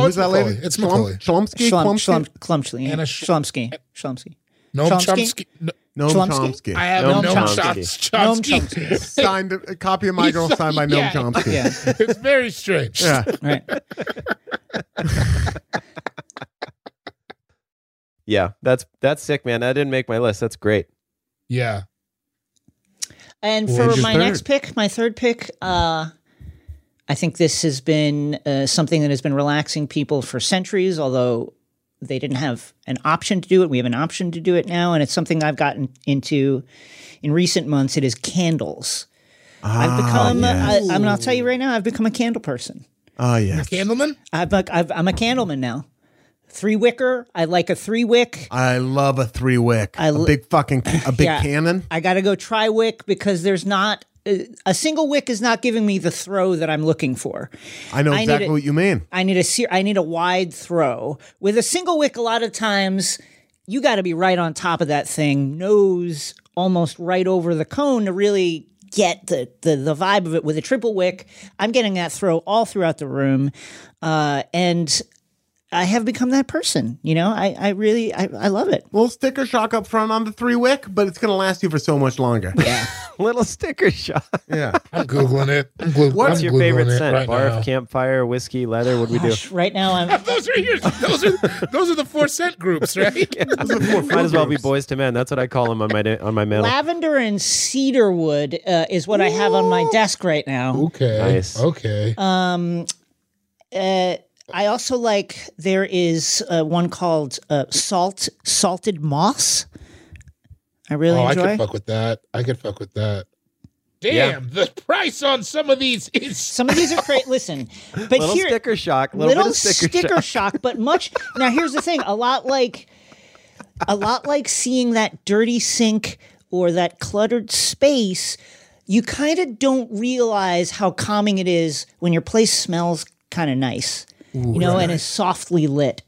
S9: who's
S6: it's
S9: that lady?
S6: Macaulay. It's
S9: Shlum-
S6: Macaulay.
S9: Shlumsky.
S5: Schlum,
S9: Chlumsky?
S5: Schlum, Clumsky.
S6: And
S5: And
S6: a
S5: a
S6: sh-
S5: Shlumsky. Shlumsky.
S6: Noam
S5: Chomsky?
S6: Chomsky. No,
S9: Noam
S5: Chlumsky?
S9: Chomsky.
S6: I have
S5: Noam
S6: Noam,
S5: Chomsky.
S6: Choms-
S5: Noam
S6: Chomsky.
S5: Chomsky.
S9: signed a copy of My Girl signed by Noam
S6: Yeah.
S9: Chomsky.
S5: Yeah.
S6: it's very strange.
S9: Yeah.
S5: Right.
S7: Yeah, that's that's sick, man. That didn't make my list. That's great.
S6: Yeah.
S5: And
S6: Well,
S5: for
S6: who's your
S5: my
S6: third?
S5: next pick, my third pick, uh, I think this has been uh, something that has been relaxing people for centuries, although they didn't have an option to do it. We have an option to do it now. And it's something I've gotten into in recent months. It is candles.
S6: Ah,
S5: I've become, I, I mean, I'll tell you right now, I've become a candle person.
S9: Oh yeah.
S6: Candleman?
S5: I've, I've, I'm a candleman now. Three wicker. I like a three wick.
S9: I love a three wick.
S5: I
S9: A
S5: l-
S9: big fucking a big
S5: Yeah.
S9: cannon.
S5: I got to go try wick because there's not a a single wick is not giving me the throw that I'm looking for.
S9: I know
S5: I need
S9: exactly
S5: it-
S9: what you mean.
S5: I need a ser- I need a wide throw. With a single wick a lot of times you got to be right on top of that thing, nose almost right over the cone to really get the, the the vibe of it with a triple wick. I'm getting that throw all throughout the room. Uh, and I have become that person, you know? I I really I, I love it.
S9: Little sticker shock up front on the three wick, but it's gonna last you for so much longer. Yeah.
S7: Little sticker shot.
S9: yeah.
S6: I'm Googling it. I'm Googling
S7: What's
S6: I'm
S7: your
S6: Googling
S7: favorite
S6: it
S7: scent?
S6: right
S7: Barf,
S6: now.
S7: campfire, whiskey, leather. What do we do?
S5: Gosh, right now I'm
S6: Those are your those are those are the four scent groups, right?
S7: Might as well be boys to men. That's what I call them on my da- on my mail.
S5: Lavender and cedarwood uh, is what I have on my desk right now. Um,
S6: Okay.
S7: Nice.
S6: Okay.
S5: Uh, I also like there is uh, one called uh, salt salted moss. I really
S6: oh, I
S5: enjoy.
S6: could fuck with that. I could fuck with that. Damn, the price on some of these is
S5: Some of these are great. Listen, but
S7: Little
S5: here
S7: sticker shock. Little, bit
S5: little
S7: of sticker, shock.
S5: shock, but much. Now here's the thing: a lot like, a lot like seeing that dirty sink or that cluttered space. You kind of don't realize how calming it is when your place smells kind of nice, you know, and is softly lit.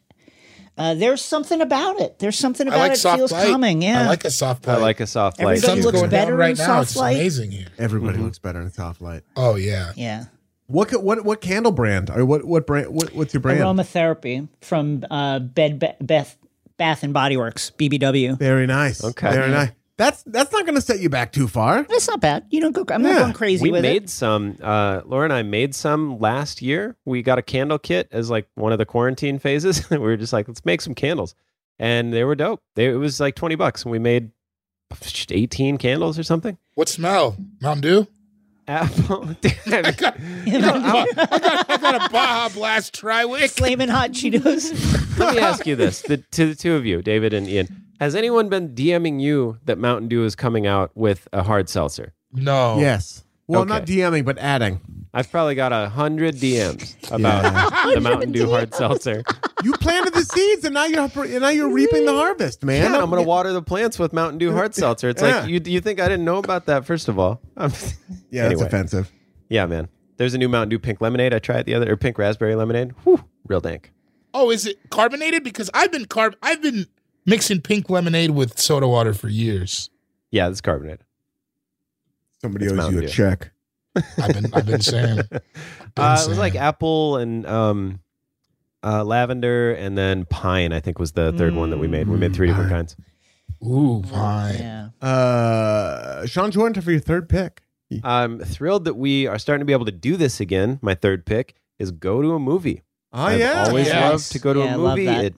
S5: Uh, there's something about it. There's something
S6: I
S5: about
S6: like
S5: it
S6: soft
S5: feels
S6: light.
S5: calming. Yeah,
S6: I like a soft
S7: I
S6: light.
S7: like a soft light.
S5: Everybody
S6: Sun's
S5: looks
S6: going
S5: better
S6: down right
S5: in
S6: now.
S5: soft
S6: it's
S5: light.
S6: amazing here.
S9: Everybody
S5: Mm-hmm.
S9: looks better in soft light.
S6: Oh yeah.
S5: yeah.
S9: What ca- what what candle brand? Or what what brand what, what's your brand?
S5: Aromatherapy from uh, Bed Ba- Bath Bath and Body Works BBW.
S9: Very nice.
S7: Okay.
S9: Very nice. That's that's not gonna set you back too far.
S5: That's not bad. You don't go. I'm not
S9: Yeah.
S5: going crazy
S7: we
S5: with it.
S7: made some. Uh, Laura and I made some last year. We got a candle kit as like one of the quarantine phases. we were just like, let's make some candles, and they were dope. They, it was like twenty bucks, and we made 18 candles or something.
S6: What smell? Mountain Dew?
S7: Apple.
S6: I got, I got, a Ba- I got, I got a Baja Blast Triwick.
S5: Flaming hot Cheetos.
S7: Let me ask you this the, to the two of you, David and Ian. Has anyone been DMing you that Mountain Dew is coming out with a hard seltzer?
S6: No.
S9: Yes. Well,
S7: Oh. Okay.
S9: not DMing, but adding.
S7: I've probably got a hundred DMs about the Mountain Dew hard seltzer.
S9: You planted the seeds, and now you're and now you're reaping
S5: Mm-hmm.
S9: the harvest, man.
S7: Yeah, I'm gonna water the plants with Mountain Dew hard seltzer. It's
S9: Yeah.
S7: like you you think I didn't know about that? First of all, I'm-
S9: Yeah, that's
S7: Anyway.
S9: offensive.
S7: yeah, man. There's a new Mountain Dew pink lemonade. I tried the other or pink raspberry lemonade. Whew, real dank.
S6: Oh, is it carbonated? Because I've been carb I've been mixing pink lemonade with soda water for years.
S7: Yeah, this carbonated.
S9: Somebody
S7: It's
S9: owes
S7: Mountain
S9: you a
S7: Dew.
S9: check.
S6: I've been I've been saying.
S7: Uh, it was like
S6: Insane.
S7: apple and um, uh, lavender, and then pine. I think was the third one that we made. We made three different kinds.
S6: Ooh, fine.
S5: yeah.
S9: Uh, Sean Jordan for your third pick.
S7: I'm thrilled that we are starting to be able to do this again. My third pick is go to a movie.
S9: Oh
S7: I've always
S6: Yes.
S7: loved to go to
S5: Yeah, I
S7: a
S5: love
S7: movie.
S5: that.
S7: It,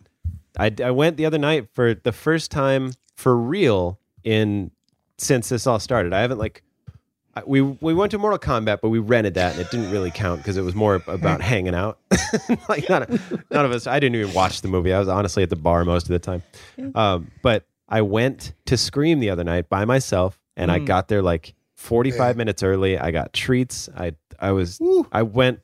S7: I, I went the other night for the first time for real in since this all started. I haven't like I, we we went to Mortal Kombat, but we rented that and it didn't really count because it was more about hanging out. like none of, none of us. I didn't even watch the movie. I was honestly at the bar most of the time. Um, but I went to Scream the other night by myself, and I got there like 45 minutes early. I got treats. I I was I went.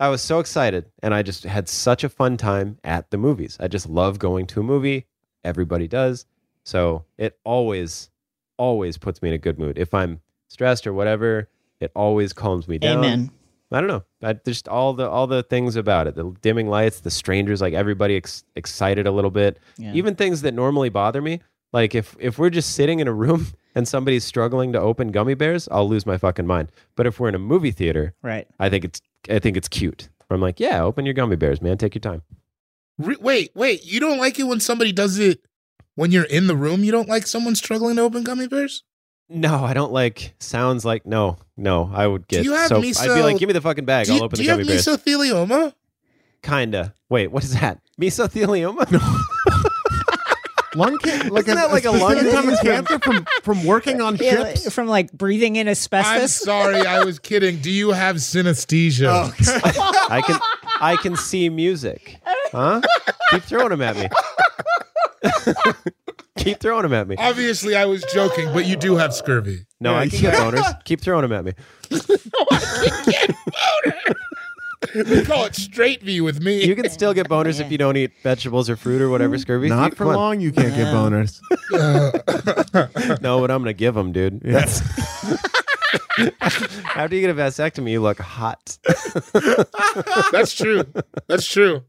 S7: I was so excited, and I just had such a fun time at the movies. I just love going to a movie. Everybody does, so it always always puts me in a good mood. If I'm stressed or whatever, it always calms me down.
S5: Amen.
S7: I don't know. I, just all the all the things about it. The dimming lights, the strangers, like everybody ex- excited a little bit.
S5: Yeah.
S7: Even things that normally bother me, like if if we're just sitting in a room and somebody's struggling to open gummy bears, I'll lose my fucking mind. But if we're in a movie theater,
S5: Right.
S7: I think it's I think it's cute. I'm like, yeah, open your gummy bears, man. Take your time.
S6: Re- wait, wait. You don't like it when somebody does it when you're in the room? You don't like someone struggling to open gummy bears?
S7: No, I don't like sounds like no, no. I would get
S6: you have
S7: so I'd be
S6: miso-
S7: like, give me the fucking bag.
S6: do
S7: I'll
S6: you,
S7: open
S6: do
S7: the
S6: you have
S7: gummy bears.
S6: mesothelioma?
S7: Kinda. Wait, what is that? Mesothelioma?
S9: Lung can- like
S7: Isn't
S9: a,
S7: that like a lung
S9: specific type of
S7: disease?
S9: cancer from from working on
S5: Yeah, like,
S9: ships.
S5: from like breathing in
S6: I'm
S5: asbestos.
S6: sorry, I was kidding. Do you have synesthesia?
S7: I can I can see music. Huh? Keep throwing them at me. keep throwing them at me.
S6: Obviously, I was joking, but you do have scurvy.
S7: No, I can get boners. Keep throwing them at me.
S6: They call it straight V with me.
S7: You can still get boners if you don't eat vegetables or fruit or whatever scurvy.
S9: Not
S7: You-
S9: for
S7: come on.
S9: long. You can't get boners.
S7: No, but I'm gonna give them, dude. That's After you get a vasectomy, you look hot,
S6: That's true. That's true.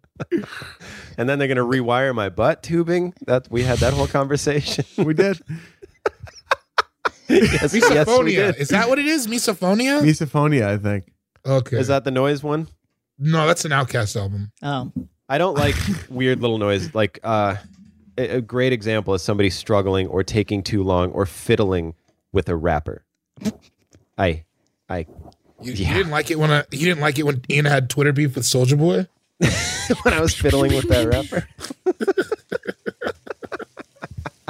S7: and then they're gonna rewire my butt tubing. That we had that whole conversation.
S9: We did
S7: yes, yes, we
S6: Misophonia.
S7: did.
S6: Is that what it is? Misophonia?
S9: misophonia. I think.
S6: okay.
S7: Is that the noise one?
S6: no, that's an Outcast album.
S5: Oh.
S7: I don't like weird little noise. Like uh, a, a great example is somebody struggling or taking too long or fiddling with a rapper. I, I
S6: You,
S7: Oh, Yeah.
S6: you didn't like it when I, you didn't like it when Ian had Twitter beef with Soldier Boy.
S7: when I was fiddling with that rapper.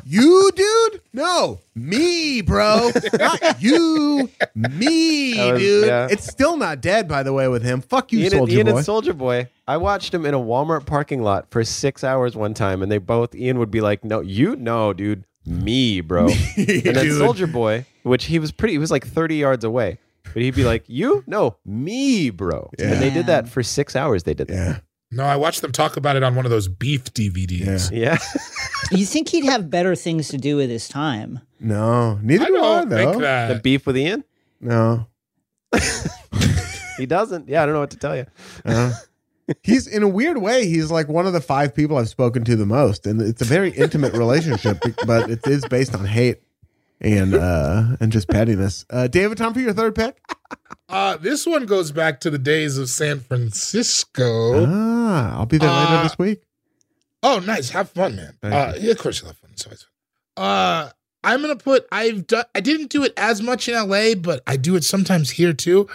S9: You, dude? No, me, bro. not you, me,
S7: That was-
S9: dude.
S7: yeah.
S9: It's still not dead, by the way, with him. Fuck you,
S7: Ian, and-
S9: soldier
S7: Ian
S9: boy.
S7: and Soldier Boy. I watched him in a Walmart parking lot for six hours one time, and they both Ian would be like, "No, you know, dude, me, bro." and then
S9: dude.
S7: Soldier Boy, which he was pretty, he was like thirty yards away, but he'd be like, "You, no, me, bro." And they did that for six hours. They did that.
S9: yeah,
S6: No, I watched them talk about it on one of those beef DVDs.
S7: Yeah.
S5: You think he'd have better things to do with his time?
S9: no, neither
S6: I
S9: do I
S6: don't
S9: though.
S6: think that.
S7: the beef with Ian.
S9: No,
S7: He doesn't. Yeah, I don't know what to tell you.
S9: he's in a weird way. He's like one of the five people I've spoken to the most, and it's a very intimate relationship, but it is based on hate and uh and just pettiness. Uh, David, time for your third pick.
S6: Uh, this one goes back to the days of San Francisco.
S9: Ah, I'll be there later
S6: Oh. Uh,
S9: this week.
S6: Oh, nice. Have fun, man.
S9: Thank
S6: Uh, yeah, of course you'll have fun. It's always fun. Uh, I'm gonna put. I've done. I didn't do it as much in LA, but I do it sometimes here too.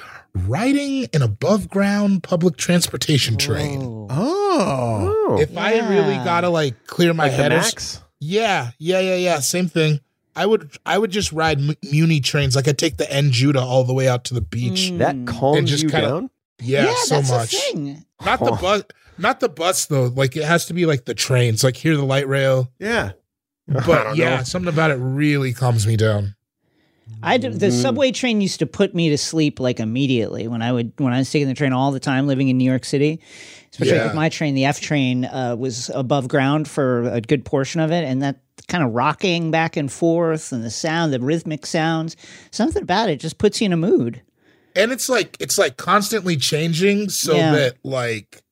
S6: Riding an above ground public transportation train.
S5: Oh.
S9: Oh,
S7: Oh,
S6: If I really
S5: Yeah.
S6: gotta like clear my
S7: like the
S6: head, or s-
S7: Max.
S6: yeah, yeah, yeah, yeah. Same thing. I would I would just ride M- Muni trains. Like I take the N Judah all the way out to the beach.
S7: That calms
S6: Mm. And just
S7: you
S6: kinda-
S7: down.
S6: Yeah, so
S5: Mm. that's
S6: much.
S5: the thing.
S6: Not the bus. Not the bus though. Like it has to be like the trains. Like here the light rail.
S2: Yeah.
S6: But yeah, something about it really calms me down.
S5: I d-
S6: Mm-hmm.
S5: the subway train used to put me to sleep like immediately when I would when I was taking the train all the time living in New York City, especially
S6: Yeah.
S5: with my train. The F train uh, was above ground for a good portion of it, and that kind of rocking back and forth and the sound, the rhythmic sounds, something about it just puts you in a mood.
S6: and it's like it's like constantly changing so
S5: Yeah.
S6: that like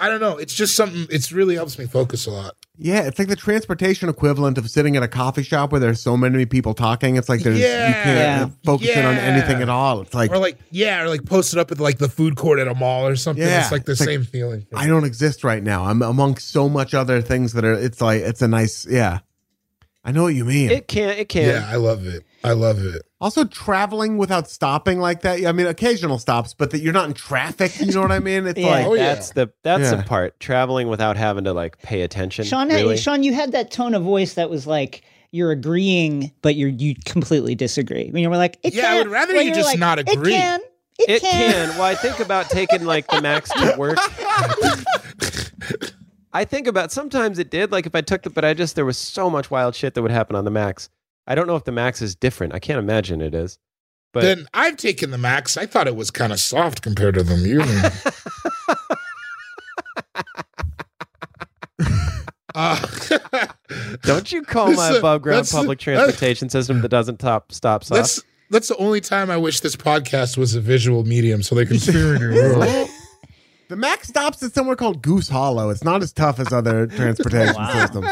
S6: i don't know it's just something it's really helps me focus a lot
S2: Yeah, it's like the transportation equivalent of sitting at a coffee shop where there's so many people talking. It's like there's you
S6: Yeah.
S2: can't focus in on
S6: Yeah.
S2: anything at all. It's like,
S6: or like yeah or like posted up at like the food court at a mall or something
S2: Yeah.
S6: it's like the
S2: It's like-
S6: same feeling
S2: I don't exist right now. I'm amongst so much other things that are. It's like it's a nice. Yeah, I know what you mean.
S7: It can. It can.
S6: yeah i love it i love it
S2: also, traveling without stopping like that. I mean, occasional stops, but that you're not in traffic. You know what I mean? It's
S5: Yeah.
S2: like
S6: oh yeah
S7: That's the that's
S2: Yeah.
S7: the part. Traveling without having to like pay attention.
S5: Sean, had-
S7: really.
S5: Sean, you had that tone of voice that was like you're agreeing, but you are you completely disagree. I mean, you were like, it
S6: Yeah, I
S5: can't-
S6: would rather
S5: when
S6: you
S5: you're
S6: just
S5: like,
S6: not agree.
S5: It can. It,
S7: it
S5: can.
S7: can. Well, I think about taking like the max to work. I think about sometimes it did. Like if I took the, but I just there was so much wild shit that would happen on the max. I don't know if the max is different. I can't imagine it is. But
S6: then i've taken the max i thought it was kind of soft compared to the muni uh,
S7: don't you call
S6: That's
S7: my
S6: the-
S7: above ground
S6: that's the-
S7: public transportation system that doesn't top stop sign.
S6: that's that's the only time i wish this podcast was a visual medium so they can hear in your room
S2: the Mac stops at somewhere called Goose Hollow. It's not as tough as other transportation systems.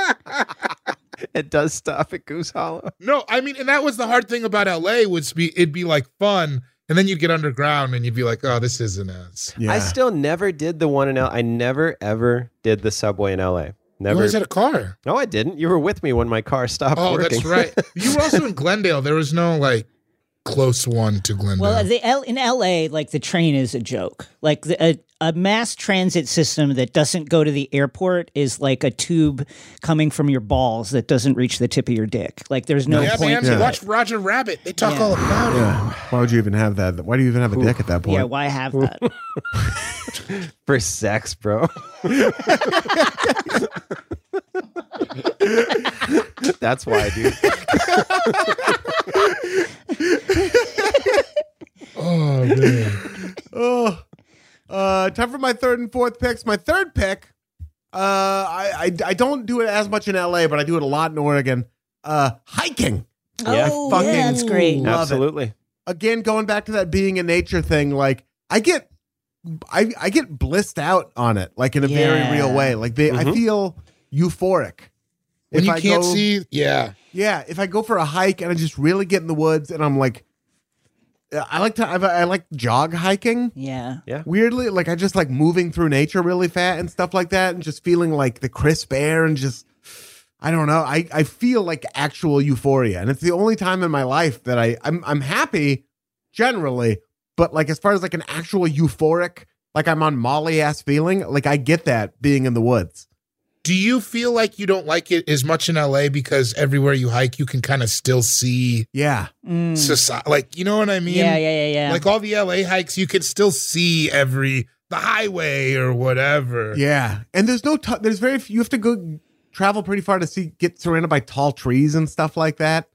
S7: It does stop at Goose Hollow.
S6: No, I mean, and that was the hard thing about LA would be it'd be like fun, and then you'd get underground and you'd be like, oh, this isn't us.
S2: Yeah,
S7: I still never did the one in L. I never ever did the subway in L.A.
S6: You
S7: Never.
S6: always had a car.
S7: no, I didn't. You were with me when my car stopped
S6: Oh,
S7: working.
S6: that's right. You were also in Glendale. There was no like close one to Glendale.
S5: Well, the L- in LA, like the train is a joke. Like the, a, a mass transit system that doesn't go to the airport is like a tube coming from your balls that doesn't reach the tip of your dick. Like there's no
S6: yeah,
S5: point.
S6: man.
S5: to
S6: Watch
S5: it.
S6: Roger Rabbit. They talk
S5: Yeah.
S6: all about it.
S2: Yeah. Why would you even have that? Why do you even have a dick at that point?
S5: Yeah, why have that?
S7: for sex, bro. That's why, dude.
S6: Oh man.
S2: Oh, uh, time for my third and fourth picks. My third pick, uh, I, I I don't do it as much in LA, but I do it a lot in Oregon. Uh, hiking,
S7: Yeah.
S5: oh,
S2: Fucking
S5: yeah, that's great.
S2: love it.
S7: Absolutely.
S2: again, going back to that being in nature thing. Like I get, I I get blissed out on it, like in a
S5: Yeah.
S2: very real way. Like they, I
S7: Mhm.
S2: feel euphoric.
S6: Mm-hmm. When
S2: If
S6: you
S2: I
S6: can't
S2: go-
S6: see, yeah.
S2: Yeah, if I go for a hike and I just really get in the woods and I'm like, I like to, I, I like jog hiking.
S5: Yeah.
S2: weirdly like i just like moving through nature really fat and stuff like that and just feeling like the crisp air and just i don't know i, I feel like actual euphoria and it's the only time in my life that i I'm, I'm happy generally but like as far as like an actual euphoric like i'm on molly ass feeling like i get that being in the woods
S6: Do you feel like you don't like it as much in LA because everywhere you hike, you can kind of still see
S2: yeah
S5: Mm.
S6: society? Like, you know what I mean?
S5: yeah, yeah, yeah, yeah.
S6: Like all the LA hikes, you can still see every the highway or whatever.
S2: yeah and there's no t- there's very few you have to go travel pretty far to see get surrounded by tall trees and stuff like that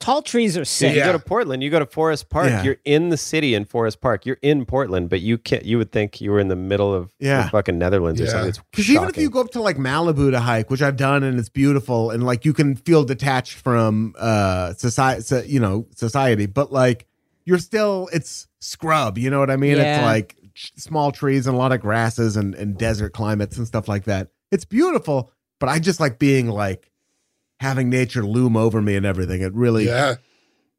S5: Tall trees are sick.
S7: You
S6: Yeah.
S7: go to Portland, you go to Forest Park,
S2: Yeah.
S7: you're in the city in Forest Park. You're in Portland, but you can't you would think you were in the middle of
S2: Yeah.
S7: the fucking Netherlands or
S6: Yeah.
S7: something. It's
S2: Because even if you
S7: shocking.
S2: go up to like Malibu to hike, which I've done and it's beautiful, and like you can feel detached from uh society, so, you know, society, but like you're still it's scrub, you know what I mean?
S5: Yeah.
S2: It's like ch- small trees and a lot of grasses and, and desert climates and stuff like that. It's beautiful, but I just like being like having nature loom over me and everything. It really,
S6: Yeah.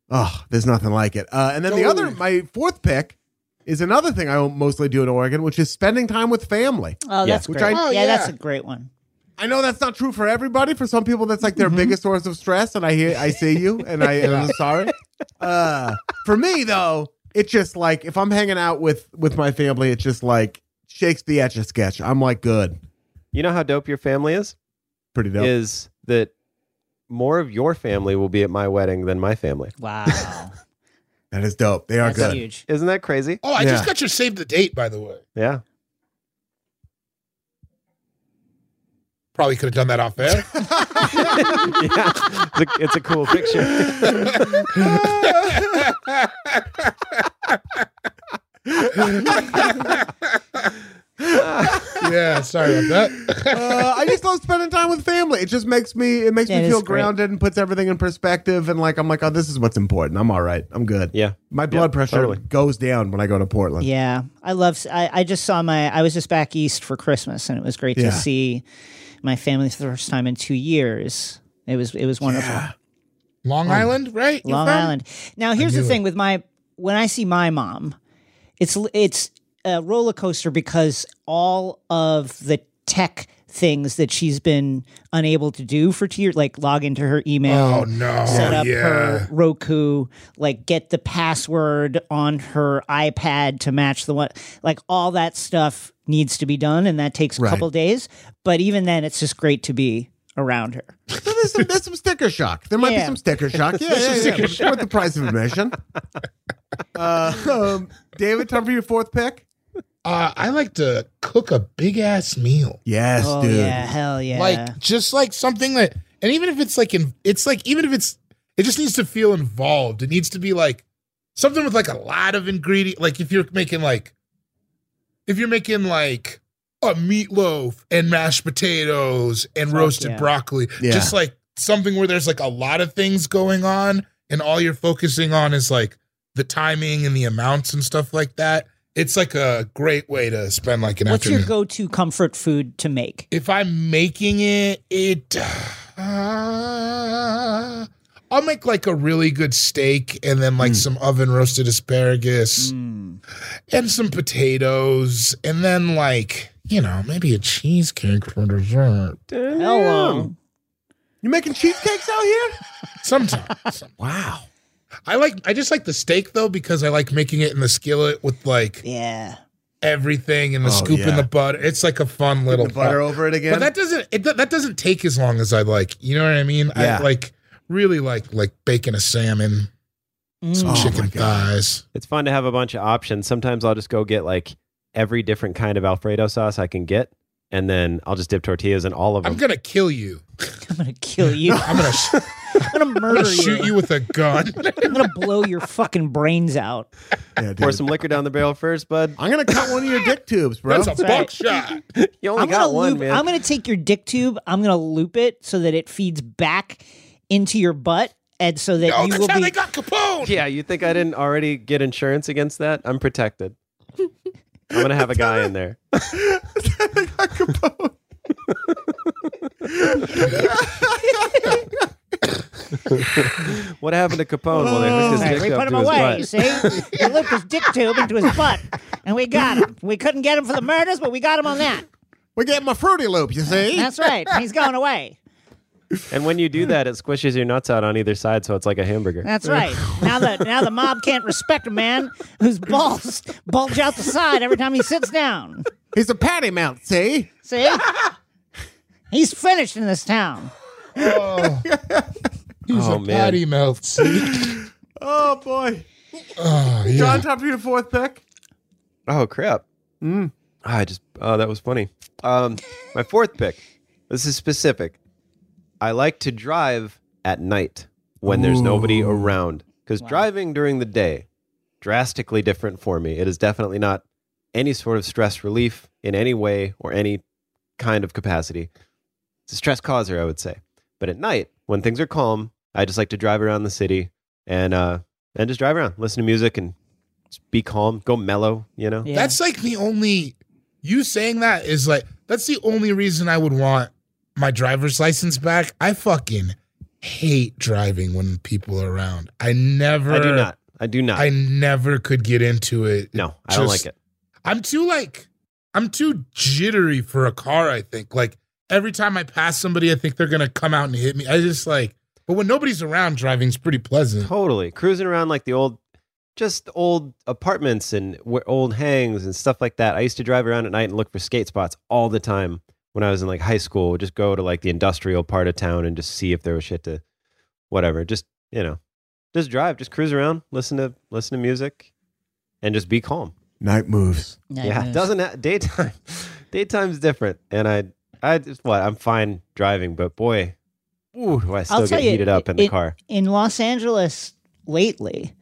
S2: oh, there's nothing like it. Uh, and then the
S6: Totally.
S2: other, my fourth pick is another thing I mostly do in Oregon, which is spending time with family.
S5: Oh, that's
S2: Which
S5: great.
S2: I-
S6: Oh,
S5: yeah, that's a
S6: yeah.
S5: great one.
S2: I know that's not true for everybody. For some people, that's like their biggest source of stress. And I hear, I see you, and I, and I'm sorry. Uh, for me though, it's just like if I'm hanging out with with my family, it's just like Shakespeare etch a sketch. I'm like good,
S7: You know how dope your family is?
S2: pretty dope.
S7: Is that more of your family will be at my wedding than my family.
S5: Wow.
S9: That is dope. They are
S5: That's
S9: good.
S5: huge.
S7: Isn't that crazy?
S6: Oh, I just
S9: Yeah.
S6: got your save the date, by the way.
S7: Yeah.
S6: Probably could have done that off air.
S7: yeah. It's a, it's a cool picture.
S6: yeah, sorry about that.
S9: uh, I just love spending time with family. It just makes me it makes
S5: That
S9: me
S5: is
S9: feel
S5: great.
S9: grounded and puts everything in perspective. And like I'm like, oh, this is what's important. I'm all right. I'm good.
S7: Yeah.
S9: My blood pressure
S7: totally.
S9: goes down when I go to Portland.
S5: Yeah, I love. I, I just saw my. I was just back east for Christmas, and it was great
S9: Yeah.
S5: to see my family for the first time in two years. It was it was wonderful.
S6: Long Island, right? You're
S5: Long
S6: from?
S5: Island. Now here's the
S6: knew
S5: thing with my when I see my mom, it's it's a roller coaster because all of the tech things that she's been unable to do for two years, like log into her email,
S6: Oh no.
S5: set up
S6: yeah.
S5: her Roku, like get the password on her iPad to match the one. Like all that stuff needs to be done, and that takes a
S9: Right.
S5: couple days. But even then, it's just great to be around her.
S9: So there's some, there's some sticker shock. There might be
S5: Yeah.
S9: some sticker shock. Yeah, yeah, yeah. It's worth the price of admission. Uh, um, David, time for your fourth pick.
S6: Uh, I like to cook a big ass meal.
S9: Yes,
S5: oh
S9: dude.
S5: yeah, hell yeah!
S6: Like just like something that and even if it's like in it's like even if it's it just needs to feel involved. It needs to be like something with like a lot of ingredient like if you're making like if you're making like a meatloaf and mashed potatoes and
S5: Fuck
S6: roasted
S5: yeah.
S6: broccoli.
S9: Yeah.
S6: Just like something where there's like a lot of things going on and all you're focusing on is like the timing and the amounts and stuff like that. It's like a great way to spend like an
S5: What's
S6: afternoon.
S5: your go-to comfort food to make?
S6: if I'm making it, it uh, I'll make like a really good steak and then like
S9: Hmm.
S6: some oven roasted asparagus and some potatoes and then like you know maybe a cheesecake for dessert.
S5: Hello.
S9: You making cheesecakes out here?
S6: Sometimes
S9: Wow.
S6: I like I just like the steak though because I like making it in the skillet with like
S5: Yeah.
S6: everything and the
S9: Oh,
S6: scoop in
S9: yeah.
S6: the butter. It's like a fun little
S9: The butter
S6: pro-
S9: over it again.
S6: But that doesn't it, that doesn't take as long as I like. You know what I mean?
S9: Yeah.
S6: I like really like like bacon a salmon,
S5: Mm,
S6: some
S9: Oh my
S6: chicken
S9: God.
S6: thighs.
S7: It's fun to have a bunch of options. Sometimes I'll just go get like every different kind of Alfredo sauce I can get, and then I'll just dip tortillas in all of them.
S6: I'm gonna kill you.
S5: I'm gonna kill you.
S6: I'm
S5: I'm
S6: gonna, sh-
S5: gonna
S6: I'm
S5: murder
S6: gonna shoot you with a gun.
S5: I'm gonna blow your fucking brains out.
S9: Yeah, dude.
S7: Pour some liquor down the barrel first, bud.
S9: I'm gonna cut one of your dick tubes, bro.
S6: That's a
S5: right.
S6: buckshot.
S7: You only
S5: I'm gonna
S7: got one,
S5: loop,
S7: man.
S5: I'm gonna take your dick tube. I'm gonna loop it so that it feeds back into your butt, and so that
S6: Oh,
S5: you
S6: that's
S5: will
S6: how they
S5: be.
S6: got Capone.
S7: yeah, you think I didn't already get insurance against that? I'm protected. I'm gonna have a guy in there. what happened to Capone? Well, they hooked his
S5: Right,
S7: dick
S5: we Oh,
S7: up
S5: put him
S7: to his
S5: away. You
S7: butt.
S5: see, we looped his dick tube into his butt, and we got him. We couldn't get him for the murders, but we got him on that.
S9: We're getting my fruity loop, you see?
S5: That's right. He's going away.
S7: And when you do that, it squishes your nuts out on either side, so it's like a hamburger.
S5: That's right. Now the now the mob can't respect a man whose balls bulge out the side every time he sits down.
S9: He's a patty mount, see?
S5: See? He's finished in this town.
S6: Oh. He's
S7: Oh,
S6: a
S7: man.
S6: patty melt. see?
S9: Oh boy.
S6: Oh, yeah.
S9: John, time for your fourth pick.
S7: Oh crap! I just oh that was funny. Um, my fourth pick. This is specific. I like to drive at night when there's nobody around because driving during the day drastically different for me. It is definitely not any sort of stress relief in any way or any kind of capacity. It's a stress causer, I would say. But at night, when things are calm, I just like to drive around the city and uh, and just drive around, listen to music, and just be calm, go mellow. You know,
S6: That's like the only you saying that is like that's the only reason I would want my driver's license back. I fucking hate driving when people are around. I never
S7: I do not. I do not.
S6: I never could get into it.
S7: no, I don't
S6: just-
S7: like it.
S6: I'm too like I'm too jittery for a car, I think. Like every time I pass somebody, I think they're gonna come out and hit me. I just like but when nobody's around, driving's pretty pleasant.
S7: Totally cruising around like the old, just old apartments and wh- old hangs and stuff like that. I used to drive around at night and look for skate spots all the time when I was in like high school, would just go to like the industrial part of town and just see if there was shit to whatever. Just, you know, just drive, just cruise around, listen to listen to music and just be calm.
S9: Night moves.
S7: yeah, it doesn't ha- daytime daytime's different and I I just what, I'm fine driving, but boy, ooh, do I still
S5: tell
S7: get
S5: you,
S7: heated up in the
S5: it-
S7: car.
S5: in Los Angeles lately,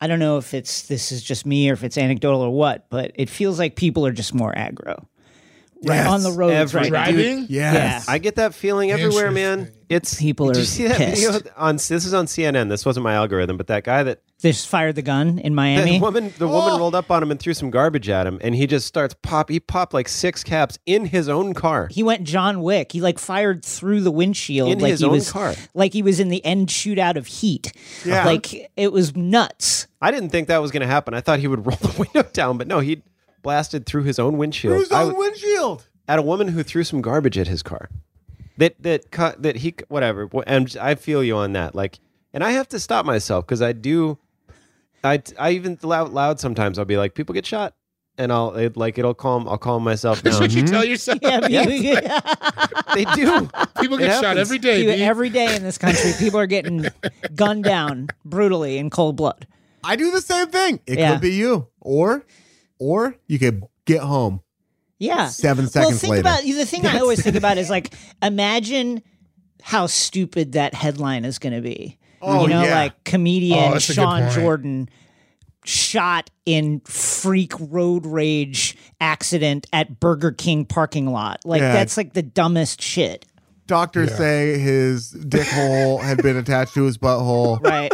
S5: I don't know if it's this is just me or if it's anecdotal or what, but it feels like people are just more aggro. Right
S9: Yes,
S5: on the roads
S7: every-
S5: right now.
S6: Driving?
S9: Yes.
S7: I get that feeling everywhere, man.
S6: Interesting.
S7: It's
S5: People
S7: Did
S5: are
S7: you see that video
S5: pissed.
S7: on? This is on CNN. This wasn't my algorithm, but that guy that
S5: They just fired the gun in
S7: the
S5: Miami.
S7: woman the woman rolled up on him and threw some garbage at him, and he just starts pop. He popped like six caps in his own car.
S5: He went John Wick. He like fired through the windshield
S7: In
S5: like
S7: his
S5: he
S7: own
S5: was
S7: car.
S5: like he was in the end shootout of Heat.
S9: Yeah.
S5: Like it was nuts.
S7: I didn't think that was going to happen. I thought he would roll the window down, but no, he blasted through his own windshield
S9: Who's
S7: I
S9: on
S7: w-
S9: windshield?
S7: at a woman who threw some garbage at his car. That that cut that he whatever. Wh- And j- I feel you on that. Like, and I have to stop myself because I do. I I even loud loud sometimes I'll be like, people get shot, and I'll it, like it'll calm. I'll calm myself
S6: That's
S7: down.
S6: what you tell yourself.
S5: Yeah,
S7: they do.
S6: People
S7: It
S6: get shot
S7: happens.
S6: every day.
S5: people-
S6: B.
S5: every day in this country, people are getting gunned down brutally in cold blood.
S9: I do the same thing. It
S5: Yeah.
S9: could be you, or or you could get home.
S5: Yeah.
S9: Seven
S5: well,
S9: seconds
S5: think
S9: later.
S5: About, the thing I always think about is like, imagine how stupid that headline is going to be.
S9: Oh,
S5: you know,
S9: yeah.
S5: like comedian
S6: Oh, that's a good
S5: Sean
S6: point.
S5: Jordan shot in freak road rage accident at Burger King parking lot. Like
S9: Yeah.
S5: that's like the dumbest shit,
S9: Doctors say his dick hole had been attached to his butthole,
S5: right?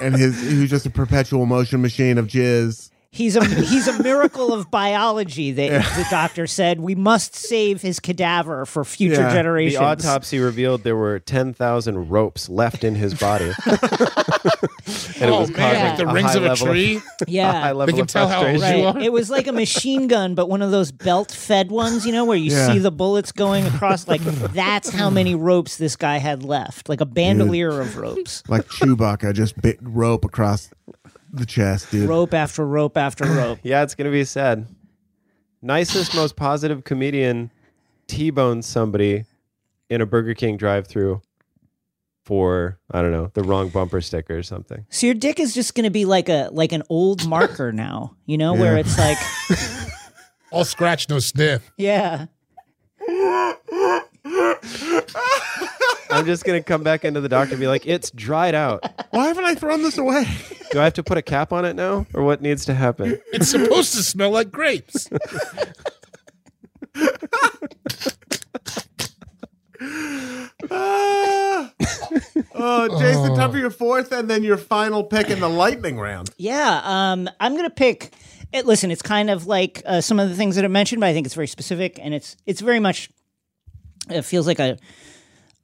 S9: and his he was just a perpetual motion machine of jizz.
S5: He's a he's a miracle of biology. That the doctor said we must save his cadaver for future
S9: Yeah. The
S7: The
S5: generations.
S7: autopsy revealed there were ten thousand ropes left in his body, and it
S6: oh
S7: was
S6: man,
S7: causing
S6: like the
S7: a
S6: rings
S7: high
S6: of a
S7: level
S6: tree.
S7: a
S5: yeah,
S7: high level
S6: can
S7: of
S6: tell how old you
S7: frustration.
S6: Right.
S5: It was like a machine gun, but one of those belt fed ones, you know, where you
S9: Yeah.
S5: see the bullets going across. Like, that's how many ropes this guy had left. Like a bandolier of ropes.
S9: Like Chewbacca just bit rope across the chest, dude.
S5: Rope after rope after rope.
S7: Yeah, it's gonna be sad. Nicest, most positive comedian T-bones somebody in a Burger King drive-through for I don't know the wrong bumper sticker or something.
S5: So your dick is just gonna be like a like an old marker now, you know, where it's like,
S6: All scratch, no sniff.
S5: yeah,
S7: I'm just gonna come back into the doctor and be like, "It's dried out.
S9: Why haven't I thrown this away?
S7: Do I have to put a cap on it now, or what needs to happen?"
S6: It's supposed to smell like grapes.
S9: Ah. oh, Jason, time for your fourth, and then your final pick in the lightning round.
S5: yeah. Um, I'm gonna pick. It, listen, it's kind of like uh, some of the things that I mentioned, but I think it's very specific, and it's it's very much. It feels like a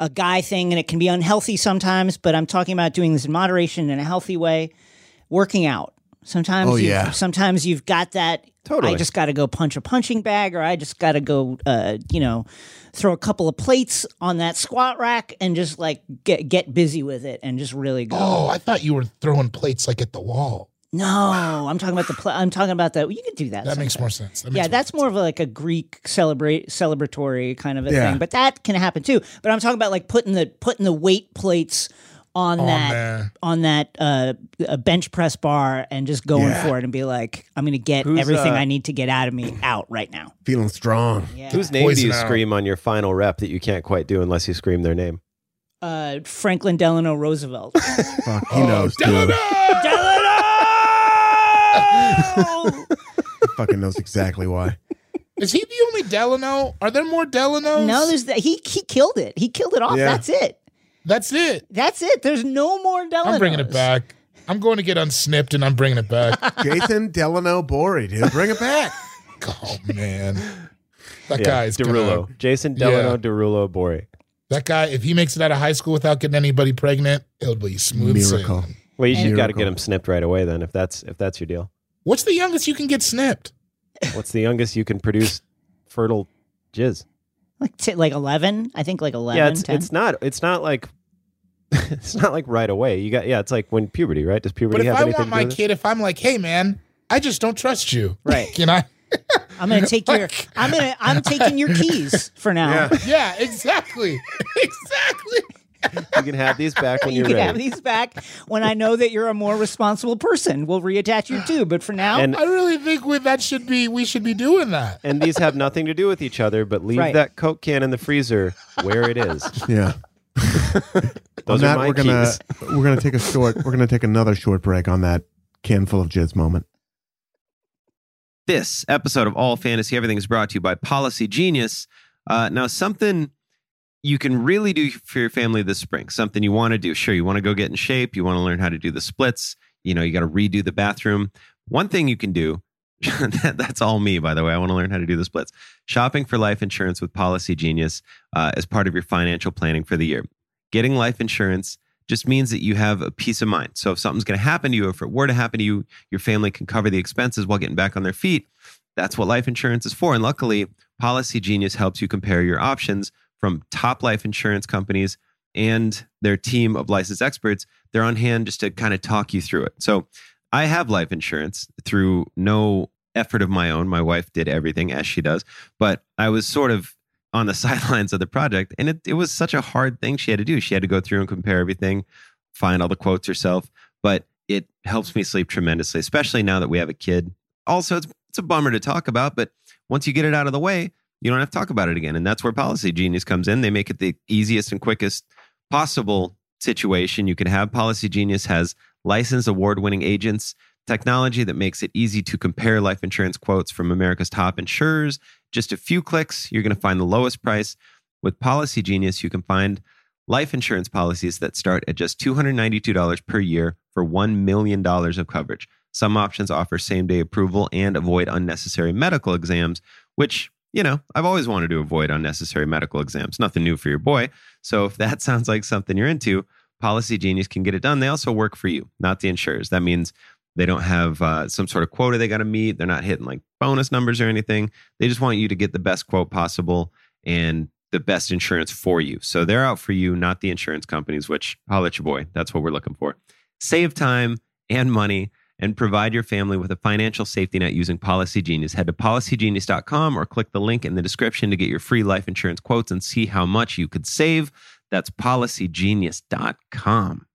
S5: a guy thing and it can be unhealthy sometimes, but I'm talking about doing this in moderation in a healthy way, working out. Sometimes
S9: Oh,
S5: you've,
S9: yeah.
S5: sometimes you've got that
S7: Totally.
S5: I just got to go punch a punching bag or I just got to go uh, you know throw a couple of plates on that squat rack and just like get get busy with it and just really go.
S6: Oh, I thought you were throwing plates like at the wall.
S5: No, I'm talking about the pl- I'm talking about the you could do that.
S6: That makes
S5: sometimes.
S6: more sense. That
S5: Yeah,
S6: makes
S5: that's more of a, like a Greek celebrate celebratory kind of a
S9: Yeah.
S5: thing, but that can happen too. But I'm talking about like putting the putting the weight plates on that
S6: there.
S5: on that uh, a bench press bar and just going
S9: Yeah.
S5: for it and be like, I'm going to get
S7: Who's,
S5: everything
S7: uh,
S5: I need to get out of me out right now.
S9: Feeling strong.
S5: Yeah.
S7: Whose name do
S6: Poison
S7: you
S6: out.
S7: scream on your final rep that you can't quite do unless you scream their name?
S5: uh, Franklin Delano Roosevelt?
S9: Fuck, he knows, dude.
S5: Delano!
S9: He fucking knows exactly why.
S6: Is he the only Delano? Are there more Delanos?
S5: no, there's that. He he killed it. He killed it off.
S9: Yeah.
S5: That's it.
S6: that's it.
S5: That's it. There's no more Delano.
S6: I'm bringing it back. I'm going to get unsnipped and I'm bringing it back.
S9: Jason Delano Bory, dude. Bring it back.
S6: oh man, that guy's gonna-
S7: Derulo. Jason Delano
S6: Yeah.
S7: Derulo Bori.
S6: That guy, if he makes it out of high school without getting anybody pregnant, it'll be smooth
S9: Miracle.
S6: sailing.
S7: Well, you just got to
S9: Miracle.
S7: get him snipped right away then if that's if that's your deal.
S6: What's the youngest you can get snipped?
S7: What's the youngest you can produce fertile jizz?
S5: Like t- like eleven, I think like eleven.
S7: yeah, it's
S5: 10.
S7: it's not it's not like it's not like right away. You got yeah, it's like when puberty, right? Does puberty
S6: But if
S7: have
S6: I
S7: anything
S6: want
S7: to do
S6: my
S7: with it?
S6: kid, if I'm like, hey man, I just don't trust you.
S5: Right.
S6: Can I?
S5: I'm gonna take your. I'm gonna. I'm taking your keys for now.
S6: Yeah, exactly. exactly.
S10: You can have these back when
S5: You
S10: you're
S5: can
S10: ready.
S5: have these back when I know that you're a more responsible person. We'll reattach you too, but for now,
S10: And-
S6: I really think we, that should be we should be doing that.
S10: and these have nothing to do with each other, but leave
S5: Right.
S10: that Coke can in the freezer where it is.
S2: Yeah.
S10: Those
S2: on
S10: are
S2: that,
S10: my
S2: we're gonna
S10: keys.
S2: we're gonna take a short we're gonna take another short break on that can full of jizz moment.
S7: This episode of All Fantasy Everything is brought to you by Policy Genius. Uh, now, something you can really do for your family this spring, something you want to do. Sure, you want to go get in shape, you want to learn how to do the splits, you know, you got to redo the bathroom. One thing you can do that, that's all me, by the way. I want to learn how to do the splits. Shopping for life insurance with Policy Genius uh, as part of your financial planning for the year. Getting life insurance just means that you have a peace of mind. So if something's going to happen to you, if it were to happen to you, your family can cover the expenses while getting back on their feet. That's what life insurance is for. And luckily, Policy Genius helps you compare your options from top life insurance companies and their team of licensed experts. They're on hand just to kind of talk you through it. So I have life insurance through no effort of my own. My wife did everything as she does, but I was sort of on the sidelines of the project. And it, it was such a hard thing she had to do. She had to go through and compare everything, find all the quotes herself but it helps me sleep tremendously, especially now that we have a kid. Also, it's it's a bummer to talk about, but once you get it out of the way, you don't have to talk about it again. And that's where Policy Genius comes in. They make it the easiest and quickest possible situation you can have. Policy Genius has licensed award-winning agents, technology that makes it easy to compare life insurance quotes from America's top insurers. Just a few clicks, you're going to find the lowest price. With Policy Genius, you can find life insurance policies that start at just $292 per year for $1 million of coverage. Some options offer same day approval and avoid unnecessary medical exams, which, you know, I've always wanted to avoid unnecessary medical exams. Nothing new for your boy. So if that sounds like something you're into, Policy Genius can get it done. They also work for you, not the insurers. That means they don't have uh, some sort of quota they got to meet. They're not hitting like bonus numbers or anything. They just want you to get the best quote possible and the best insurance for you. So they're out for you, not the insurance companies, which holla at your boy. That's what we're looking for. Save time and money and provide your family with a financial safety net using Policy Genius. Head to policygenius.com or click the link in the description to get your free life insurance quotes and see how much you could save. That's policygenius.com.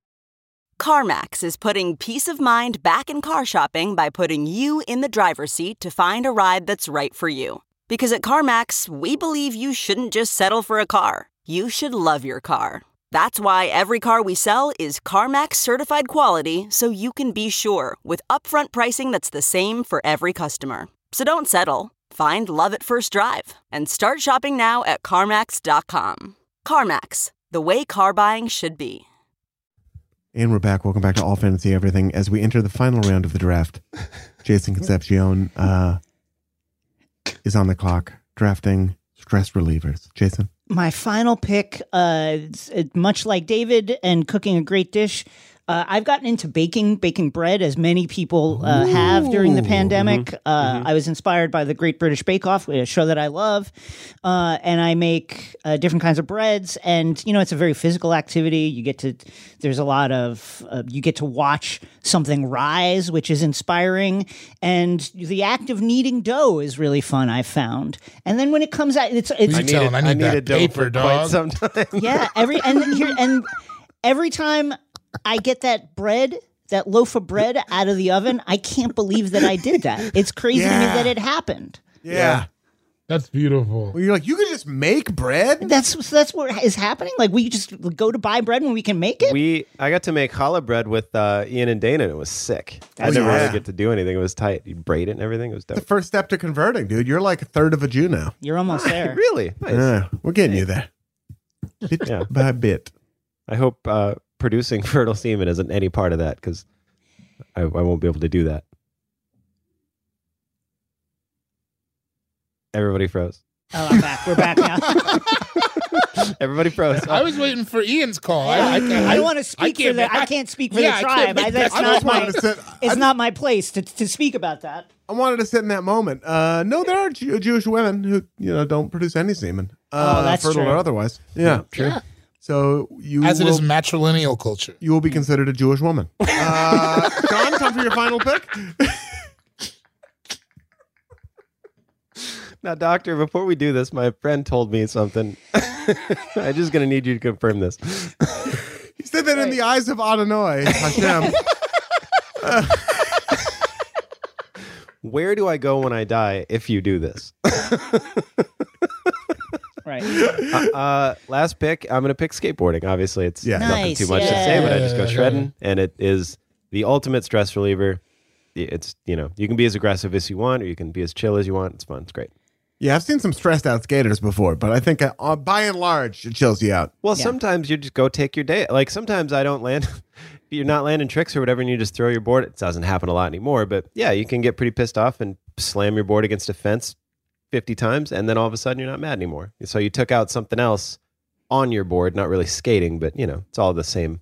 S3: CarMax is putting peace of mind back in car shopping by putting you in the driver's seat to find a ride that's right for you. Because at CarMax, we believe you shouldn't just settle for a car, you should love your car. That's why every car we sell is CarMax certified quality so you can be sure with upfront pricing that's the same for every customer. So don't settle. Find love at first drive and start shopping now at CarMax.com. CarMax, the way car buying should be.
S2: And we're back. Welcome back to All Fantasy Everything. As we enter the final round of the draft, Jason Concepcion uh, is on the clock drafting stress relievers. Jason,
S5: my final pick, uh, it's- it- much like David and cooking a great dish, uh, I've gotten into baking, baking bread, as many people uh, have during the pandemic. Uh, I was inspired by the Great British Bake Off, a show that I love, uh, and I make uh, different kinds of breads. And you know, it's a very physical activity. You get to there's a lot of uh, you get to watch something rise, which is inspiring, and the act of kneading dough is really fun. I found, and then when it comes out, it's it's
S6: I need telling, I need that
S10: a dough
S6: paper,
S10: for
S6: dog.
S10: Quite some time.
S5: yeah, every and here and every time I get that bread, that loaf of bread out of the oven, I can't believe that I did that. It's crazy to me
S2: Yeah.
S5: that it happened.
S2: yeah,
S6: That's beautiful.
S2: well, you're like you could just make bread.
S5: That's that's what is happening. Like we just go to buy bread when we can make it.
S10: We I got to make challah bread with uh, Ian and Dana, and it was sick. I
S2: That's
S10: didn't
S2: awesome.
S10: really get to do anything. It was tight. You braid it and everything. It was
S2: The
S10: dope.
S2: first step to converting, dude. You're like a third of a Jew now.
S5: You're almost there.
S10: Really nice.
S2: Yeah, we're getting you there, bit
S10: Yeah.
S2: by bit.
S10: I hope uh, producing fertile semen isn't any part of that because I, I won't be able to do that. Everybody froze.
S5: Oh, I'm back. We're back now.
S10: Everybody froze.
S6: I was waiting for Ian's call. I, I,
S5: I don't want to
S6: I
S5: speak for
S6: can't
S5: the.
S6: make-
S5: I can't speak for
S6: Yeah,
S5: the
S6: I can't
S5: tribe. I,
S6: make
S5: that's
S2: I
S5: not
S2: just
S5: my.
S2: wanted to sit.
S5: It's
S2: I,
S5: not my place to, to speak about that.
S2: I wanted to sit in that moment. Uh, no, there are Jew- Jewish women who you know don't produce any semen, uh,
S5: Oh, that's
S2: fertile
S5: true.
S2: or otherwise. Yeah,
S10: True.
S2: So you
S6: As it
S2: will
S6: is matrilineal culture.
S2: you will be considered a Jewish woman. Uh, John, come for your final pick.
S7: Now, doctor, before we do this, my friend told me something. I'm just going to need you to confirm this.
S2: He said that in the eyes of Adonai, Hashem.
S7: Where do I go when I die if you do this?
S5: Right.
S7: uh, last pick, I'm going to pick skateboarding. Obviously, it's
S2: Yeah.
S7: nothing
S5: Nice,
S7: too much to say, but I just go
S6: yeah,
S7: shredding, and it is the ultimate stress reliever. It's, you know, you can be as aggressive as you want, or you can be as chill as you want. It's fun. It's great.
S2: yeah, I've seen some stressed out skaters before, but I think uh, by and large, it chills you out.
S7: Well,
S5: Yeah.
S7: sometimes you just go take your day. Like sometimes I don't land, you're not landing tricks or whatever, and you just throw your board. It doesn't happen a lot anymore, but yeah, you can get pretty pissed off and slam your board against a fence 50 times, and then all of a sudden you're not mad anymore. So you took out something else on your board, not really skating, but you know, it's all the same,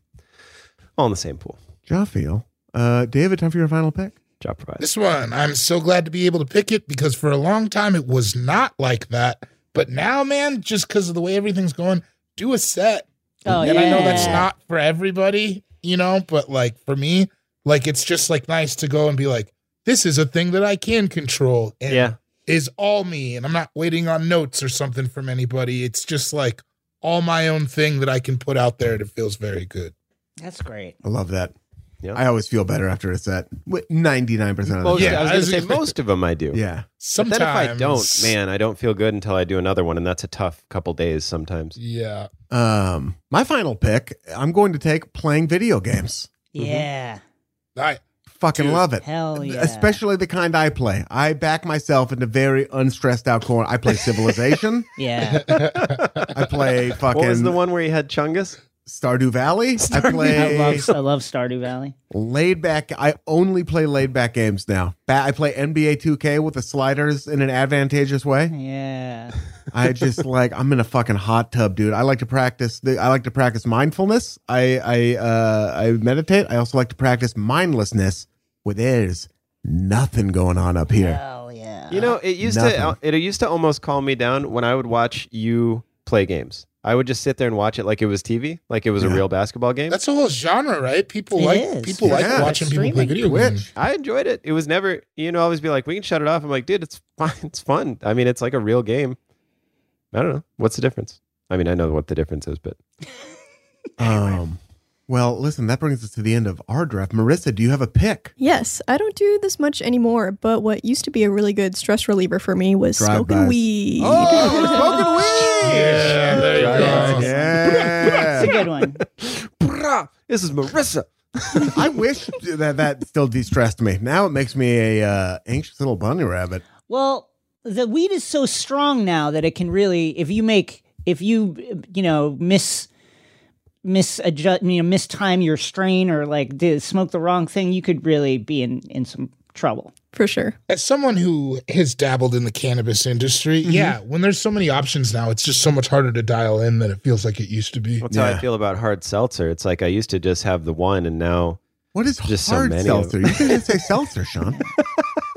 S7: all in the same pool.
S2: Jaffiel. Uh, David, time for your final pick.
S7: Job provides.
S6: This one, I'm so glad to be able to pick it because for a long time it was not like that. But now, man, just because of the way everything's going, do a set.
S5: Oh,
S6: and I know that's
S5: yeah.
S6: not for everybody, you know, but like for me, like it's just like nice to go and be like, this is a thing that I can control. And
S7: Yeah.
S6: Is all me, and I'm not waiting on notes or something from anybody. It's just like all my own thing that I can put out there. And it feels very good.
S5: That's great.
S2: I love that.
S7: Yeah.
S2: I always feel better after a set. Wi- 99% of the
S7: Most,
S2: time.
S6: Yeah,
S7: I
S6: I
S7: was going
S6: was-
S7: to say most of them I do.
S2: Yeah.
S7: But
S6: Sometimes,
S7: then if I don't, man, I don't feel good until I do another one, and that's a tough couple days sometimes.
S6: Yeah.
S2: Um, my final pick, I'm going to take playing video games.
S5: Yeah.
S6: I,
S2: Fucking
S6: Dude.
S2: love it.
S5: Hell yeah.
S2: Especially the kind I play. I back myself into very unstressed out corner. I play Civilization.
S5: Yeah.
S2: I play fucking
S7: What was the one where he had Chungus?
S2: Stardew Valley. I
S5: I
S2: play
S5: love I love Stardew Valley.
S2: laid back. I only play laid back games now. Ba- I play NBA 2K with the sliders in an advantageous way.
S5: Yeah.
S2: I just like I'm in a fucking hot tub, dude. I like to practice. The, I like to practice mindfulness. I I uh, I meditate. I also like to practice mindlessness, where there's nothing going on up here.
S5: Hell yeah.
S7: You know, it used to uh,
S2: nothing.
S7: it used to almost calm me down when I would watch you play games. I would just sit there and watch it like it was TV, like it was a
S2: Yeah.
S7: real basketball game.
S6: That's a whole genre, right? People
S5: It
S6: like
S5: is.
S6: people
S2: Yeah.
S6: like watching people play
S5: Streaming.
S6: video games.
S7: I enjoyed it. It was never, you know, always be like, we can shut it off. I'm like, dude, it's fine. It's fun. I mean, it's like a real game. I don't know. What's the difference? I mean, I know what the difference is, but
S2: Um, well, listen, that brings us to the end of our draft. Marissa, do you have a pick?
S1: Yes, I don't do this much anymore, but what used to be a really good stress reliever for me was
S2: Drive-bys.
S1: smoking weed.
S2: smoking weed.
S6: Yeah, there you go.
S2: Yeah.
S5: It's a good one.
S7: Brah, this is Marissa.
S2: I wish that that still de-stressed me. Now it makes me a uh, anxious little bunny rabbit.
S5: Well, the weed is so strong now that it can really, if you make, if you, you know, miss, misadjust, you know, mistime your strain or like did, smoke the wrong thing, you could really be in in some trouble.
S1: For sure.
S6: As someone who has dabbled in the cannabis industry, yeah, when there's so many options now, it's just so much harder to dial in than it feels like it used to be.
S7: That's how I feel about hard seltzer. It's like I used to just have the one, and now
S2: What is
S7: Just so
S2: hard
S7: many of
S2: seltzer?
S7: them.
S2: You can just say seltzer, Sean.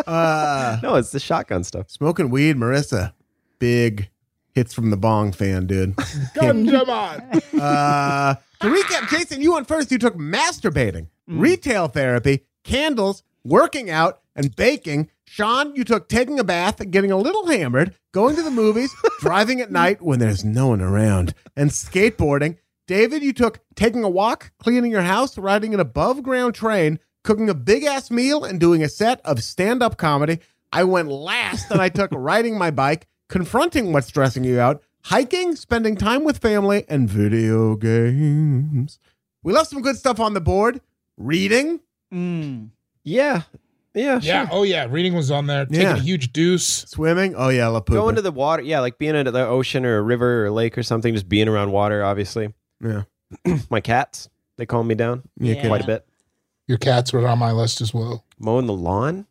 S2: Uh,
S7: no, it's the shotgun stuff.
S2: smoking weed, Marissa. Big hits from the bong fan, dude.
S6: Come on.
S2: Uh, to recap, Jason, you went first. You took masturbating, retail therapy, candles, working out, and baking. Sean, you took taking a bath, getting a little hammered, going to the movies, driving at night when there's no one around, and skateboarding. David, you took taking a walk, cleaning your house, riding an above ground train, cooking a big ass meal, and doing a set of stand up comedy. I went last and I took riding my bike, confronting what's stressing you out, hiking, spending time with family, and video games. We left some good stuff on the board. Reading.
S5: Mm.
S7: Yeah, yeah,
S6: yeah. Oh yeah. Reading was on there. Taking
S2: Yeah.
S6: a huge deuce.
S2: Swimming. Oh yeah, I love pooping.
S7: Going to the water, yeah, like being in the ocean or a river or a lake or something, just being around water, obviously.
S2: yeah.
S7: My cats, they calm me down
S2: You
S5: Yeah.
S2: can-
S7: quite a bit.
S6: Your cats were on my list as well.
S7: Mowing the lawn.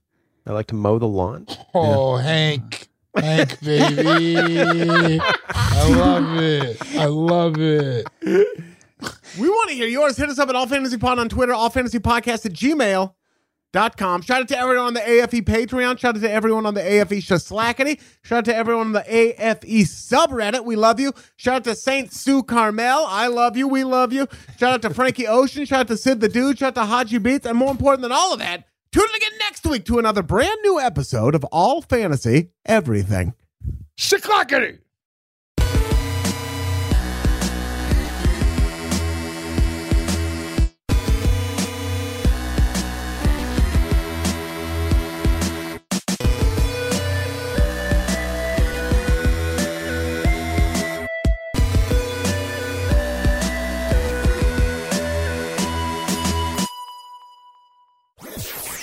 S7: I like to mow the lawn.
S6: Oh, Hank. Hank, baby. I love it. I love it.
S2: We want to hear yours. Hit us up at All Fantasy Pod on Twitter, All Fantasy Podcast at Gmail. Dot com. Shout out to everyone on the AFE Patreon. Shout out to everyone on the AFE Shaslackety. Shout out to everyone on the AFE subreddit. We love you. Shout out to Saint Sue Carmel. I love you. We love you. Shout out to Frankie Ocean. Shout out to Sid the Dude. Shout out to Haji Beats. And more important than all of that, tune in again next week to another brand new episode of All Fantasy Everything.
S6: Shiklockity!